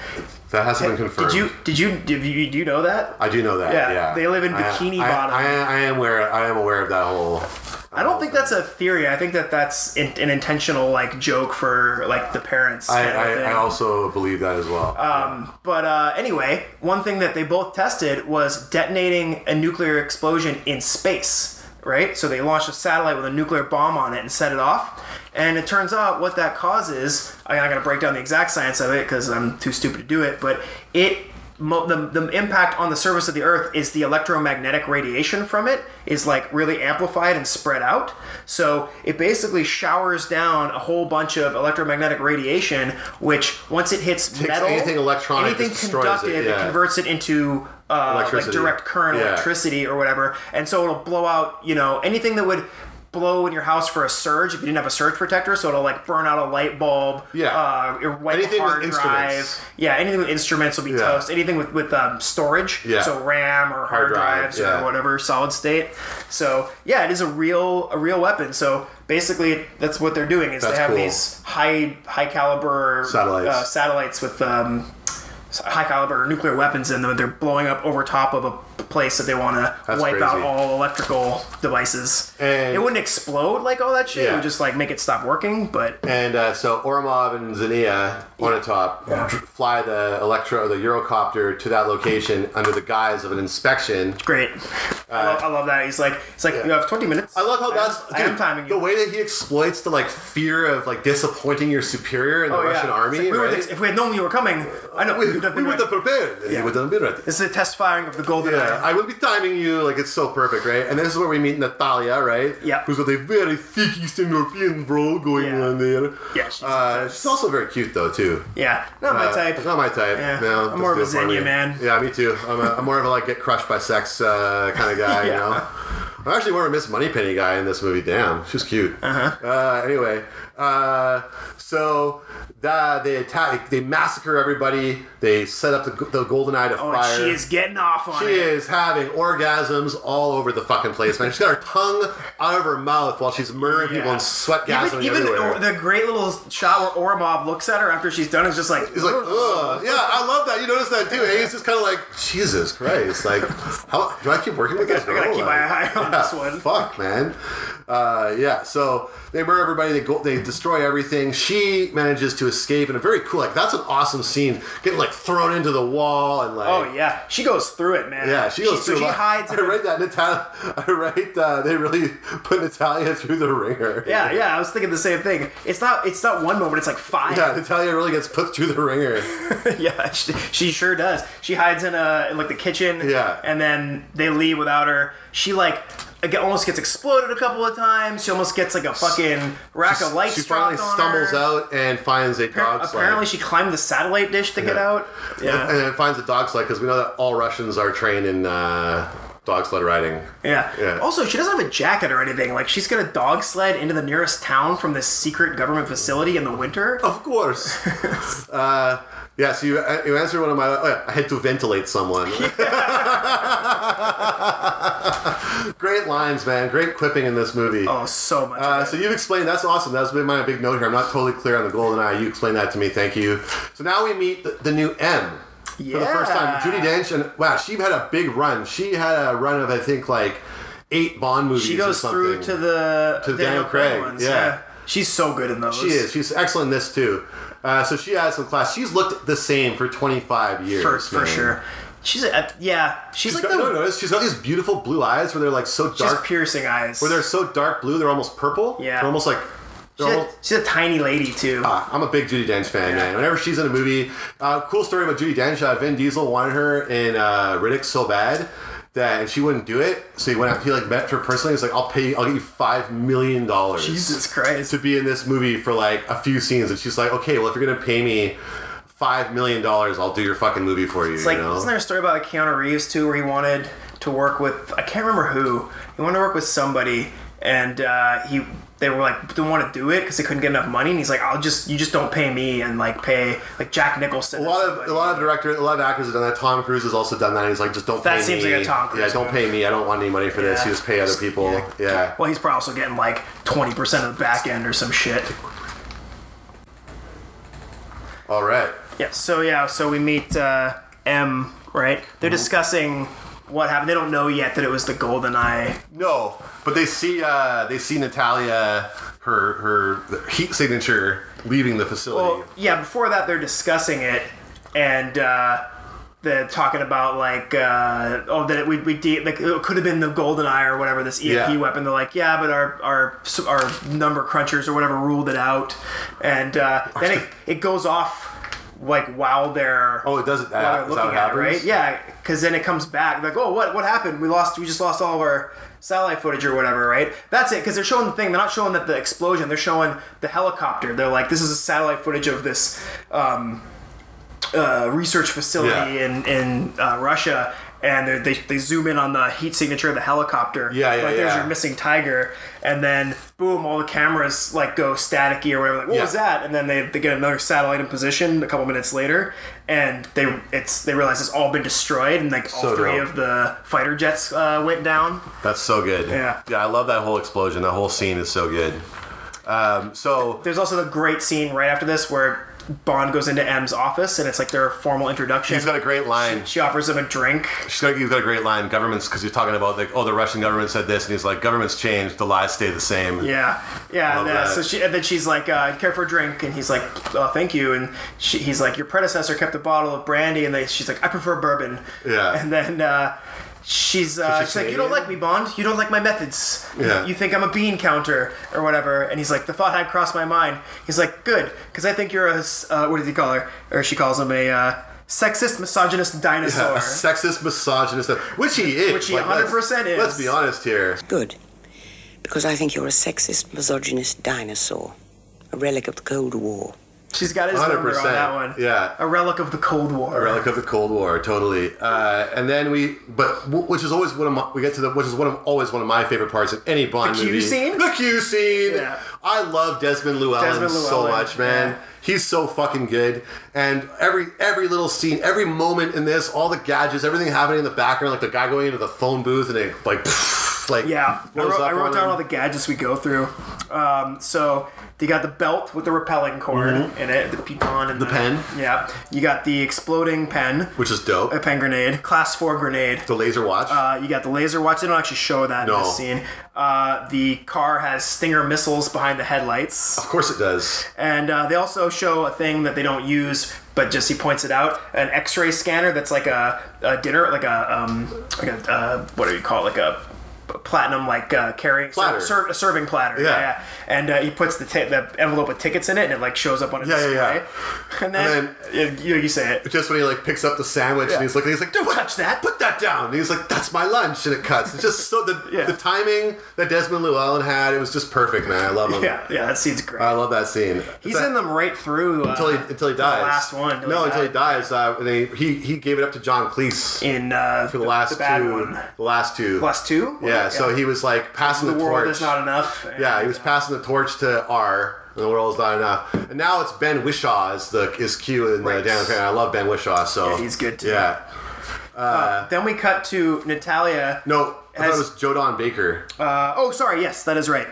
Speaker 1: that hasn't been confirmed.
Speaker 2: Did you did you did you, do you know that?
Speaker 1: I do know that.
Speaker 2: Yeah,
Speaker 1: Yeah,
Speaker 2: they live in
Speaker 1: I-
Speaker 2: Bikini
Speaker 1: I,
Speaker 2: Bottom.
Speaker 1: I, I am aware. I am aware of that whole.
Speaker 2: I don't think that's a theory. I think that that's in, an intentional like joke for like the parents.
Speaker 1: I,
Speaker 2: kind of
Speaker 1: I,
Speaker 2: thing.
Speaker 1: I also believe that as well.
Speaker 2: but uh, anyway, one thing that they both tested was detonating a nuclear explosion in space. Right, so they launched a satellite with a nuclear bomb on it and set it off. And it turns out what that causes. I'm not going to break down the exact science of it because I'm too stupid to do it. But it mo- the, the impact on the surface of the earth is the electromagnetic radiation from it is like really amplified and spread out so it basically showers down a whole bunch of electromagnetic radiation which once it hits metal
Speaker 1: anything electronic,
Speaker 2: anything
Speaker 1: just destroys it,
Speaker 2: conductive
Speaker 1: yeah.
Speaker 2: converts it into uh, like
Speaker 1: Electricity.
Speaker 2: direct current
Speaker 1: Yeah.
Speaker 2: electricity or whatever and so it'll blow out you know anything that would blow in your house for a surge if you didn't have a surge protector so it'll like burn out a light bulb
Speaker 1: Yeah.
Speaker 2: uh, your white
Speaker 1: Anything with
Speaker 2: hard
Speaker 1: instruments.
Speaker 2: drive yeah, anything with instruments will be
Speaker 1: Yeah.
Speaker 2: toast. Anything with with um, storage,
Speaker 1: Yeah.
Speaker 2: so RAM or hard,
Speaker 1: Hard drive,
Speaker 2: drives
Speaker 1: yeah.
Speaker 2: or whatever solid state. So yeah, it is a real a real weapon. So basically, that's what they're doing is
Speaker 1: That's
Speaker 2: they have
Speaker 1: cool.
Speaker 2: these high high caliber
Speaker 1: Satellites.
Speaker 2: uh, satellites with um, high caliber nuclear weapons in them. They're blowing up over top of a place that they want to
Speaker 1: That's
Speaker 2: wipe out
Speaker 1: crazy.
Speaker 2: all electrical devices.
Speaker 1: And-
Speaker 2: it wouldn't explode like all that shit. It
Speaker 1: Yeah.
Speaker 2: would just like make it stop working. But
Speaker 1: And uh, so Oromov and Zania Onatop dr- fly the Electro, the Eurocopter to that location under the guise of an inspection.
Speaker 2: Great. I, love, I love that. He's like, it's like you have 20 minutes.
Speaker 1: I love how that's
Speaker 2: I am timing you.
Speaker 1: the way that he exploits the like fear of like disappointing your superior in the
Speaker 2: Oh, yeah.
Speaker 1: Russian army.
Speaker 2: It's like, we were
Speaker 1: right?
Speaker 2: ex- if we had known you were coming, I know we would have
Speaker 1: we
Speaker 2: been
Speaker 1: would have
Speaker 2: ready.
Speaker 1: prepared. and
Speaker 2: Yeah.
Speaker 1: You would have been ready.
Speaker 2: This is a test firing of the golden
Speaker 1: Yeah,
Speaker 2: eye.
Speaker 1: I will be timing you like it's so perfect, right? And this is where we meet Natalia, right?
Speaker 2: Yeah.
Speaker 1: Who's got a very thick Eastern European bro going
Speaker 2: Yeah.
Speaker 1: on there.
Speaker 2: Yeah, she's-
Speaker 1: uh, she's also very cute though too.
Speaker 2: Yeah, not my
Speaker 1: Uh,
Speaker 2: type.
Speaker 1: Not my type.
Speaker 2: Yeah.
Speaker 1: No,
Speaker 2: I'm more of a
Speaker 1: doesn't do it for
Speaker 2: Xenia
Speaker 1: me.
Speaker 2: man.
Speaker 1: Yeah, me too. I'm, a, I'm more of a like get crushed by sex uh, kind of guy.
Speaker 2: Yeah.
Speaker 1: You know. I'm actually more of a Miss Moneypenny guy in this movie. Damn, she's cute. Uh-huh. Anyway, uh, so that they attack, they massacre everybody. They set up the, g- the Golden Eye to
Speaker 2: oh, and
Speaker 1: fire.
Speaker 2: she is getting off on
Speaker 1: She
Speaker 2: it.
Speaker 1: is having orgasms all over the fucking place, man. She's got her tongue out of her mouth while she's murdering
Speaker 2: Yeah.
Speaker 1: people and sweat
Speaker 2: Even,
Speaker 1: gasoline
Speaker 2: even
Speaker 1: everywhere.
Speaker 2: the great little shot where Oromov looks at her after she's done is just like,
Speaker 1: He's like, ugh. Yeah, I love that. You notice that too. Eh? He's just kind of like, Jesus Christ. Like, how do I keep working with this
Speaker 2: I
Speaker 1: girl?
Speaker 2: gotta keep my eye
Speaker 1: Like,
Speaker 2: on this one.
Speaker 1: Fuck, man. Uh, yeah. So they murder everybody. They go. They destroy everything. She manages to escape in a very cool. Like, that's an awesome scene. Getting like thrown into the wall and like.
Speaker 2: Oh yeah, she goes through it, man.
Speaker 1: Yeah, she goes through.
Speaker 2: so
Speaker 1: a
Speaker 2: She
Speaker 1: lot.
Speaker 2: hides.
Speaker 1: I
Speaker 2: in her-
Speaker 1: read that Natalia. I read uh, they really put Natalia through the ringer.
Speaker 2: yeah, yeah. I was thinking the same thing. It's not. It's not one moment. It's like five.
Speaker 1: Yeah, Natalia really gets put through the ringer.
Speaker 2: yeah, she, she sure does. She hides in a in like the kitchen.
Speaker 1: Yeah.
Speaker 2: and then they leave without her. She like it get- almost gets exploded a couple of times. She almost gets like a fucking rack of lights.
Speaker 1: She finally
Speaker 2: dropped on
Speaker 1: stumbles
Speaker 2: her.
Speaker 1: out and finds a dog sled.
Speaker 2: Apparently, she climbed the satellite dish to get
Speaker 1: Yeah.
Speaker 2: out.
Speaker 1: And
Speaker 2: Yeah,
Speaker 1: then finds a dog sled because we know that all Russians are trained in uh, dog sled riding.
Speaker 2: yeah.
Speaker 1: Yeah.
Speaker 2: Also, she doesn't have a jacket or anything. Like she's gonna dog sled into the nearest town from this secret government facility in the winter.
Speaker 1: Of course. uh, yeah, so you, uh, you answered one of my. Oh, yeah, I had to ventilate someone. Great lines, man. Great quipping in this movie.
Speaker 2: Oh, so much.
Speaker 1: Uh, so you've explained that's awesome. That's been my big note here. I'm not totally clear on the golden eye. You explained that to me. Thank you. So now we meet the, the new M for the first time.
Speaker 2: Yeah.
Speaker 1: Judy Dench and wow, she had a big run. She had a run of I think like eight Bond movies.
Speaker 2: she
Speaker 1: or
Speaker 2: goes
Speaker 1: something.
Speaker 2: through to the
Speaker 1: To Daniel Craig, yeah.
Speaker 2: she's so good in those.
Speaker 1: She is. She's excellent in this too. Uh, so she has some class. She's looked the same for 25 years.
Speaker 2: for, for
Speaker 1: man.
Speaker 2: sure. She's a, yeah. She's,
Speaker 1: She's
Speaker 2: like
Speaker 1: got,
Speaker 2: the
Speaker 1: no, notice she's got these beautiful blue eyes where they're like so
Speaker 2: she's
Speaker 1: dark.
Speaker 2: piercing eyes.
Speaker 1: Where they're so dark blue, they're almost purple.
Speaker 2: Yeah.
Speaker 1: They're almost like. They're
Speaker 2: she's, a,
Speaker 1: almost,
Speaker 2: she's a tiny lady too.
Speaker 1: Ah, I'm a big Judy Dench fan, man. Whenever she's in a movie, uh, cool story about Judy Dench. Uh, Vin Diesel wanted her in uh, Riddick so bad that and she wouldn't do it. So he went out. He like met her personally. He's like, "I'll pay. you I'll give you five million dollars."
Speaker 2: Jesus Christ.
Speaker 1: to be in this movie for like a few scenes, and she's like, "Okay, well, if you're gonna pay me five million dollars, I'll do your fucking movie for you."
Speaker 2: It's like,
Speaker 1: you know?
Speaker 2: isn't there a story about like Keanu Reeves too, where he wanted to work with I can't remember who he wanted to work with somebody, and uh, he they were like didn't want to do it because they couldn't get enough money, and he's like, I'll just you just don't pay me and like pay like Jack Nicholson.
Speaker 1: a lot of a lot of directors, a lot of actors have done that. Tom Cruise has also done that. He's like, "Just don't."
Speaker 2: That
Speaker 1: pay
Speaker 2: seems
Speaker 1: me.
Speaker 2: like a Tom Cruise
Speaker 1: Yeah, don't
Speaker 2: move.
Speaker 1: pay me. I don't want any money for this.
Speaker 2: Yeah.
Speaker 1: You just pay other people. Yeah.
Speaker 2: Well, he's probably also getting like twenty percent of the back end or some shit.
Speaker 1: All right.
Speaker 2: Yeah. So yeah. So we meet uh, M. Right. They're
Speaker 1: Mm-hmm.
Speaker 2: discussing what happened. They don't know yet that it was the Golden Eye.
Speaker 1: No, but they see uh, they see Natalia her her heat signature leaving the facility.
Speaker 2: Well, yeah. Before that, they're discussing it, and uh, they're talking about like, uh, oh, that we we de- like it could have been the golden eye or whatever this EMP
Speaker 1: Yeah.
Speaker 2: weapon. They're like, yeah, but our our our number crunchers or whatever ruled it out, and uh, then it it goes off like while they're
Speaker 1: oh, it doesn't.
Speaker 2: while
Speaker 1: That,
Speaker 2: they're
Speaker 1: is that
Speaker 2: looking
Speaker 1: what
Speaker 2: at
Speaker 1: happens?
Speaker 2: it, right? Yeah, because then it comes back like, oh, what what happened? We lost, we just lost all of our satellite footage or whatever, right? That's it. Because they're showing the thing. They're not showing that the explosion. They're showing the helicopter. They're like, this is a satellite footage of this um, uh, research facility
Speaker 1: Yeah.
Speaker 2: in in uh, Russia. And they're- they, they zoom in on the heat signature of the helicopter.
Speaker 1: Yeah, yeah,
Speaker 2: Like there's
Speaker 1: yeah.
Speaker 2: your missing tiger, and then boom, all the cameras like go staticky or whatever. Like, what
Speaker 1: Yeah.
Speaker 2: was that? that, and then they, they get another satellite in position a couple minutes later, and they it's they realize it's all been destroyed, and like all
Speaker 1: So
Speaker 2: three
Speaker 1: dope.
Speaker 2: of the fighter jets uh, went down.
Speaker 1: That's so good.
Speaker 2: Yeah.
Speaker 1: Yeah, I love that whole explosion. That whole scene is so good. Um, so
Speaker 2: There's also the great scene right after this where Bond goes into M's office, and it's like their formal introduction.
Speaker 1: he's got a great line.
Speaker 2: she offers him a drink.
Speaker 1: She's got, he's got a great line. Governments, because you're talking about like, oh, the Russian government said this, and he's like, governments change, the lies stay the same.
Speaker 2: Yeah, yeah.
Speaker 1: Love
Speaker 2: and, uh,
Speaker 1: that.
Speaker 2: so she, and then she's like, uh, "Care for a drink?" And he's like, "Oh, thank you." And she, he's like, "Your predecessor kept a bottle of brandy," and they, she's like, "I prefer bourbon."
Speaker 1: Yeah.
Speaker 2: And then uh, she's, uh,
Speaker 1: she's
Speaker 2: she's like, "You don't
Speaker 1: Canadian?
Speaker 2: like me, Bond. You don't like my methods.
Speaker 1: Yeah.
Speaker 2: You think I'm a bean counter or whatever." And he's like, "The thought had crossed my mind." He's like, "Good, because I think you're a s- uh, what does he call her? Or she calls him a uh, sexist, misogynist
Speaker 1: A
Speaker 2: dinosaur."
Speaker 1: sexist misogynist, which he is.
Speaker 2: Which he
Speaker 1: let's-
Speaker 2: 100% is.
Speaker 1: Let's be honest here.
Speaker 6: Good. Because I think you're a sexist, misogynist dinosaur, a relic of the Cold War.
Speaker 2: she's got his number on
Speaker 1: 100%,
Speaker 2: that one.
Speaker 1: yeah.
Speaker 2: A relic of the Cold War.
Speaker 1: A relic of the Cold War, totally. Uh, and then we, but w- which is always one of my, we get to the, which is one of always one of my favorite parts of any Bond
Speaker 2: The Q
Speaker 1: movie.
Speaker 2: scene?
Speaker 1: The Q scene.
Speaker 2: Yeah.
Speaker 1: I love Desmond Llewellyn,
Speaker 2: Desmond
Speaker 1: so
Speaker 2: Llewellyn,
Speaker 1: much, man.
Speaker 2: yeah.
Speaker 1: He's so fucking good. And every every little scene, every moment in this, all the gadgets, everything happening in the background, like the guy going into the phone booth and it like, like
Speaker 2: Yeah, I
Speaker 1: blows up
Speaker 2: wrote, I
Speaker 1: on
Speaker 2: wrote down
Speaker 1: him.
Speaker 2: all the gadgets we go through. Um, so you got the belt with the repelling cord in it, the pecan and the,
Speaker 1: Mm-hmm. pen.
Speaker 2: Yeah, you got the exploding pen,
Speaker 1: which is dope.
Speaker 2: a pen grenade, class four grenade.
Speaker 1: The laser watch.
Speaker 2: Uh, you got the laser watch. They don't actually show that
Speaker 1: No.
Speaker 2: in this scene. Uh, the car has Stinger missiles behind the headlights.
Speaker 1: of course it does.
Speaker 2: And uh, they also show a thing that they don't use, but just he points it out: an X-ray scanner that's like a, a dinner, like a um, like a uh, what do you call it? like a platinum like uh, carrying
Speaker 1: Platter.
Speaker 2: ser- ser- serving platter.
Speaker 1: Yeah.
Speaker 2: Yeah. And uh, he puts the, ti the envelope with tickets in it, and it like shows up on a
Speaker 1: Yeah, yeah,
Speaker 2: display.
Speaker 1: yeah.
Speaker 2: And then,
Speaker 1: And
Speaker 2: you, you say it.
Speaker 1: Just when he like picks up the sandwich and he's looking, he's like, "Don't touch that! Put that down!" And he's like, "That's my lunch!" And it cuts. It's just so the
Speaker 2: Yeah.
Speaker 1: the timing that Desmond Llewellyn had, it was just perfect, man. I love him.
Speaker 2: Yeah, yeah, that scene's great.
Speaker 1: I love that scene.
Speaker 2: He's
Speaker 1: That-
Speaker 2: in them right through uh,
Speaker 1: until he until he dies.
Speaker 2: The last one.
Speaker 1: no, until he
Speaker 2: died.
Speaker 1: dies. Uh, and they, he he gave it up to John Cleese
Speaker 2: in uh,
Speaker 1: for the last
Speaker 2: bad
Speaker 1: two.
Speaker 2: one.
Speaker 1: The last two.
Speaker 2: Last two.
Speaker 1: Yeah, So he was like passing
Speaker 2: the
Speaker 1: the,
Speaker 2: world
Speaker 1: torch.
Speaker 2: is not enough. and-
Speaker 1: yeah, he was passing the torch to R. And the world's not enough. And now it's Ben Wishaw is the is Q in the
Speaker 2: Right.
Speaker 1: Dan O'Connor. I love Ben Wishaw. So
Speaker 2: Yeah, he's good, too.
Speaker 1: Yeah.
Speaker 2: Then we cut to Natalia.
Speaker 1: No, I thought
Speaker 2: Has-
Speaker 1: it was Jodan Baker.
Speaker 2: Uh, oh, sorry. Yes, that is right.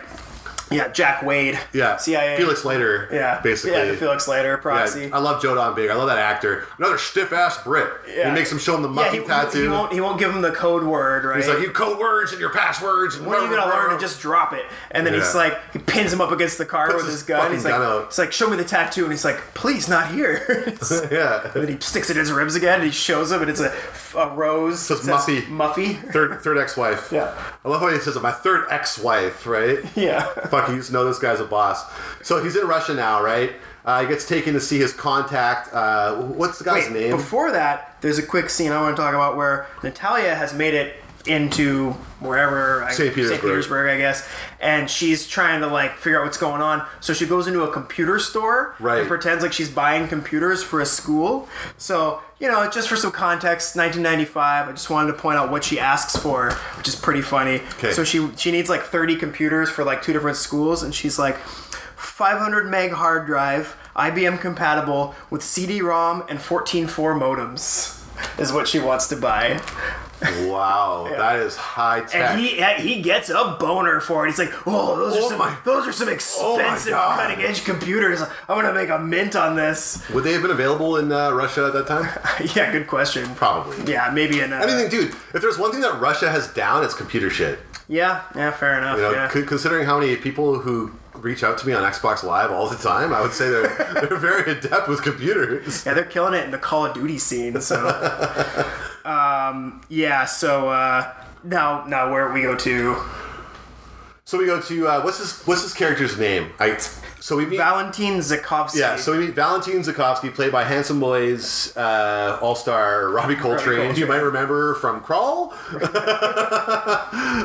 Speaker 2: Yeah, Jack Wade.
Speaker 1: yeah.
Speaker 2: CIA.
Speaker 1: Felix Leiter.
Speaker 2: Yeah.
Speaker 1: Basically.
Speaker 2: Yeah, Felix Leiter, proxy.
Speaker 1: Yeah, I love Jodan Baker. I love that actor. Another stiff ass Brit.
Speaker 2: Yeah.
Speaker 1: He makes him show him the
Speaker 2: Yeah,
Speaker 1: monkey
Speaker 2: he,
Speaker 1: tattoo.
Speaker 2: he won't. He won't give him the code word, right?
Speaker 1: He's like, you code words and your passwords. And
Speaker 2: when are you gonna learn to just drop it? And then
Speaker 1: Yeah.
Speaker 2: he's like, he pins him up against the car
Speaker 1: Puts
Speaker 2: with
Speaker 1: his
Speaker 2: his gun.
Speaker 1: fucking
Speaker 2: He's like,
Speaker 1: gun out.
Speaker 2: he's like, show me the tattoo. And he's like, please, not here.
Speaker 1: yeah.
Speaker 2: and then he sticks it in his ribs again, and he shows him, and it's a, a rose.
Speaker 1: Says
Speaker 2: It says
Speaker 1: Muffy.
Speaker 2: Muffy.
Speaker 1: Third, third ex-wife.
Speaker 2: Yeah.
Speaker 1: I love how he says it. My third ex-wife, right?
Speaker 2: yeah.
Speaker 1: Fuck, you just know this guy's a boss. So he's in Russia now, right? Uh, he gets taken to see his contact. Uh, what's the guy's
Speaker 2: Wait,
Speaker 1: name?
Speaker 2: before that, there's a quick scene I want to talk about where Natalia has made it into wherever I-
Speaker 1: St. Petersburg.
Speaker 2: Petersburg, I guess, and she's trying to like figure out what's going on. So she goes into a computer store
Speaker 1: Right.
Speaker 2: and pretends like she's buying computers for a school. So you know, just for some context, 1995. I just wanted to point out what she asks for, which is pretty funny.
Speaker 1: 'Kay.
Speaker 2: So she she needs like 30 computers for like two different schools, and she's like. 500 meg hard drive, IBM compatible with CD-ROM and 14.4 modems is what she wants to buy.
Speaker 1: wow, that is high tech.
Speaker 2: And he and he gets a boner for it. He's like, "Oh, those
Speaker 1: Oh
Speaker 2: are some
Speaker 1: my- Oh
Speaker 2: those are some
Speaker 1: my
Speaker 2: expensive
Speaker 1: God."
Speaker 2: cutting edge computers. I'm gonna make a mint on this."
Speaker 1: Would they have been available in uh, Russia at that time?
Speaker 2: yeah, good question.
Speaker 1: Probably.
Speaker 2: Yeah, maybe in. Uh,
Speaker 1: I mean, dude, if there's one thing that Russia has down, it's computer shit.
Speaker 2: Yeah, yeah, fair enough.
Speaker 1: You know,
Speaker 2: yeah.
Speaker 1: c- considering how many people who reach out to me on Xbox Live all the time, I would say they're they're very adept with computers.
Speaker 2: Yeah, they're killing it in the Call of Duty scene. So, um, yeah. So uh, now, now where we go to
Speaker 1: So we go to uh, what's his what's his character's name? I so we meet
Speaker 2: Valentin Zikovsky.
Speaker 1: yeah so we meet Valentin Zukovsky, played by Handsome Boys uh, All Star Robbie Coltrane, who you
Speaker 2: Coltrane.
Speaker 1: might remember from Crawl.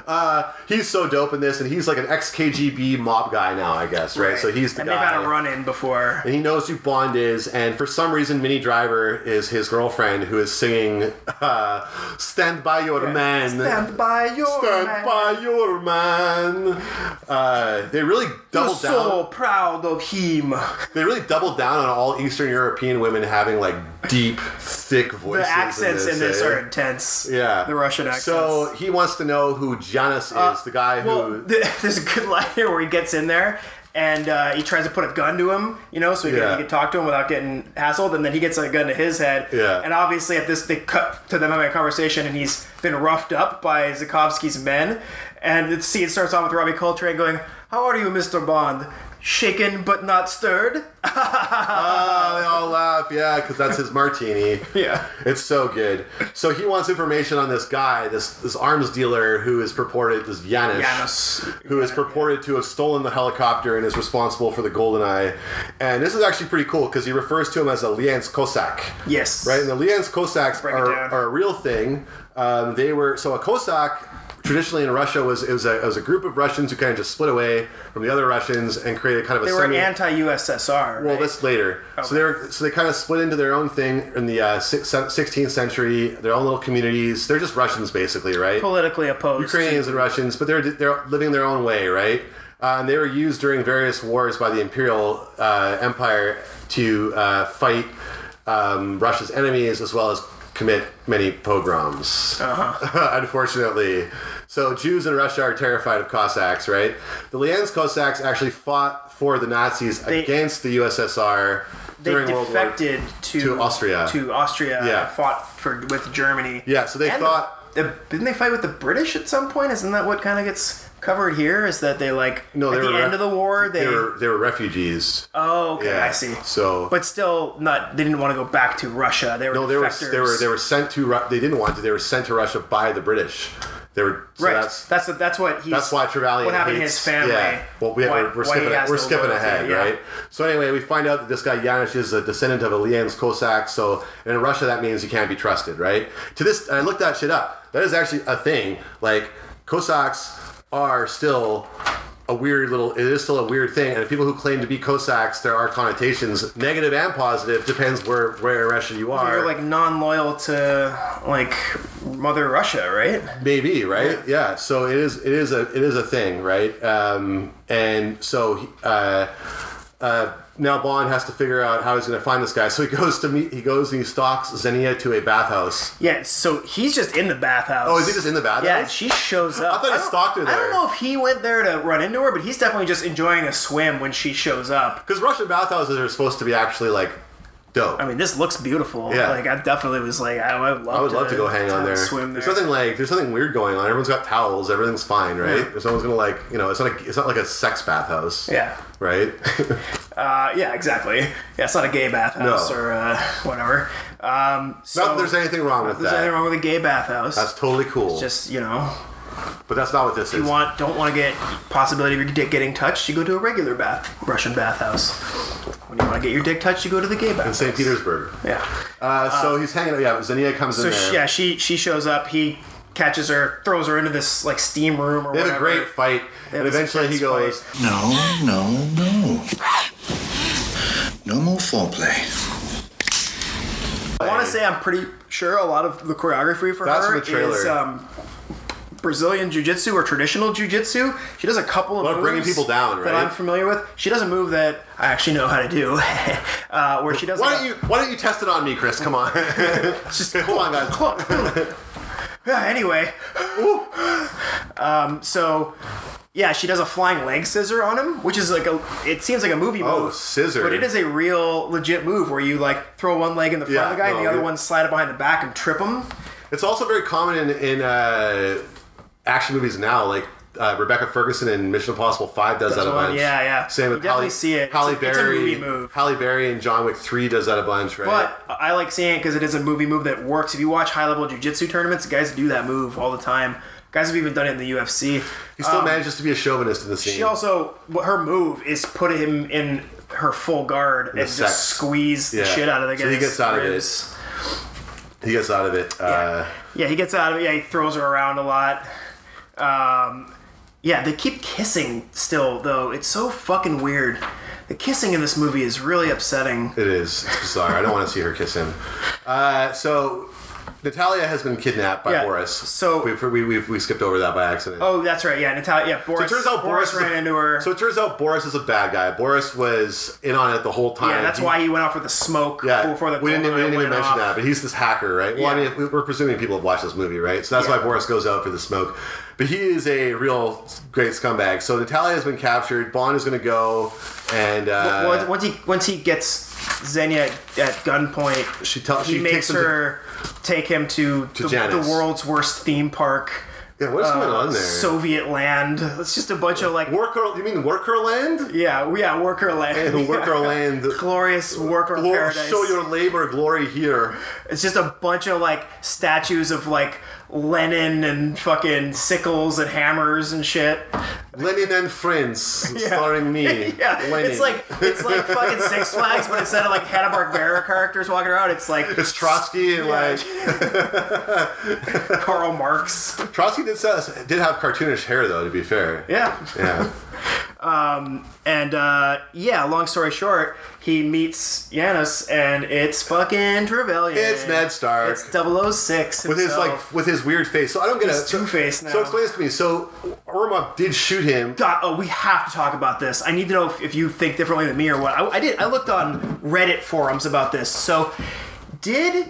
Speaker 1: uh, he's so dope in this, and he's like an ex KGB mob guy now, I guess. Right, so he's the
Speaker 2: and
Speaker 1: guy.
Speaker 2: they've had a run in before.
Speaker 1: and he knows who Bond is, and for some reason, Minnie Driver is his girlfriend who is singing uh, "Stand by Your Man."
Speaker 2: Stand by your
Speaker 1: Stand
Speaker 2: man.
Speaker 1: by your man. Uh, they really
Speaker 2: I'm
Speaker 1: doubled
Speaker 2: so
Speaker 1: down.
Speaker 2: proud of him.
Speaker 1: They really doubled down on all Eastern European women having like deep, thick
Speaker 2: The
Speaker 1: voices.
Speaker 2: accents in this
Speaker 1: eh?
Speaker 2: are intense.
Speaker 1: yeah,
Speaker 2: The Russian accents. Uh,
Speaker 1: So he wants to know who Janus is, the guy who.
Speaker 2: Well, th- there's a good line here where he gets in there and uh, he tries to put a gun to him, you know, so he,
Speaker 1: Yeah.
Speaker 2: can, he can talk to him without getting hassled, and then he gets a gun to his head.
Speaker 1: Yeah.
Speaker 2: And obviously, at this, they cut to them having a conversation, and he's been roughed up by Zakovsky's men. And the scene starts off with Robbie Coltrane going, How are you, Mr. Bond? Shaken but not stirred?
Speaker 1: oh, they all laugh, yeah, because that's his martini.
Speaker 2: Yeah.
Speaker 1: It's so good. So he wants information on this guy, this this arms dealer who is purported this Yanis,
Speaker 2: Yanis.
Speaker 1: who is purported to have stolen the helicopter and is responsible for the golden eye. And this is actually pretty cool because he refers to him as a Lienz Cossack.
Speaker 2: Yes.
Speaker 1: Right? And the Lienz Cossacks
Speaker 2: Break it
Speaker 1: are,
Speaker 2: down.
Speaker 1: are a real thing. Um, they were so a Cossack traditionally in Russia was it was a, it was a group of Russians who kind of just split away from the other Russians and created kind of a
Speaker 2: They were
Speaker 1: semi-
Speaker 2: anti USSR.
Speaker 1: well, that's later. So they were, so they kind of split into their own thing in the uh, six- 16th century. Their own little communities. They're just Russians, basically, right?
Speaker 2: politically opposed.
Speaker 1: Ukrainians and Russians, but they're they're living their own way, right? Uh, and they were used during various wars by the imperial uh, empire to uh, fight um, Russia's enemies as well as commit many pogroms.
Speaker 2: Uh-huh.
Speaker 1: Unfortunately, so Jews in Russia are terrified of Cossacks, right? The Lienz Cossacks actually fought for the Nazis against the USSR
Speaker 2: they
Speaker 1: during World War.
Speaker 2: defected to,
Speaker 1: to Austria.
Speaker 2: To Austria,
Speaker 1: Yeah.
Speaker 2: and fought for with Germany.
Speaker 1: Yeah, so they
Speaker 2: And
Speaker 1: thought-
Speaker 2: the- didn't they fight with the British at some point? Isn't that what kind of gets covered here? Is that they like
Speaker 1: No, they
Speaker 2: at
Speaker 1: were
Speaker 2: the
Speaker 1: ref-
Speaker 2: end of the war they?
Speaker 1: They were they were refugees.
Speaker 2: oh, okay,
Speaker 1: Yeah,
Speaker 2: I see.
Speaker 1: so-
Speaker 2: but still, not they didn't want to go back to Russia. They were
Speaker 1: No, they were
Speaker 2: defectors.
Speaker 1: they were they were sent to Ru- they didn't want to. They were sent to Russia by the British They were so
Speaker 2: right.
Speaker 1: That's
Speaker 2: That's that's that's what he's,
Speaker 1: that's why Trevelyan.
Speaker 2: What happened to
Speaker 1: hates-
Speaker 2: his family?
Speaker 1: Yeah. Well, we,
Speaker 2: why-
Speaker 1: we're, we're
Speaker 2: why he
Speaker 1: skipping.
Speaker 2: has
Speaker 1: We're
Speaker 2: no
Speaker 1: skipping
Speaker 2: loyalty,
Speaker 1: ahead,
Speaker 2: yeah.
Speaker 1: right? So anyway, we find out that this guy Yanish is a descendant of a Lian's Cossack. So and in Russia, that means you can't be trusted, right? To this, I looked that shit up. That is actually a thing. Like Cossacks are still a weird little. It is still a weird thing. And people who claim to be Cossacks, there are connotations, negative and positive. Depends where where in Russia you are.
Speaker 2: You're like non-loyal to like Mother Russia, right?
Speaker 1: maybe right yeah. so it is it is a it is a thing right um and so uh uh now Bond has to figure out how he's going to find this guy. So he goes to meet. He goes and he stalks Xenia to a bathhouse.
Speaker 2: Yeah. So he's just in the bathhouse.
Speaker 1: Oh, is he just in the bathhouse?
Speaker 2: Yeah, she shows up.
Speaker 1: I thought he
Speaker 2: don't-
Speaker 1: stalked her
Speaker 2: I
Speaker 1: there.
Speaker 2: don't know if he went there to run into her, but he's definitely just enjoying a swim when she shows up.
Speaker 1: Because Russian bathhouses are supposed to be actually like dope.
Speaker 2: I mean, this looks beautiful.
Speaker 1: Yeah.
Speaker 2: Like I definitely was like, I, I would love.
Speaker 1: I would love to go hang on there.
Speaker 2: Swim there.
Speaker 1: There's nothing like there's nothing weird going on. Everyone's got towels. Everything's fine, right? If Someone's gonna like you know it's not a, it's not like a sex bathhouse.
Speaker 2: Yeah.
Speaker 1: Right.
Speaker 2: Uh, yeah, exactly. Yeah, it's not a gay bathhouse
Speaker 1: No.
Speaker 2: or uh, whatever. Um, so
Speaker 1: not that there's anything wrong with
Speaker 2: there's
Speaker 1: that.
Speaker 2: anything wrong with a gay bathhouse.
Speaker 1: That's totally cool.
Speaker 2: just you know,
Speaker 1: but that's not what this
Speaker 2: you
Speaker 1: is.
Speaker 2: want don't want to get possibility of your dick getting touched. You go to a regular bath, Russian bathhouse. When you want to get your dick touched, you go to the gay bath.
Speaker 1: in St. Petersburg.
Speaker 2: Yeah.
Speaker 1: Uh, so he's hanging out. Yeah, Xenia comes
Speaker 2: So
Speaker 1: in there.
Speaker 2: she, yeah, she she shows up. He catches her, throws her into this like steam room or
Speaker 1: they have a
Speaker 2: whatever.
Speaker 1: great fight, and
Speaker 2: have this
Speaker 1: eventually he
Speaker 2: intense
Speaker 1: goes,
Speaker 7: No, no, no. No more foreplay.
Speaker 2: I want to say I'm pretty sure a lot of the choreography for
Speaker 1: That's
Speaker 2: her
Speaker 1: from the trailer.
Speaker 2: is um, Brazilian jiu-jitsu or traditional jiu-jitsu. She does a couple of
Speaker 1: About
Speaker 2: moves
Speaker 1: bringing people down,
Speaker 2: that
Speaker 1: right?
Speaker 2: I'm familiar with. She does a move that I actually know how to do, uh, where she does.
Speaker 1: "Why
Speaker 2: like
Speaker 1: don't
Speaker 2: a-
Speaker 1: you Why don't you test it on me, Chris? Come on, just come on, guys."
Speaker 2: Yeah, anyway, um, so yeah, she does a flying leg scissor on him, which is like a. It seems like a movie
Speaker 1: Oh,
Speaker 2: move,
Speaker 1: scissor.
Speaker 2: but it is a real legit move where you like throw one leg in the front
Speaker 1: Yeah,
Speaker 2: of the guy and
Speaker 1: no,
Speaker 2: the other
Speaker 1: it-
Speaker 2: one slide it behind the back and trip him.
Speaker 1: It's also very common in, in uh, action movies now, like. Uh, Rebecca Ferguson in Mission Impossible Five does
Speaker 2: Does
Speaker 1: that a
Speaker 2: one,
Speaker 1: bunch.
Speaker 2: yeah, yeah.
Speaker 1: Same with
Speaker 2: You definitely
Speaker 1: Halle,
Speaker 2: see it.
Speaker 1: Halle
Speaker 2: It's a- it's a
Speaker 1: Berry,
Speaker 2: movie move.
Speaker 1: Halle Berry and John Wick Three does that a bunch, right?
Speaker 2: But I like seeing it because it is a movie move that works. If you watch high level jiu-jitsu tournaments, guys do that move all the time. Guys have even done it in the UFC.
Speaker 1: he still manages to be a chauvinist in the scene.
Speaker 2: um, She also what her move is put him in her full guard and just
Speaker 1: sex.
Speaker 2: squeeze
Speaker 1: Yeah.
Speaker 2: the shit out of the
Speaker 1: So
Speaker 2: guy.
Speaker 1: he gets out of it. he gets out of it. Uh,
Speaker 2: Yeah, he gets out of it. Yeah, he throws her around a lot. Um, yeah, they keep kissing still, though. It's so fucking weird. The kissing in this movie is really upsetting.
Speaker 1: It is. It's bizarre. I don't want to see her kiss him. Uh, so Natalia has been kidnapped by
Speaker 2: Yeah,
Speaker 1: Boris.
Speaker 2: so-
Speaker 1: we, we, we, we skipped over that by accident.
Speaker 2: Oh, that's right. Yeah, Natalia. Yeah,
Speaker 1: So
Speaker 2: Boris.
Speaker 1: it turns out Boris, is a-
Speaker 2: ran into her.
Speaker 1: So it turns out Boris is a bad guy. Boris was in on it the whole time.
Speaker 2: yeah, that's
Speaker 1: He-
Speaker 2: why he went off with the smoke
Speaker 1: Yeah,
Speaker 2: before the
Speaker 1: we didn't, we
Speaker 2: golden
Speaker 1: didn't
Speaker 2: light
Speaker 1: even
Speaker 2: went
Speaker 1: mention that,
Speaker 2: off.
Speaker 1: but he's this hacker, right? Well, I
Speaker 2: Yeah.
Speaker 1: mean, we- we're presuming people have watched this movie, right? So that's
Speaker 2: Yeah.
Speaker 1: why Boris goes out for the smoke. But he is a real great scumbag. So Natalia has been captured. Bond is going to go, and uh,
Speaker 2: Once- once he once he gets Xenia at, at gunpoint,
Speaker 1: She tell-
Speaker 2: he
Speaker 1: she
Speaker 2: makes
Speaker 1: takes him to-
Speaker 2: her take him to, the,
Speaker 1: Janice.
Speaker 2: the world's worst theme park,
Speaker 1: yeah,
Speaker 2: uh,
Speaker 1: what's going on there?
Speaker 2: Soviet land. It's just a bunch of like
Speaker 1: worker, you mean worker land?
Speaker 2: yeah yeah worker land,
Speaker 1: And worker land.
Speaker 2: glorious worker
Speaker 1: Glor-
Speaker 2: paradise.
Speaker 1: show your labor glory here.
Speaker 2: It's just a bunch of like statues of like Lenin and fucking sickles and hammers and shit.
Speaker 1: Lenin and Friends, starring me.
Speaker 2: Yeah,
Speaker 1: Lenin.
Speaker 2: it's like it's like fucking Six Flags, but instead of like Hanna Barbera characters walking around, it's like
Speaker 1: It's Trotsky and like
Speaker 2: Karl Marx.
Speaker 1: Trotsky did sa- did have cartoonish hair though. To be fair,
Speaker 2: Yeah.
Speaker 1: yeah.
Speaker 2: And uh, yeah, long story short, he meets Yanis, and it's fucking Trevelyan.
Speaker 1: It's Ned Stark.
Speaker 2: It's 006
Speaker 1: with his
Speaker 2: himself.
Speaker 1: like with his weird face. So I don't get
Speaker 2: He's
Speaker 1: it. So-
Speaker 2: Two-Face now.
Speaker 1: So explain this to me. So Ormov did shoot him.
Speaker 2: God, oh, we have to talk about this. I need to know if, if you think differently than me or what. I, I did. I looked on Reddit forums about this. So, did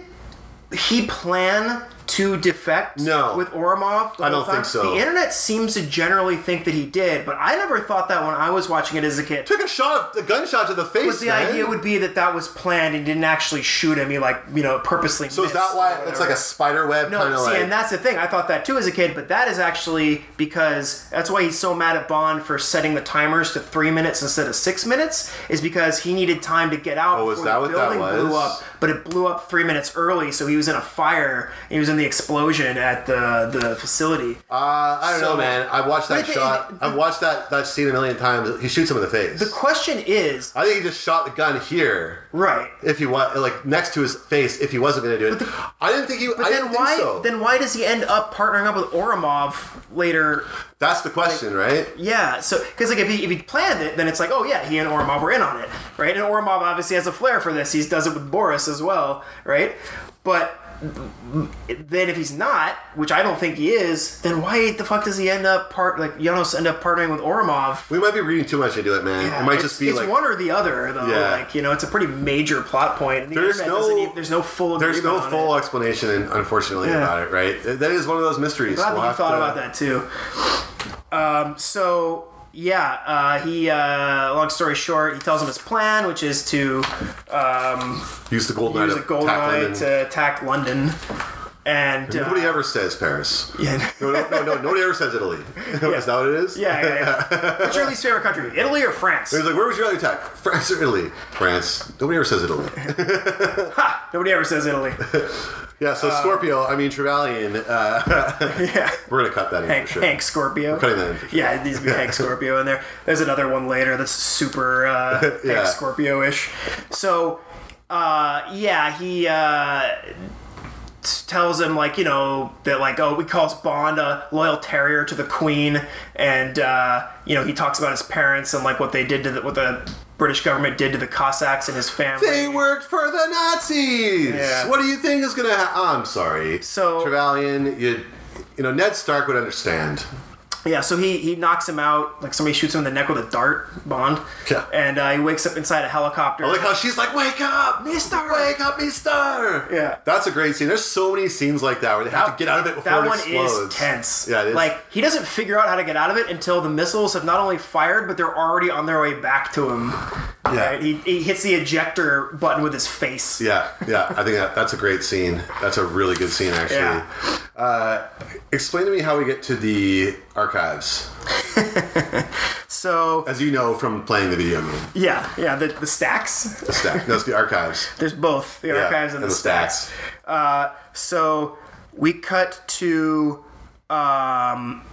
Speaker 2: he plan to defect?
Speaker 1: No.
Speaker 2: with Oromov. the
Speaker 1: I
Speaker 2: whole
Speaker 1: don't think
Speaker 2: time?
Speaker 1: so.
Speaker 2: The internet seems to generally think that he did, but I never thought that when I was watching it as a kid.
Speaker 1: Took a shot, a gunshot to the face.
Speaker 2: But the
Speaker 1: man.
Speaker 2: idea would be that that was planned and didn't actually shoot him. He like you know purposely.
Speaker 1: So is that why it's like a spider web
Speaker 2: No,
Speaker 1: kind of
Speaker 2: see,
Speaker 1: like?
Speaker 2: and that's the thing. I thought that too as a kid, but that is actually because that's why he's so mad at Bond for setting the timers to three minutes instead of six minutes, is because he needed time to get out
Speaker 1: Oh, is
Speaker 2: before
Speaker 1: that
Speaker 2: the
Speaker 1: what that
Speaker 2: building blew
Speaker 1: was?
Speaker 2: up. But it blew up three minutes early, so he was in a fire. and He was in the explosion at the the facility.
Speaker 1: Uh, I don't
Speaker 2: So-
Speaker 1: know, man. I've watched
Speaker 2: But
Speaker 1: that
Speaker 2: the-
Speaker 1: shot. I've watched that, that scene a million times. He shoots him in the face.
Speaker 2: The question is
Speaker 1: I think he just shot the gun here.
Speaker 2: right.
Speaker 1: If he was like next to his face, if he wasn't going to do it, I didn't think he.
Speaker 2: But
Speaker 1: I
Speaker 2: then
Speaker 1: didn't
Speaker 2: why
Speaker 1: Think so.
Speaker 2: then why does he end up partnering up with Oromov later?
Speaker 1: That's the question, right?
Speaker 2: Yeah, so because like if he if he planned it, then it's like oh yeah, he and Oromov were in on it, right? And Oromov obviously has a flair for this. He does it with Boris as well, right? But then if he's not, which I don't think he is, then why the fuck does he end up part like Janos end up partnering with Oromov?
Speaker 1: We might be reading too much into it, man. it might
Speaker 2: it's,
Speaker 1: just be
Speaker 2: it's
Speaker 1: like
Speaker 2: one or the other though.
Speaker 1: Yeah.
Speaker 2: Like you know, it's a pretty major plot point. and the
Speaker 1: There's
Speaker 2: internet doesn't
Speaker 1: no-
Speaker 2: even- there's no full
Speaker 1: there's no
Speaker 2: agreement on
Speaker 1: full
Speaker 2: It.
Speaker 1: explanation, and unfortunately,
Speaker 2: Yeah.
Speaker 1: about it, right? Th- That is one of those mysteries.
Speaker 2: Glad
Speaker 1: We'll
Speaker 2: that you
Speaker 1: have
Speaker 2: thought
Speaker 1: to-
Speaker 2: about that too. Um, so yeah, uh, he. Uh, long story short, he tells him his plan, which is to um,
Speaker 1: Use the gold
Speaker 2: use
Speaker 1: knight.
Speaker 2: a gold
Speaker 1: knight.
Speaker 2: eye to attack London, and uh,
Speaker 1: Nobody ever says Paris.
Speaker 2: Yeah.
Speaker 1: No, no, no, no. Nobody ever says Italy. is that what it is?
Speaker 2: Yeah, yeah, yeah. What's your least favorite country, Italy or France?
Speaker 1: It's like, where would you rather attack? France or Italy? France. Nobody ever says Italy.
Speaker 2: Nobody ever says Italy.
Speaker 1: Yeah, so Scorpio, I mean, Trevelyan, uh,
Speaker 2: Uh, Yeah,
Speaker 1: we're going to cut that in
Speaker 2: Hank,
Speaker 1: for sure.
Speaker 2: Hank Scorpio.
Speaker 1: Cutting that in for sure.
Speaker 2: Yeah, it needs to be Hank Scorpio in there. There's another one later that's super uh,
Speaker 1: Yeah.
Speaker 2: Hank Scorpio ish. So, uh, yeah, he uh, t- tells him, like, you know, that, like, oh, we calls Bond a loyal terrier to the Queen. And, uh, you know, he talks about his parents and, like, what they did to the, what the British government did to the Cossacks and his family.
Speaker 1: They worked for the Nazis!
Speaker 2: Yeah.
Speaker 1: What do you think is going to happen? I'm sorry.
Speaker 2: So-
Speaker 1: Trevelyan, you, you know, Ned Stark would understand.
Speaker 2: Yeah, so he he knocks him out. Like somebody shoots him in the neck with a dart, Bond.
Speaker 1: Yeah.
Speaker 2: And uh, he wakes up inside a helicopter.
Speaker 1: I like how she's like, wake up, mister, wake up, mister.
Speaker 2: Yeah.
Speaker 1: That's a great scene. There's so many scenes like that where they have to get out of it before
Speaker 2: that
Speaker 1: it
Speaker 2: one
Speaker 1: explodes.
Speaker 2: is tense.
Speaker 1: Yeah, it is.
Speaker 2: Like he doesn't figure out how to get out of it until the missiles have not only fired, but they're already on their way back to him.
Speaker 1: Yeah.
Speaker 2: Right? He, he hits the ejector button with his face.
Speaker 1: Yeah, yeah. I think that, that's a great scene. That's a really good scene, actually.
Speaker 2: Yeah.
Speaker 1: Uh, explain to me how we get to the archives,
Speaker 2: So
Speaker 1: as you know from playing the video game.
Speaker 2: yeah, yeah, the, the stacks.
Speaker 1: The stack. No, it's the archives.
Speaker 2: There's both the
Speaker 1: Yeah,
Speaker 2: archives and, the, stacks. Uh, So we cut to. Um,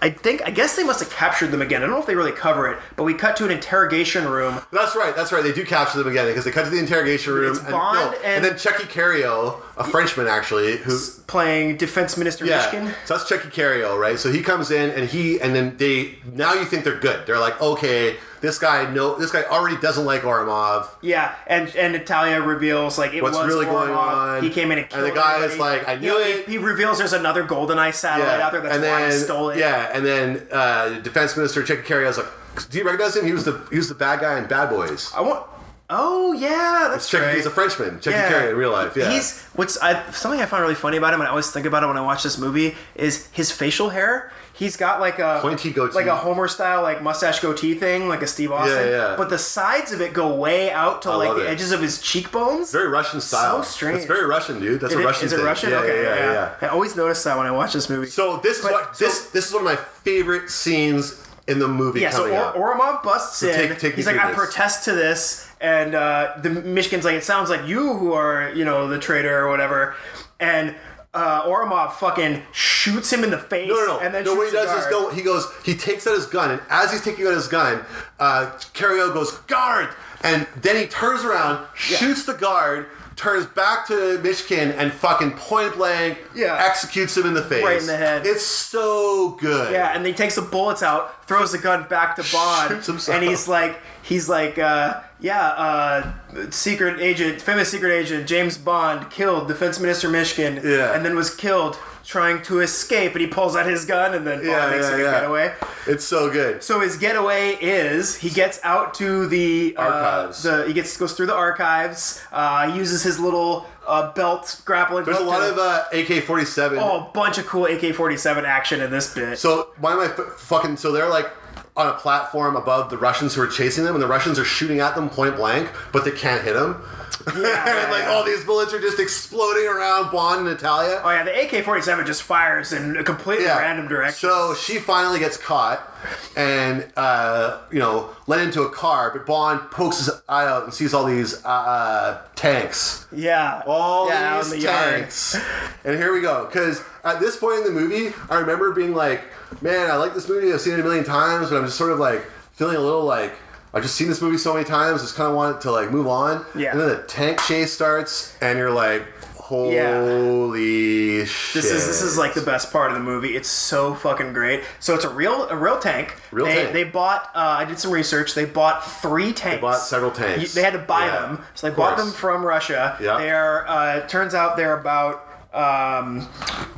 Speaker 2: I think I guess they must have captured them again. I don't know if they really cover it, but we cut to an interrogation room.
Speaker 1: That's right. That's right. They do capture them again because they cut to the interrogation room.
Speaker 2: It's Bond and-
Speaker 1: then Chucky Cario, a Frenchman actually, who
Speaker 2: Playing Defense Minister
Speaker 1: Yeah.
Speaker 2: Mishkin.
Speaker 1: So that's Chucky Cario, right? So he comes in and he and then they now you think they're good. They're like, okay, this guy no this guy already doesn't like Orimov.
Speaker 2: Yeah, and and Natalia reveals like it
Speaker 1: What's
Speaker 2: was
Speaker 1: really going
Speaker 2: Orlov.
Speaker 1: on?
Speaker 2: He came in and
Speaker 1: And
Speaker 2: killed
Speaker 1: the guy is
Speaker 2: everybody.
Speaker 1: like, I
Speaker 2: You
Speaker 1: knew
Speaker 2: know,
Speaker 1: it.
Speaker 2: He, he reveals there's another GoldenEye satellite out there that's
Speaker 1: and
Speaker 2: why
Speaker 1: then,
Speaker 2: he stole it.
Speaker 1: Yeah, and then uh, Defense Minister Chucky Cario is like do you recognize him? He was the he was the bad guy in Bad Boys.
Speaker 2: I want. Oh yeah, that's
Speaker 1: Chucky,
Speaker 2: right.
Speaker 1: he's a Frenchman. Chucky Cario in real life. Yeah,
Speaker 2: He's what's I, something I found really funny about him, and I always think about it when I watch this movie is his facial hair. He's got like a
Speaker 1: Pointy goatee.
Speaker 2: like a Homer style, like mustache goatee thing, like a Steve Austin.
Speaker 1: yeah.
Speaker 2: But the sides of it go way out to like
Speaker 1: love
Speaker 2: the
Speaker 1: it.
Speaker 2: edges of his cheekbones.
Speaker 1: very Russian style.
Speaker 2: strange.
Speaker 1: It's very Russian, dude. That's
Speaker 2: It-
Speaker 1: a Russian
Speaker 2: is it
Speaker 1: thing.
Speaker 2: Russian?
Speaker 1: Yeah,
Speaker 2: okay,
Speaker 1: yeah, yeah, yeah.
Speaker 2: I always notice that when I watch this movie.
Speaker 1: So this
Speaker 2: But-
Speaker 1: is what this
Speaker 2: so-
Speaker 1: this is one of my favorite scenes in the movie.
Speaker 2: Yeah, so
Speaker 1: coming up.
Speaker 2: or- Oromov busts in.
Speaker 1: take- take me
Speaker 2: He's like,
Speaker 1: through
Speaker 2: I
Speaker 1: this."
Speaker 2: protest to this, and uh, the Michigan's like, it sounds like you who are, you know, the traitor or whatever, and uh, Oromov fucking shoots him in the face.
Speaker 1: No, no, no.
Speaker 2: And then
Speaker 1: no, what
Speaker 2: shoots
Speaker 1: he does
Speaker 2: the
Speaker 1: is
Speaker 2: guard.
Speaker 1: go. He goes. He takes out his gun, and as he's taking out his gun, uh, Cario goes guard, and then he turns around, shoots the guard, turns back to Mishkin, and fucking point blank,
Speaker 2: Yeah.
Speaker 1: executes him in the face,
Speaker 2: Right in the head.
Speaker 1: It's so good.
Speaker 2: Yeah, and he takes the bullets out, throws the gun back to Bond,
Speaker 1: Shoots himself.
Speaker 2: and he's like, he's like, uh, yeah, uh, secret agent, famous secret agent James Bond killed Defense Minister Mishkin,
Speaker 1: Yeah.
Speaker 2: and then was killed trying to escape, and he pulls out his gun, and then Bond
Speaker 1: Yeah,
Speaker 2: makes
Speaker 1: yeah,
Speaker 2: it a
Speaker 1: yeah.
Speaker 2: getaway.
Speaker 1: It's so good.
Speaker 2: So his getaway is he gets out to the uh,
Speaker 1: Archives.
Speaker 2: The, he gets goes through the archives. Uh, he uses his little uh, belt grappling.
Speaker 1: There's a
Speaker 2: hook
Speaker 1: lot
Speaker 2: to-
Speaker 1: of uh, AK-47.
Speaker 2: oh, a bunch of cool AK-47 action in this bit.
Speaker 1: So why am I f- fucking? So they're like on a platform above the Russians who are chasing them, and the Russians are shooting at them point blank, but they can't hit them. and like all these bullets are just exploding around Bond and Natalia.
Speaker 2: Oh yeah, the AK-47 just fires in a completely random direction.
Speaker 1: So she finally gets caught. and uh, you know led into a car. But Bond pokes his eye out and sees all these uh, tanks,
Speaker 2: Yeah.
Speaker 1: all
Speaker 2: yeah, out
Speaker 1: these
Speaker 2: in the yard.
Speaker 1: tanks. And here we go. Because at this point in the movie, I remember being like, "Man, I like this movie. I've seen it a million times, but I'm just sort of like feeling a little like." I've just seen this movie so many times, just kind of want to like move on.
Speaker 2: Yeah.
Speaker 1: And then the tank chase starts, and you're like,
Speaker 2: Yeah.
Speaker 1: "Holy shit!"
Speaker 2: This is this is like the best part of the movie. It's so fucking great. So it's a real a real tank.
Speaker 1: Real
Speaker 2: they,
Speaker 1: tank.
Speaker 2: They bought. Uh, I did some research. They bought three tanks. They
Speaker 1: bought several tanks.
Speaker 2: they had to buy
Speaker 1: Yeah,
Speaker 2: them, so they
Speaker 1: of
Speaker 2: bought
Speaker 1: course.
Speaker 2: them from Russia.
Speaker 1: Yeah.
Speaker 2: They are. Uh, it turns out they're about. Um,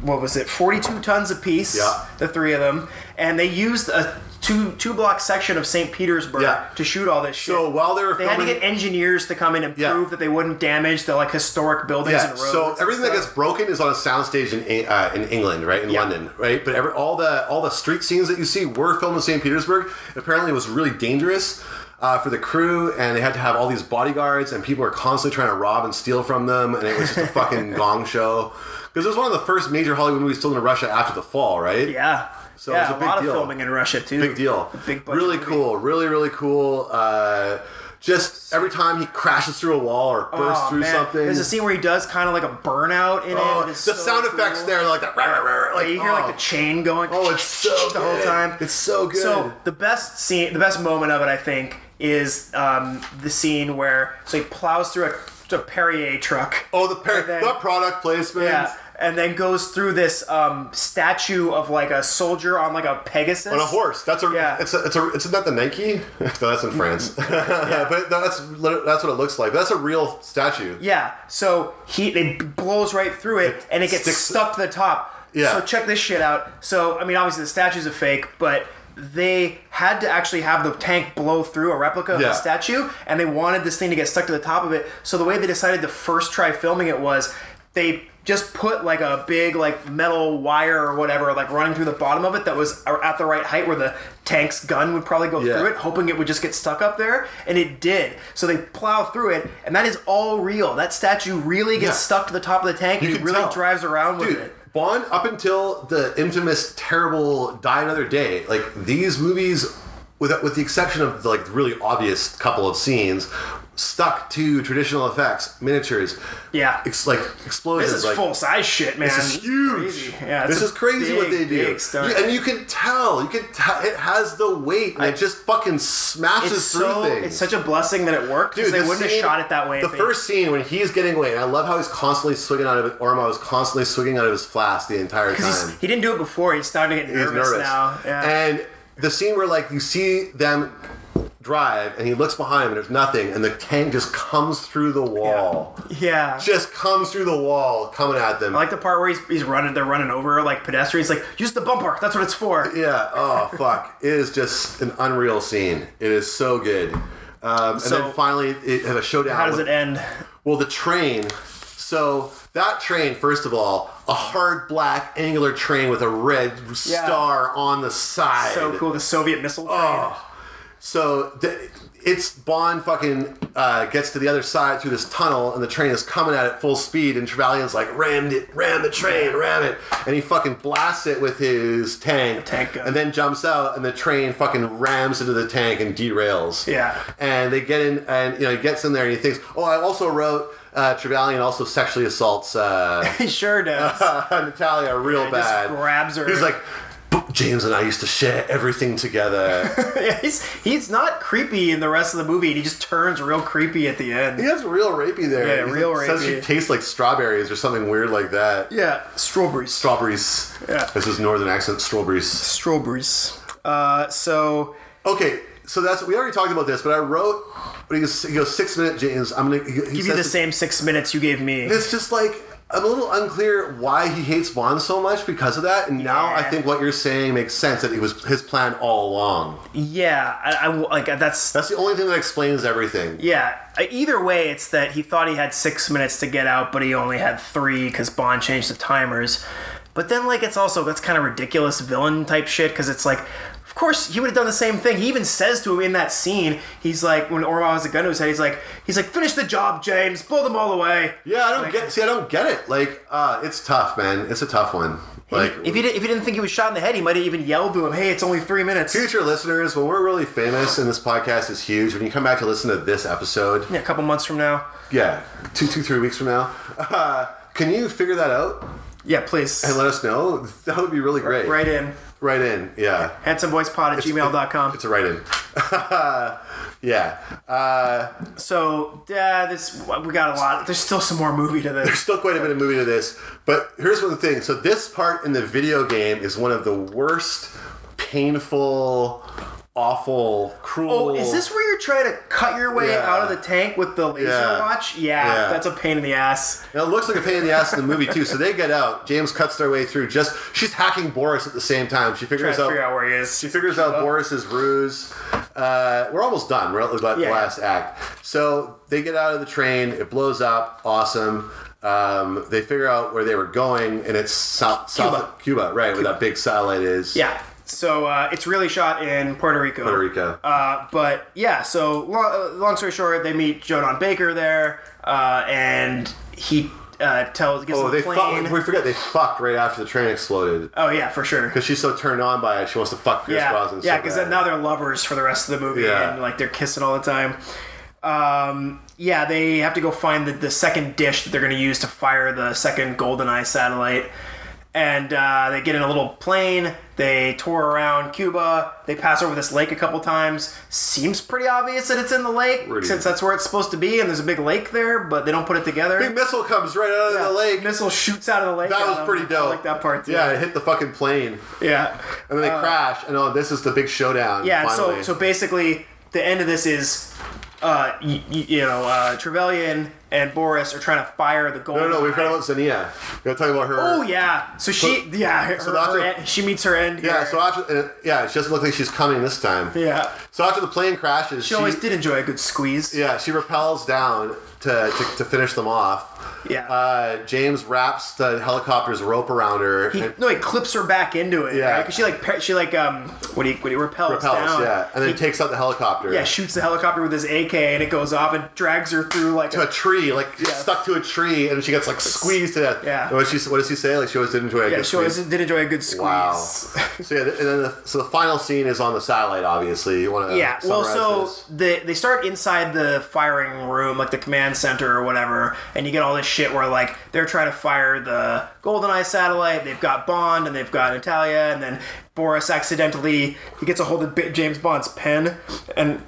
Speaker 2: what was it? Forty-two tons apiece.
Speaker 1: Yeah.
Speaker 2: The three of them, and they used a two two block section of St. Petersburg
Speaker 1: Yeah.
Speaker 2: to shoot all this shit.
Speaker 1: So while they were
Speaker 2: they had to
Speaker 1: filming-
Speaker 2: get engineers to come in and
Speaker 1: Yeah.
Speaker 2: prove that they wouldn't damage the like historic buildings
Speaker 1: Yeah,
Speaker 2: and roads.
Speaker 1: so
Speaker 2: and
Speaker 1: everything that
Speaker 2: stuff.
Speaker 1: gets broken is on a soundstage in Eng- uh, in England, right in
Speaker 2: Yeah.
Speaker 1: London, right. But every, all the all the street scenes that you see were filmed in St. Petersburg. Apparently, it was really dangerous uh, for the crew, and they had to have all these bodyguards, and people are constantly trying to rob and steal from them, and it was just a fucking gong show. Because it was one of the first major Hollywood movies still in Russia after the fall, right?
Speaker 2: Yeah.
Speaker 1: So
Speaker 2: yeah,
Speaker 1: it was a big
Speaker 2: lot
Speaker 1: deal.
Speaker 2: of filming in Russia too.
Speaker 1: big deal.
Speaker 2: Big budget
Speaker 1: really
Speaker 2: movie.
Speaker 1: cool. Really, really cool. Uh, just every time he crashes through a wall or bursts
Speaker 2: Oh,
Speaker 1: through
Speaker 2: man.
Speaker 1: something,
Speaker 2: There's a scene where he does kind of like a burnout in
Speaker 1: Oh,
Speaker 2: it.
Speaker 1: the
Speaker 2: It's so
Speaker 1: sound effects
Speaker 2: cool.
Speaker 1: there, like that. Rah, rah, rah, rah, like,
Speaker 2: Yeah, you hear
Speaker 1: oh.
Speaker 2: like the chain going.
Speaker 1: Oh, it's so
Speaker 2: the whole
Speaker 1: good.
Speaker 2: time.
Speaker 1: It's so good.
Speaker 2: So the best scene, the best moment of it, I think, is um, the scene where so he plows through a, a Perrier truck.
Speaker 1: oh the par-
Speaker 2: and then-
Speaker 1: the product placement.
Speaker 2: Yeah. And then goes through this um, statue of like a soldier on like a Pegasus
Speaker 1: On a horse. That's a.
Speaker 2: Yeah.
Speaker 1: It's a. It's a. It's not the Nike. no, that's in France. but that's that's what it looks like. That's a real statue.
Speaker 2: Yeah. So he it blows right through it and it gets
Speaker 1: sticks-
Speaker 2: stuck to the top.
Speaker 1: Yeah.
Speaker 2: So check this shit out. So I mean, obviously the statue's a fake, but they had to actually have the tank blow through a replica of
Speaker 1: Yeah.
Speaker 2: the statue, and they wanted this thing to get stuck to the top of it. So the way they decided to first try filming it was they just put like a big like metal wire or whatever like running through the bottom of it that was at the right height where the tank's gun would probably go
Speaker 1: Yeah.
Speaker 2: through it hoping it would just get stuck up there, and it did. So they plow through it, and that is all real. That statue really
Speaker 1: Yeah.
Speaker 2: gets stuck to the top of the tank, and he
Speaker 1: can
Speaker 2: really
Speaker 1: tell.
Speaker 2: drives around with
Speaker 1: Dude,
Speaker 2: it.
Speaker 1: Bond up until the infamous terrible Die Another Day, like these movies with with the exception of like the really obvious couple of scenes stuck to traditional effects, miniatures.
Speaker 2: Yeah.
Speaker 1: It's like explosions
Speaker 2: This is
Speaker 1: like
Speaker 2: full size shit, man.
Speaker 1: This is huge.
Speaker 2: crazy. Yeah, it's
Speaker 1: this
Speaker 2: a
Speaker 1: is crazy what
Speaker 2: big,
Speaker 1: they do.
Speaker 2: big stunt.
Speaker 1: You- and you can tell. You can tell. It has the weight, and it just fucking smashes
Speaker 2: it's
Speaker 1: through
Speaker 2: so
Speaker 1: things.
Speaker 2: it's such a blessing that it worked because they
Speaker 1: the
Speaker 2: wouldn't have
Speaker 1: scene-
Speaker 2: shot it that way.
Speaker 1: The
Speaker 2: if they-
Speaker 1: first scene when he's getting away, and I love how he's constantly swinging out of it. Orma was constantly swinging out of his flask the entire
Speaker 2: 'cause he's-
Speaker 1: time.
Speaker 2: he didn't do it before. He's starting to get
Speaker 1: He's
Speaker 2: nervous, now. Yeah.
Speaker 1: And the scene where like you see them drive, and he looks behind him, and there's nothing, and the tank just comes through the wall.
Speaker 2: yeah.
Speaker 1: Just comes through the wall, coming at them.
Speaker 2: I like the part where he's, he's running. They're running over like pedestrians. Like use the bumper. That's what it's for.
Speaker 1: Yeah. Oh fuck! It is just an unreal scene. It is so good. Um, and
Speaker 2: So-
Speaker 1: then finally, it has a showdown.
Speaker 2: How does
Speaker 1: with-
Speaker 2: it end?
Speaker 1: Well, the train. So that train, first of all, a hard black angular train with a red
Speaker 2: Yeah.
Speaker 1: star on the side.
Speaker 2: So cool. The Soviet missile. Train.
Speaker 1: Oh. So the, it's Bond fucking uh, gets to the other side through this tunnel, and the train is coming at it full speed, and Trevelyan's like, ram it, ram the train, ram it, and he fucking blasts it with his tank,
Speaker 2: tank gun.
Speaker 1: and then jumps out, and the train fucking rams into the tank and derails.
Speaker 2: Yeah.
Speaker 1: And they get in, and you know he gets in there, and he thinks, oh, I also wrote. Uh, Trevelyan also sexually assaults uh,
Speaker 2: He sure does.
Speaker 1: Natalia real
Speaker 2: he just
Speaker 1: bad.
Speaker 2: grabs her.
Speaker 1: He's like, "But James and I used to share everything together.
Speaker 2: he's he's not creepy in the rest of the movie, and he just turns real creepy at the end.
Speaker 1: He has real rapey there.
Speaker 2: Yeah,
Speaker 1: He's
Speaker 2: real
Speaker 1: like, Says she
Speaker 2: rapey.
Speaker 1: tastes like strawberries or something weird like that.
Speaker 2: Yeah, strawberries.
Speaker 1: Strawberries.
Speaker 2: Yeah.
Speaker 1: This is northern accent. Strawberries.
Speaker 2: strawberries. Uh, so
Speaker 1: Okay, so that's we already talked about this, but I wrote. But he goes, he goes six minute James. I'm gonna he, he
Speaker 2: give
Speaker 1: says
Speaker 2: you the
Speaker 1: to-
Speaker 2: same six minutes you gave me.
Speaker 1: It's just like I'm a little unclear why he hates Bond so much because of that. And now I
Speaker 2: Yeah.
Speaker 1: think what you're saying makes sense that it was his plan all along.
Speaker 2: Yeah, I, I like that's.
Speaker 1: That's the only thing that explains everything.
Speaker 2: Yeah. uh, Either way, it's that he thought he had six minutes to get out, but he only had three because Bond changed the timers. But then, like, it's also that's kind of ridiculous villain type shit because it's like, of course, he would have done the same thing. He even says to him in that scene, he's like, when Orwell has a gun to his head, he's like, he's like, finish the job, James, blow them all away.
Speaker 1: Yeah, I don't get. See, I don't get it. Like, uh, it's tough, man. It's a tough one. Like,
Speaker 2: If he, did, if he didn't think he was shot in the head, he might have even yelled to him, "Hey, it's only three minutes."
Speaker 1: future listeners, when we're really famous and this podcast is huge, when you come back to listen to this episode,
Speaker 2: Yeah, a couple months from now.
Speaker 1: yeah, two, two, three weeks from now, uh, can you figure that out
Speaker 2: Yeah, please
Speaker 1: and let us know? That would be really great.
Speaker 2: write in
Speaker 1: Right in, yeah.
Speaker 2: handsomeboyspod at gmail.com.
Speaker 1: It's a write in. yeah. Uh,
Speaker 2: So yeah, this we got a lot. There's still some more movie to this.
Speaker 1: still quite a bit of movie to this, but here's one thing. So this part in the video game is one of the worst, painful, awful, cruel.
Speaker 2: Oh, is this where you're trying to cut your way
Speaker 1: Yeah.
Speaker 2: out of the tank with the laser
Speaker 1: Yeah.
Speaker 2: watch? Yeah,
Speaker 1: Yeah.
Speaker 2: that's a pain in the ass.
Speaker 1: Now, it looks like a pain in the ass in the movie too. So they get out. James cuts their way through. Just she's hacking Boris at the same time. She
Speaker 2: Trying
Speaker 1: figures
Speaker 2: to figure
Speaker 1: out.
Speaker 2: out where he is.
Speaker 1: She figures out Boris's ruse. Uh, we're almost done. We're at the
Speaker 2: Yeah.
Speaker 1: last act. So they get out of the train. It blows up. Awesome. Um, they figure out where they were going, and it's South, South
Speaker 2: Cuba.
Speaker 1: Cuba, right? Where that big satellite is.
Speaker 2: Yeah. So uh, it's really shot in Puerto Rico.
Speaker 1: Puerto Rico.
Speaker 2: Uh, but yeah, so long, long story short, they meet Jonan Baker there, uh, and he uh, tells gets
Speaker 1: Oh,
Speaker 2: on the
Speaker 1: they
Speaker 2: plane.
Speaker 1: fucked. We forget they fucked right after the train exploded
Speaker 2: oh yeah, for sure.
Speaker 1: because she's so turned on by it. She wants to fuck Pierce
Speaker 2: Yeah,
Speaker 1: Brosnan.
Speaker 2: yeah,
Speaker 1: so
Speaker 2: because
Speaker 1: bad.
Speaker 2: then now they're lovers for the rest of the movie,
Speaker 1: Yeah.
Speaker 2: and like they're kissing all the time. Um, yeah, they have to go find the, the second dish that they're going to use to fire the second GoldenEye satellite, and uh, they get in a little plane. They tour around Cuba. They pass over this lake a couple times. Seems pretty obvious that it's in the lake,
Speaker 1: Pretty.
Speaker 2: since that's where it's supposed to be, and there's a big lake there, but they don't put it together.
Speaker 1: big missile comes right out of
Speaker 2: Yeah,
Speaker 1: the lake.
Speaker 2: missile shoots out of the lake.
Speaker 1: That
Speaker 2: at
Speaker 1: was
Speaker 2: them.
Speaker 1: pretty dope.
Speaker 2: I like that part too.
Speaker 1: Yeah, it hit the fucking plane,
Speaker 2: yeah.
Speaker 1: and then they crash, and oh, this is the big showdown.
Speaker 2: Yeah, and
Speaker 1: finally.
Speaker 2: so so basically, the end of this is, uh, y- y- you know, uh, Trevelyan and Boris are trying to fire the gold.
Speaker 1: no, no, no, we forgot about Xenia. We gotta talk about her.
Speaker 2: Oh yeah, so she yeah, her,
Speaker 1: so that's
Speaker 2: her
Speaker 1: it.
Speaker 2: en- she meets her end.
Speaker 1: yeah.
Speaker 2: here.
Speaker 1: So after, uh, yeah, she doesn't look like she's coming this time.
Speaker 2: yeah,
Speaker 1: So after the plane crashes,
Speaker 2: she always did enjoy a good squeeze.
Speaker 1: Yeah, she repels down to to, to finish them off.
Speaker 2: Yeah.
Speaker 1: Uh, James wraps the helicopter's rope around her.
Speaker 2: He,
Speaker 1: and-
Speaker 2: no, he clips her back into it.
Speaker 1: Yeah.
Speaker 2: Yeah, because she like par- she like um what do you what do you repels,
Speaker 1: repels,
Speaker 2: down.
Speaker 1: yeah, and then
Speaker 2: He-
Speaker 1: takes out the helicopter.
Speaker 2: yeah shoots the helicopter with his AK and it goes off and drags her through like
Speaker 1: to a tree, like
Speaker 2: Yeah.
Speaker 1: stuck to a tree, and she gets like squeezed to death.
Speaker 2: Yeah.
Speaker 1: And What, she, what does he say? Like she always did enjoy. a
Speaker 2: yeah
Speaker 1: good
Speaker 2: she always
Speaker 1: squeeze.
Speaker 2: did enjoy a good squeeze.
Speaker 1: Wow. so yeah, and then the, so the final scene is on the satellite. Obviously, you want to
Speaker 2: yeah well so the, they start inside the firing room like the command center or whatever and you get all this shit where like they're trying to fire the goldeneye satellite they've got bond and they've got natalia and then boris accidentally he gets a hold of Bi- james bond's pen and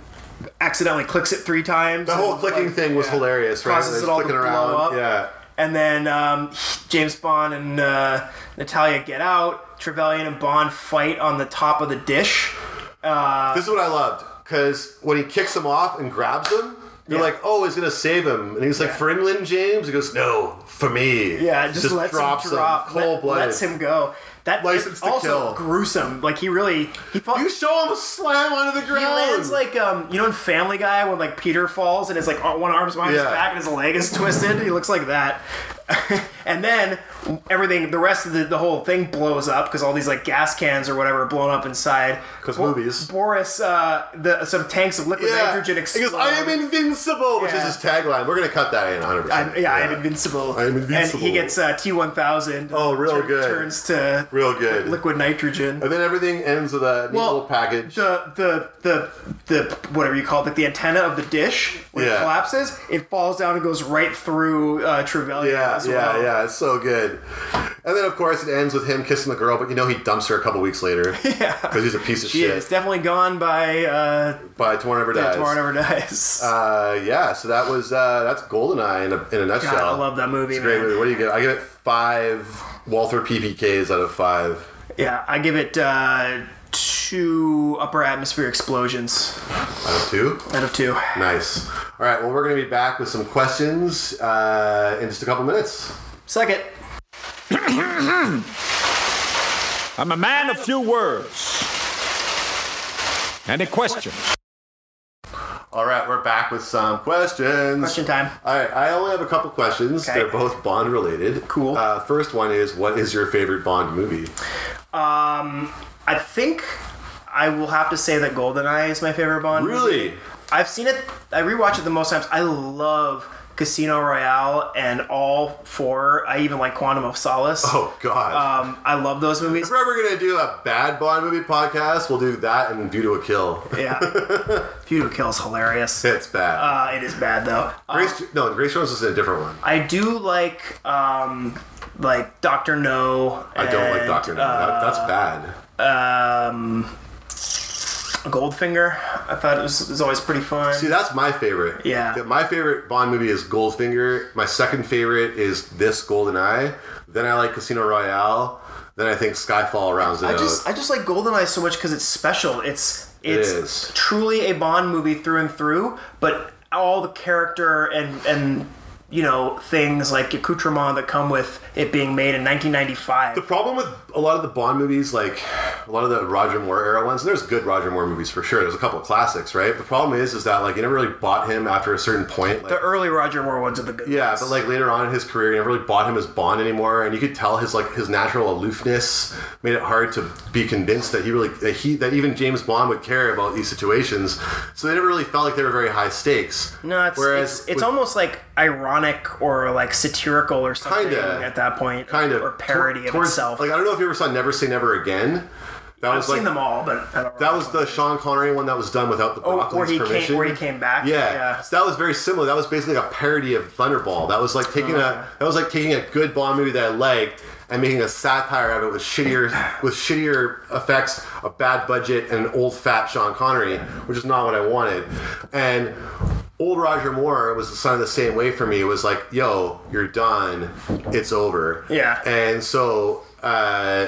Speaker 2: accidentally clicks it three times
Speaker 1: the whole
Speaker 2: and,
Speaker 1: clicking
Speaker 2: like,
Speaker 1: thing was
Speaker 2: yeah,
Speaker 1: hilarious. Right?
Speaker 2: causes
Speaker 1: It's
Speaker 2: it all to
Speaker 1: clicking
Speaker 2: blow
Speaker 1: around.
Speaker 2: up
Speaker 1: Yeah.
Speaker 2: and then um, James Bond and uh, Natalia get out. Trevelyan and Bond fight on the top of the dish. Uh,
Speaker 1: this is what I loved because when he kicks him off and grabs him, you're
Speaker 2: Yeah.
Speaker 1: like, oh, he's gonna save him, and he's like, for England, James. He goes, no, for me.
Speaker 2: Yeah, just, lets him drop,
Speaker 1: cold
Speaker 2: let,
Speaker 1: blooded.
Speaker 2: lets him go. That
Speaker 1: License
Speaker 2: it's
Speaker 1: to
Speaker 2: also
Speaker 1: kill.
Speaker 2: gruesome. Like he really he fought.
Speaker 1: You show him a slam onto the
Speaker 2: he
Speaker 1: ground.
Speaker 2: lands like um you know in Family Guy when like Peter falls and his like ar- one arm's behind
Speaker 1: Yeah.
Speaker 2: his back and his leg is twisted. He looks like that. and then everything, the rest of the, the whole thing blows up because all these like gas cans or whatever are blown up inside.
Speaker 1: 'Cause movies.
Speaker 2: Boris, uh, the some tanks of liquid
Speaker 1: yeah.
Speaker 2: nitrogen
Speaker 1: He
Speaker 2: explode.
Speaker 1: goes, I am invincible, which is
Speaker 2: Yeah.
Speaker 1: his tagline. We're gonna cut that in 100.
Speaker 2: I'm, yeah, I'm invincible.
Speaker 1: I am invincible.
Speaker 2: And he gets uh, T1000.
Speaker 1: Oh, real good.
Speaker 2: Turns to
Speaker 1: Real good.
Speaker 2: liquid nitrogen.
Speaker 1: And then everything ends with a neat
Speaker 2: Well,
Speaker 1: little package.
Speaker 2: the the the the whatever you call it, like the antenna of the dish when
Speaker 1: Yeah.
Speaker 2: it collapses, it falls down and goes right through uh, Trevelyan.
Speaker 1: Yeah,
Speaker 2: as
Speaker 1: yeah,
Speaker 2: well.
Speaker 1: yeah. It's so good. And then, of course, it ends with him kissing the girl, but you know he dumps her a couple weeks later. Yeah. Because he's a piece of
Speaker 2: She
Speaker 1: shit.
Speaker 2: is definitely gone by uh,
Speaker 1: By Tomorrow Never
Speaker 2: yeah,
Speaker 1: Dies.
Speaker 2: Tomorrow Never Dies.
Speaker 1: Uh, yeah, so that was uh, that's Goldeneye in a, in a nutshell.
Speaker 2: God, I love that movie,
Speaker 1: It's a great
Speaker 2: man.
Speaker 1: movie. What do you give? it? I give it five Walther PPKs out of five.
Speaker 2: Yeah, I give it uh, two upper atmosphere explosions
Speaker 1: Out of two.
Speaker 2: out of two.
Speaker 1: Nice. All right. Well, we're gonna be back with some questions uh, in just a couple minutes.
Speaker 2: Second,
Speaker 8: I'm a man of few words. Any questions?
Speaker 1: All right, we're back with some questions.
Speaker 2: question time.
Speaker 1: All right, I only have a couple questions.
Speaker 2: Okay.
Speaker 1: They're both Bond related.
Speaker 2: Cool.
Speaker 1: Uh, first one is, what is your favorite Bond movie?
Speaker 2: I think I will have to say that Goldeneye is my favorite Bond. movie.
Speaker 1: Really?
Speaker 2: I've seen it. I rewatch it the most times. I love Casino Royale and all four. I even like Quantum of Solace.
Speaker 1: Oh God!
Speaker 2: Um, I love those movies.
Speaker 1: if we're ever gonna do a bad Bond movie podcast, we'll do that and View to a Kill.
Speaker 2: Yeah, View to a Kill is hilarious.
Speaker 1: It's bad.
Speaker 2: Uh, it is bad though. Uh,
Speaker 1: Grace, no, Grace Jones is in a different one.
Speaker 2: I do like um, like Doctor No.
Speaker 1: I don't like
Speaker 2: and, uh,
Speaker 1: Doctor No. that, that's bad.
Speaker 2: um, Goldfinger. I thought it was, it was always pretty fun.
Speaker 1: See, that's my favorite.
Speaker 2: Yeah.
Speaker 1: Th- My favorite Bond movie is Goldfinger. My second favorite is this Golden Eye. Then I like Casino Royale. Then I think Skyfall rounds it
Speaker 2: I
Speaker 1: out.
Speaker 2: just I just like Goldeneye so much because it's special. It's it's
Speaker 1: is.
Speaker 2: truly a Bond movie through and through, but all the character and and you know things like accoutrement that come with it being made in 1995.
Speaker 1: The problem with a lot of the Bond movies, like a lot of the Roger Moore era ones, and there's good Roger Moore movies for sure. There's a couple of classics, right? The problem is, is that like you never really bought him after a certain point. Like,
Speaker 2: the early Roger Moore ones are the good
Speaker 1: Yeah,
Speaker 2: ones.
Speaker 1: but like later on in his career, you never really bought him as Bond anymore, and you could tell his like his natural aloofness made it hard to be convinced that he really that he that even James Bond would care about these situations. So they never really felt like they were very high stakes.
Speaker 2: no, it's it's, it's
Speaker 1: with-
Speaker 2: almost like ironic or like satirical or something
Speaker 1: Kinda.
Speaker 2: at that point,
Speaker 1: kind of
Speaker 2: or parody
Speaker 1: tor-
Speaker 2: of
Speaker 1: towards-
Speaker 2: itself.
Speaker 1: Like I don't know if you ever saw Never Say Never Again. That
Speaker 2: I've
Speaker 1: was
Speaker 2: seen
Speaker 1: like
Speaker 2: them all, but I don't
Speaker 1: that was the Sean Connery one that was done without the
Speaker 2: Oh,
Speaker 1: Broccoli's
Speaker 2: where he
Speaker 1: permission.
Speaker 2: came where he came back.
Speaker 1: Yeah.
Speaker 2: yeah.
Speaker 1: So that was very similar. That was basically a parody of Thunderball. That was like taking a that was like taking a good Bond movie that I liked and making a satire of it with shittier with shittier effects, a bad budget, and an old fat Sean Connery, which is not what I wanted. And old Roger Moore was the son of the same way for me. It was like, yo, you're done. It's over.
Speaker 2: Yeah.
Speaker 1: And so uh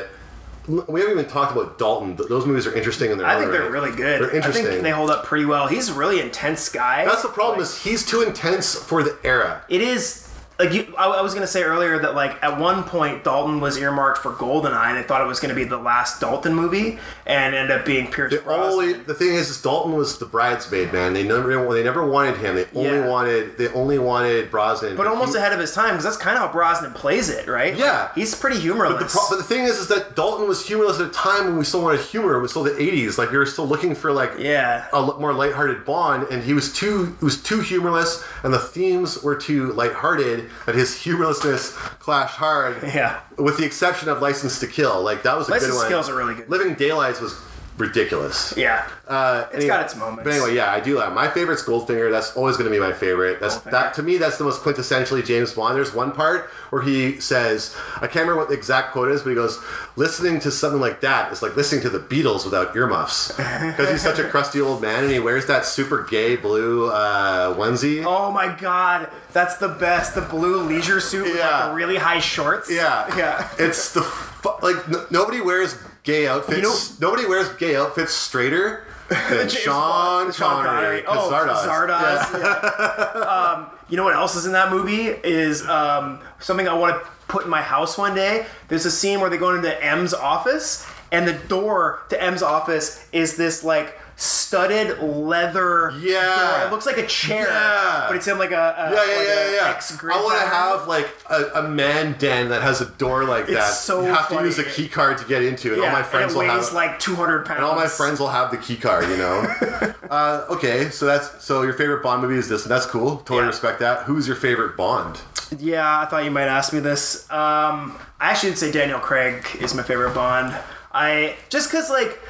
Speaker 1: we haven't even talked about Dalton. Th- Those movies are interesting in their
Speaker 2: I
Speaker 1: own
Speaker 2: think they're
Speaker 1: right.
Speaker 2: really good.
Speaker 1: They're interesting.
Speaker 2: I think they hold up pretty well. He's a really intense guy.
Speaker 1: That's the problem is he's too intense for the era.
Speaker 2: It is like you, I, I was gonna say earlier that like at one point Dalton was earmarked for Goldeneye. and They thought it was gonna be the last Dalton movie, and ended up being Pierce
Speaker 1: The
Speaker 2: Brosnan.
Speaker 1: only the thing is, is Dalton was the bridesmaid man. They never they never wanted him. They only
Speaker 2: Yeah.
Speaker 1: wanted they only wanted Brosnan.
Speaker 2: but almost
Speaker 1: he-
Speaker 2: ahead of his time because that's kind of how Brosnan plays it, right?
Speaker 1: Yeah.
Speaker 2: Like, he's pretty
Speaker 1: But the,
Speaker 2: humorless.
Speaker 1: pro- but the thing is, is that Dalton was humorless at a time when we still wanted humor. It was still the '80s. Like we were still looking for like
Speaker 2: Yeah.
Speaker 1: a l- more lighthearted Bond, and he was too he was too humorless, and the themes were too lighthearted that his humorlessness clashed hard.
Speaker 2: Yeah.
Speaker 1: With the exception of License to Kill, like that was a
Speaker 2: License
Speaker 1: good
Speaker 2: to
Speaker 1: one.
Speaker 2: Kill's a really good-
Speaker 1: Living Daylights was ridiculous.
Speaker 2: yeah,
Speaker 1: Uh,
Speaker 2: It's got its moments.
Speaker 1: But anyway, yeah, I do that. My favorite's Goldfinger. That's always going to be my favorite. That's that to me. That's the most quintessentially James Bond. There's one part where he says, I can't remember what the exact quote is, but he goes, "Listening to something like that is like listening to the Beatles without earmuffs," because he's such a crusty old man and he wears that super gay blue uh, onesie.
Speaker 2: Oh my god, that's the best. The blue leisure suit with like
Speaker 1: Yeah.
Speaker 2: the really high shorts.
Speaker 1: Yeah,
Speaker 2: yeah.
Speaker 1: It's the fu- like n- nobody wears gay outfits. nobody wears gay outfits straighter than
Speaker 2: James
Speaker 1: Sean,
Speaker 2: Bond,
Speaker 1: Connery.
Speaker 2: Oh,
Speaker 1: Zardoz.
Speaker 2: Zardoz, yeah. um, you know what else is in that movie is um, something I want to put in my house one day. There's a scene where they go into M's office, and the door to M's office is this like studded leather.
Speaker 1: Yeah.
Speaker 2: door. it looks like a chair,
Speaker 1: Yeah.
Speaker 2: but it's in like a, a
Speaker 1: Yeah, yeah,
Speaker 2: like
Speaker 1: yeah,
Speaker 2: a
Speaker 1: yeah.
Speaker 2: ex-grid
Speaker 1: I want to
Speaker 2: pattern.
Speaker 1: have like a, a man den that has a door like that.
Speaker 2: so
Speaker 1: you have
Speaker 2: funny.
Speaker 1: to use a key card to get into, and
Speaker 2: Yeah,
Speaker 1: all my
Speaker 2: and
Speaker 1: friends
Speaker 2: it
Speaker 1: will
Speaker 2: weighs
Speaker 1: have.
Speaker 2: like 200 pounds.
Speaker 1: and all my friends will have the key card, you know. uh, okay, so that's so your favorite Bond movie is this, and that's cool. Totally
Speaker 2: Yeah.
Speaker 1: respect that. Who's your favorite Bond?
Speaker 2: Yeah, I thought you might ask me this. Um, I actually would say Daniel Craig is my favorite Bond. I just because like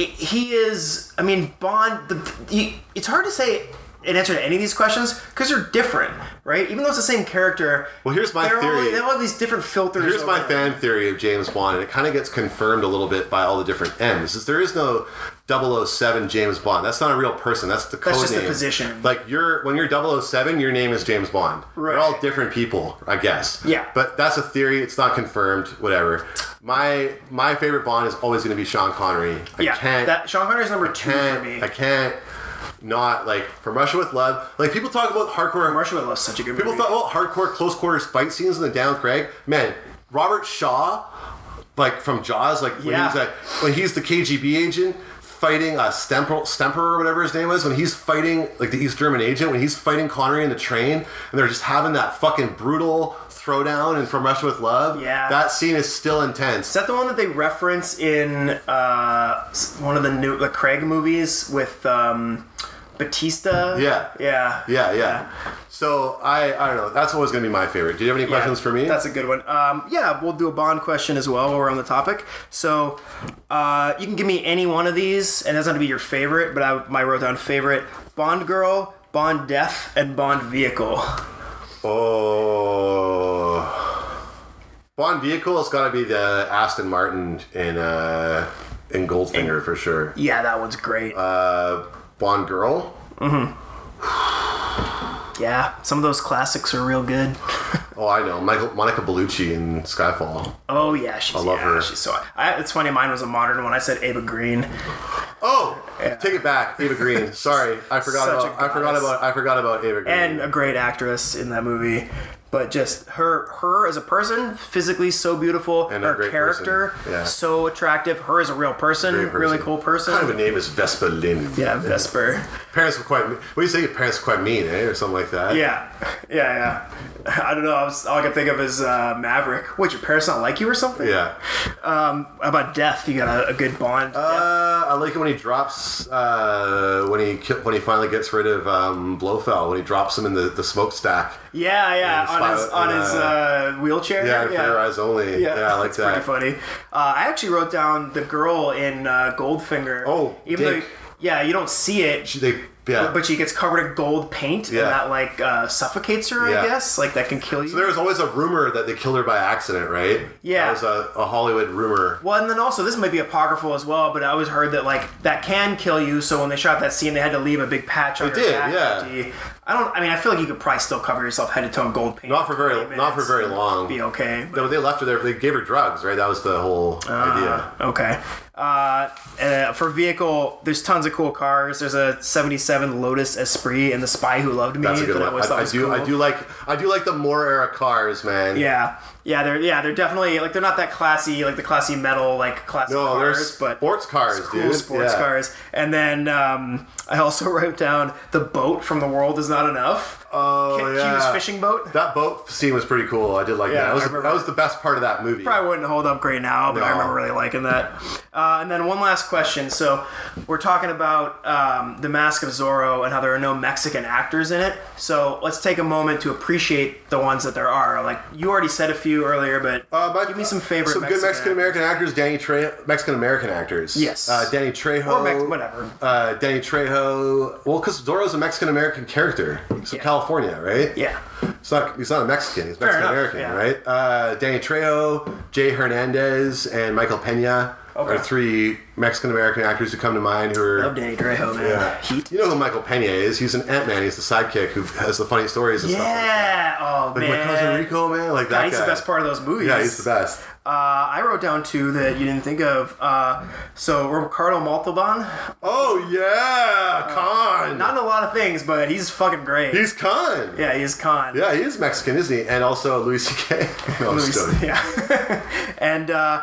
Speaker 2: i he is. I mean, Bond. The, he, it's hard to say an answer to any of these questions because they're different, right? Even though it's the same character.
Speaker 1: Well, here's my
Speaker 2: they're all-
Speaker 1: theory.
Speaker 2: they all have these different filters.
Speaker 1: Here's my
Speaker 2: over it.
Speaker 1: fan theory of James Bond, and it kind of gets confirmed a little bit by all the different M's. Is there is no 007 James Bond. That's not a real person. That's the code
Speaker 2: That's just the
Speaker 1: name.
Speaker 2: position.
Speaker 1: Like you're when you're 007, your name is James Bond.
Speaker 2: Right.
Speaker 1: They're all different people, I guess.
Speaker 2: Yeah.
Speaker 1: But that's a theory. It's not confirmed. Whatever. My my favorite Bond is always going to be Sean Connery. I
Speaker 2: Yeah,
Speaker 1: can't.
Speaker 2: that Sean Connery's number two for me.
Speaker 1: can't, I can't not like from Russia with Love. Like people talk about hardcore
Speaker 2: Marshall loves such a good
Speaker 1: People
Speaker 2: movie.
Speaker 1: thought, well, hardcore close quarters fight scenes in the Down Craig. Man, Robert Shaw, like from Jaws, like when,
Speaker 2: Yeah.
Speaker 1: he's, like, when he's the KGB agent fighting a Stemper, Stemper or whatever his name was, when he's fighting like the East German agent, when he's fighting Connery in the train, and they're just having that fucking brutal throwdown and From Russia with Love.
Speaker 2: Yeah.
Speaker 1: that scene is still intense.
Speaker 2: Is that the one that they reference in uh, s- one of the new the Craig movies with um, Batista.
Speaker 1: Yeah.
Speaker 2: Yeah.
Speaker 1: Yeah, yeah. So I, I don't know. That's always going to be my favorite. Do you have any questions
Speaker 2: Yeah,
Speaker 1: for me?
Speaker 2: That's a good one. Um, yeah, we'll do a Bond question as well while we're on the topic. So uh, you can give me any one of these, and that's not to be your favorite, but I, my wrote down favorite Bond girl, Bond death, and Bond vehicle.
Speaker 1: oh, Bond vehicle has got to be the Aston Martin in uh, in Goldfinger for sure. Uh,
Speaker 2: Yeah, that one's great.
Speaker 1: Bond girl.
Speaker 2: yeah, some of those classics are real good.
Speaker 1: Oh, I know. Michael, Monica Bellucci in Skyfall.
Speaker 2: Oh yeah, she's I
Speaker 1: love her.
Speaker 2: She's so. I, it's funny, mine was a modern one. I said Ava Green.
Speaker 1: Oh, take it back, Ava Green. Sorry, I forgot
Speaker 2: Such a
Speaker 1: about. I forgot
Speaker 2: goddess.
Speaker 1: about. I forgot about Ava Green.
Speaker 2: and a great actress in that movie. But just her, her as a person, physically so beautiful.
Speaker 1: And a
Speaker 2: her
Speaker 1: great
Speaker 2: character,
Speaker 1: person, yeah.
Speaker 2: so attractive. Her as a real person,
Speaker 1: Great person.
Speaker 2: really cool person.
Speaker 1: Kind of a name is Vespa Lynn.
Speaker 2: yeah, Vesper.
Speaker 1: Parents were quite. What do you say? Parents were quite mean, eh, or something like that.
Speaker 2: Yeah, yeah, yeah. I don't know. I was, all I could think of is uh, Maverick. Wait, your parents not like you or something?
Speaker 1: Yeah.
Speaker 2: How about death? You got a, a good bond.
Speaker 1: Uh, I like it when he drops uh, when he ki- when he finally gets rid of um, Blofeld when he drops him in the, the smokestack.
Speaker 2: yeah, yeah.
Speaker 1: yeah,
Speaker 2: On his
Speaker 1: spy-
Speaker 2: on
Speaker 1: uh,
Speaker 2: his uh, wheelchair.
Speaker 1: Yeah, for your eyes only. Yeah, I like
Speaker 2: it's
Speaker 1: that.
Speaker 2: Pretty funny. Uh, I actually wrote down the girl in uh, Goldfinger.
Speaker 1: Oh,
Speaker 2: even
Speaker 1: Dick.
Speaker 2: though yeah, you don't see it,
Speaker 1: She- They yeah.
Speaker 2: but she gets covered in gold paint,
Speaker 1: Yeah.
Speaker 2: and that like uh, suffocates her.
Speaker 1: Yeah.
Speaker 2: I guess like that can kill you.
Speaker 1: there was always a rumor that they killed her by accident, right?
Speaker 2: Yeah.
Speaker 1: that was a, a Hollywood rumor.
Speaker 2: well, and then also this might be apocryphal as well, but I always heard that like that can kill you. So when they shot that scene, they had to leave a big patch on
Speaker 1: They
Speaker 2: her
Speaker 1: did,
Speaker 2: back.
Speaker 1: yeah.
Speaker 2: Do you- I don't. I mean, I feel like you could probably still cover yourself head to toe in gold paint.
Speaker 1: Not for very-
Speaker 2: Eight
Speaker 1: not for
Speaker 2: minutes.
Speaker 1: very long.
Speaker 2: Be okay. but-
Speaker 1: No, they left her there. They gave her drugs, right? That was the whole
Speaker 2: Ah.
Speaker 1: idea.
Speaker 2: Okay. Uh, uh, for vehicle, there's tons of cool cars. There's a '77 Lotus Esprit and the Spy Who Loved Me.
Speaker 1: That's a good
Speaker 2: that I
Speaker 1: one.
Speaker 2: always
Speaker 1: I,
Speaker 2: thought
Speaker 1: I
Speaker 2: was
Speaker 1: do. I
Speaker 2: cool.
Speaker 1: do like. I do like the more era cars, man.
Speaker 2: Yeah, yeah, they're yeah, they're definitely like they're not that classy, like the classy metal, like classic
Speaker 1: No, they're
Speaker 2: cars, but
Speaker 1: sports cars,
Speaker 2: cool
Speaker 1: dude.
Speaker 2: sports
Speaker 1: Yeah.
Speaker 2: cars. And then um, I also wrote down the boat from The World Is Not Enough.
Speaker 1: Oh
Speaker 2: Kid
Speaker 1: yeah.
Speaker 2: Q's fishing boat.
Speaker 1: That boat scene was pretty cool. I did like
Speaker 2: Yeah,
Speaker 1: that. That was,
Speaker 2: I
Speaker 1: the,
Speaker 2: remember
Speaker 1: that was the best part of that movie.
Speaker 2: probably wouldn't hold up great now, but I
Speaker 1: No.
Speaker 2: remember really liking that. Uh, and then one last question. So we're talking about um, the Mask of Zorro and how there are no Mexican actors in it. So let's take a moment to appreciate the ones that there are. Like you already said a few earlier, but
Speaker 1: Uh, but
Speaker 2: give me some favorite.
Speaker 1: Some good Mexican American actors. Danny Tre- Mexican American actors.
Speaker 2: Yes.
Speaker 1: Uh, Danny Trejo.
Speaker 2: Or Mex- whatever.
Speaker 1: Uh, Danny Trejo. Well, because Zorro's a Mexican American character. He's from
Speaker 2: Yeah.
Speaker 1: California, right?
Speaker 2: Yeah.
Speaker 1: It's not, he's not a Mexican. He's
Speaker 2: Fair
Speaker 1: Mexican American,
Speaker 2: enough, yeah.
Speaker 1: right? Uh, Danny Trejo, Jay Hernandez, and Michael Pena
Speaker 2: Okay.
Speaker 1: are three Mexican American actors who come to mind who are.
Speaker 2: Love Danny Trejo, man.
Speaker 1: Yeah.
Speaker 2: Heat.
Speaker 1: You know who Michael Pena is? He's an Ant Man. He's the sidekick who has the funny stories and stuff.
Speaker 2: Yeah. Oh
Speaker 1: Like
Speaker 2: man.
Speaker 1: my cousin Rico, man. Like that
Speaker 2: God, he's
Speaker 1: guy.
Speaker 2: the best part of those movies.
Speaker 1: Yeah, he's the best.
Speaker 2: Uh, I wrote down two that you didn't think of. Uh, so Ricardo Montalban,
Speaker 1: Oh yeah, Khan.
Speaker 2: Uh, not in a lot of things, but he's fucking great.
Speaker 1: he's Khan.
Speaker 2: yeah, he is con.
Speaker 1: Yeah, he is Mexican, isn't he? And also Louis C.K. No, Oh, I'm just joking.
Speaker 2: Yeah. and uh,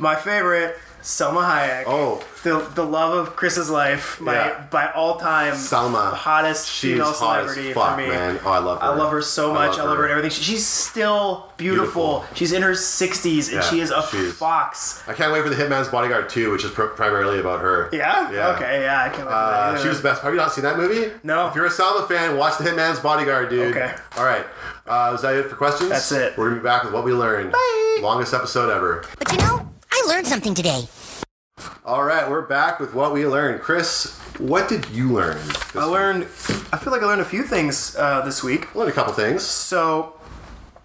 Speaker 2: my favorite, Selma Hayek.
Speaker 1: Oh.
Speaker 2: The, the love of Chris's life, my
Speaker 1: Yeah.
Speaker 2: by all time
Speaker 1: Selma.
Speaker 2: hottest
Speaker 1: She's
Speaker 2: female
Speaker 1: hot as
Speaker 2: celebrity
Speaker 1: fuck,
Speaker 2: for me.
Speaker 1: man. Oh, I love
Speaker 2: I
Speaker 1: her.
Speaker 2: love her so
Speaker 1: I
Speaker 2: much. I
Speaker 1: love
Speaker 2: love, her
Speaker 1: her.
Speaker 2: and everything. She- She's still beautiful.
Speaker 1: Beautiful.
Speaker 2: She's in her 60s and
Speaker 1: Yeah,
Speaker 2: she is a
Speaker 1: she is.
Speaker 2: fox.
Speaker 1: I can't wait for the Hitman's Bodyguard 2, which is pr- primarily about her.
Speaker 2: Yeah?
Speaker 1: Yeah.
Speaker 2: Okay, yeah, I can't wait for that
Speaker 1: Uh,
Speaker 2: either.
Speaker 1: she was the best. Have you not seen that movie?
Speaker 2: No.
Speaker 1: If you're a Salma fan, watch The Hitman's Bodyguard, dude.
Speaker 2: Okay.
Speaker 1: All right. Uh, is that it for questions?
Speaker 2: That's it.
Speaker 1: We're gonna be back with what we learned.
Speaker 4: Bye.
Speaker 1: Longest episode ever.
Speaker 4: But you know, I learned something today.
Speaker 1: All right, we're back with what we learned. Chris, what did you learn? this
Speaker 2: I
Speaker 1: week?
Speaker 2: learned, I feel like I learned a few things uh, this week.
Speaker 1: I learned a couple things.
Speaker 2: So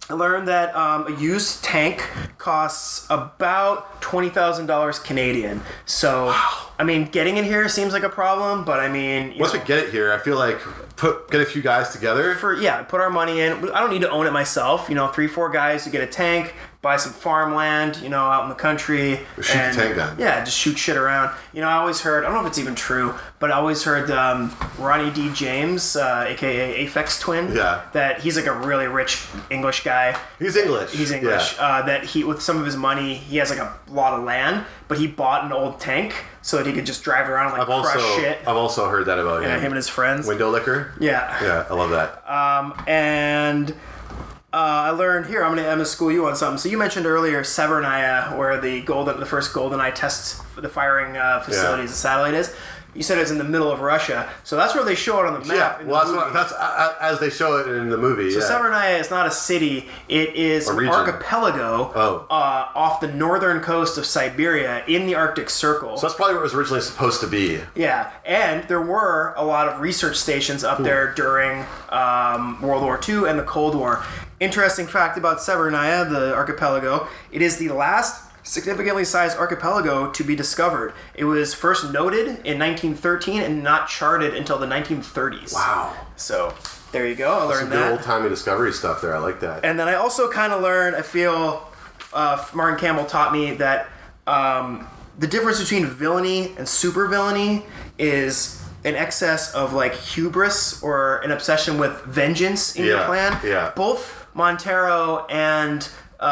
Speaker 2: I learned that um, a used tank costs about twenty thousand dollars Canadian. So I mean, getting in here seems like a problem, but I mean, you
Speaker 1: Once
Speaker 2: know,
Speaker 1: we get it here, I feel like put get a few guys together.
Speaker 2: for yeah, put our money in. I don't need to own it myself. You know, three four guys to get a tank, buy some farmland. You know, out in the country.
Speaker 1: Shoot the tank gun.
Speaker 2: Yeah, just shoot shit around. You know, I always heard. I don't know if it's even true, but I always heard um, Ronnie D. James, uh, aka Aphex Twin.
Speaker 1: Yeah.
Speaker 2: That he's like a really rich English guy.
Speaker 1: He's English.
Speaker 2: he's English.
Speaker 1: Yeah.
Speaker 2: Uh, that he with some of his money, he has like a lot of land, but he bought an old tank so that he could just drive around and like
Speaker 1: I've also
Speaker 2: Uh, crush shit.
Speaker 1: I've also heard that about
Speaker 2: yeah,
Speaker 1: him.
Speaker 2: him and his friends.
Speaker 1: window liquor.
Speaker 2: yeah. Uh,
Speaker 1: Yeah, I love that.
Speaker 2: And uh, I learned here. I'm gonna I'm gonna school you on something. So you mentioned earlier Severnaya, where the golden the first golden eye test the firing uh, facilities the satellite is. You said it's in the middle of Russia, so that's where they show it on the map.
Speaker 1: Yeah,
Speaker 2: in the
Speaker 1: well, that's,
Speaker 2: movie.
Speaker 1: what, that's uh, as they show it in the movie.
Speaker 2: So
Speaker 1: yeah.
Speaker 2: Severnaya is not a city; it is an
Speaker 1: region.
Speaker 2: archipelago
Speaker 1: Oh.
Speaker 2: uh, off the northern coast of Siberia in the Arctic Circle.
Speaker 1: So that's probably what it was originally supposed to be.
Speaker 2: yeah, and there were a lot of research stations
Speaker 1: Hmm.
Speaker 2: up there during um, World War II and the Cold War. Interesting fact about Severnaya, the archipelago: it is the last significantly sized archipelago to be discovered. It was first noted in 1913 and not charted until the 1930s.
Speaker 1: Wow.
Speaker 2: So there you go. I
Speaker 1: Some
Speaker 2: learned
Speaker 1: good
Speaker 2: that.
Speaker 1: old timey discovery stuff there. I like that.
Speaker 2: And then I also kind of learned, I feel uh, Martin Campbell taught me that um, the difference between villainy and super villainy is an excess of like hubris or an obsession with vengeance in your
Speaker 1: Yeah,
Speaker 2: plan.
Speaker 1: yeah.
Speaker 2: Both Montero and uh,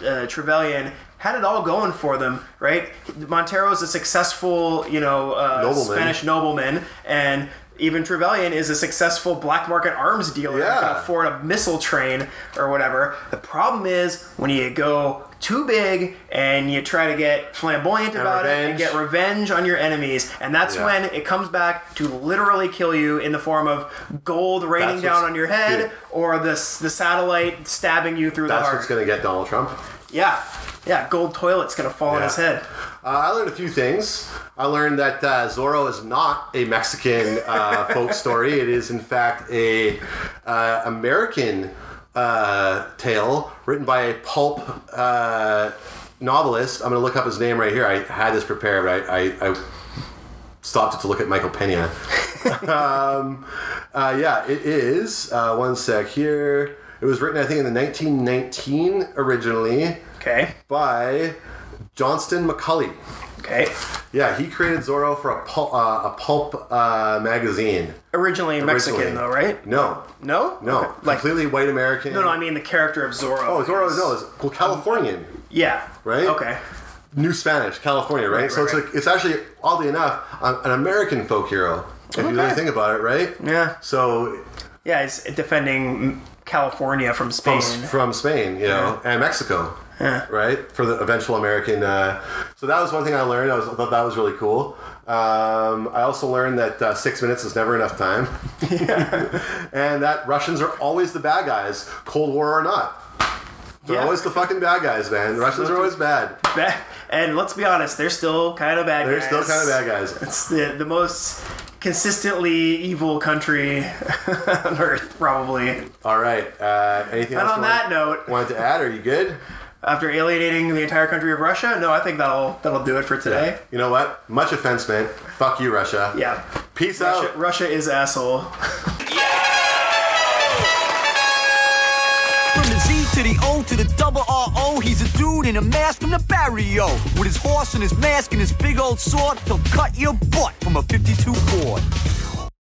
Speaker 2: uh, Trevelyan had it all going for them, right? Montero is a successful, you know, uh,
Speaker 1: Nobleman.
Speaker 2: Spanish nobleman, and even Trevelyan is a successful black market arms dealer yeah.
Speaker 1: Yeah.
Speaker 2: can afford a missile train or whatever. The problem is when you go too big and you try to get flamboyant about it and
Speaker 1: revenge.
Speaker 2: get revenge on your enemies, and that's
Speaker 1: Yeah.
Speaker 2: when it comes back to literally kill you in the form of gold raining
Speaker 1: That's
Speaker 2: down
Speaker 1: what's-
Speaker 2: on your head
Speaker 1: dude.
Speaker 2: or the s- the satellite stabbing you through the
Speaker 1: That's
Speaker 2: heart.
Speaker 1: what's going to get Donald Trump.
Speaker 2: yeah, yeah, gold toilet's gonna fall on
Speaker 1: Yeah.
Speaker 2: his head.
Speaker 1: Uh, I learned a few things. I learned that uh, Zorro is not a Mexican uh, folk story. It is, in fact, a uh, American uh, tale written by a pulp uh, novelist. I'm going to look up his name right here. I had this prepared, but I, I, I stopped it to look at Michael Pena. Uh, yeah, it is. Uh, one sec here. It was written, I think, in the 1919 originally
Speaker 2: Okay,
Speaker 1: by Johnston McCulley.
Speaker 2: okay.
Speaker 1: Yeah, he created Zorro for a pulp, uh, a pulp uh, magazine.
Speaker 2: Originally Mexican
Speaker 1: originally.
Speaker 2: though, right?
Speaker 1: No,
Speaker 2: No,
Speaker 1: no,
Speaker 2: Okay. like
Speaker 1: completely white American.
Speaker 2: no, no. I mean the character of Zorro.
Speaker 1: oh, Zorro, no, it's well, Californian,
Speaker 2: Yeah.
Speaker 1: Right?
Speaker 2: Okay.
Speaker 1: New Spanish, California, right?
Speaker 2: Right,
Speaker 1: so
Speaker 2: right,
Speaker 1: it's
Speaker 2: right.
Speaker 1: like it's actually, oddly enough, an an American folk hero. If you really think about it, right?
Speaker 2: Yeah.
Speaker 1: So
Speaker 2: Yeah, he's defending California from Spain.
Speaker 1: from from Spain, you know, and Mexico, right? For the eventual American. Uh, so that was one thing I learned. I, was, I thought that was really cool. Um, I also learned that uh, six minutes is never enough time, and that Russians are always the bad guys, Cold War or not. They're
Speaker 2: Yeah.
Speaker 1: always the fucking bad guys, man. The Russians are always bad.
Speaker 2: Ba- and let's be honest, they're still kind of bad
Speaker 1: They're
Speaker 2: guys.
Speaker 1: still kind of bad guys.
Speaker 2: It's the, the most consistently evil country on earth, probably.
Speaker 1: All right. Uh, anything
Speaker 2: And
Speaker 1: else?
Speaker 2: on
Speaker 1: you
Speaker 2: that
Speaker 1: want-
Speaker 2: note,
Speaker 1: wanted to add? Are you good?
Speaker 2: after alienating the entire country of Russia, no, I think that'll that'll do it for today.
Speaker 1: You know what? Much offense, man. Fuck you, Russia.
Speaker 2: Yeah.
Speaker 1: Peace
Speaker 2: Russia,
Speaker 1: out.
Speaker 2: Russia is asshole.
Speaker 9: From the Z to the O to the double R-O, he's a dude in a mask from the barrio. With his horse and his mask and his big old sword, he'll cut your butt from a 52 Ford.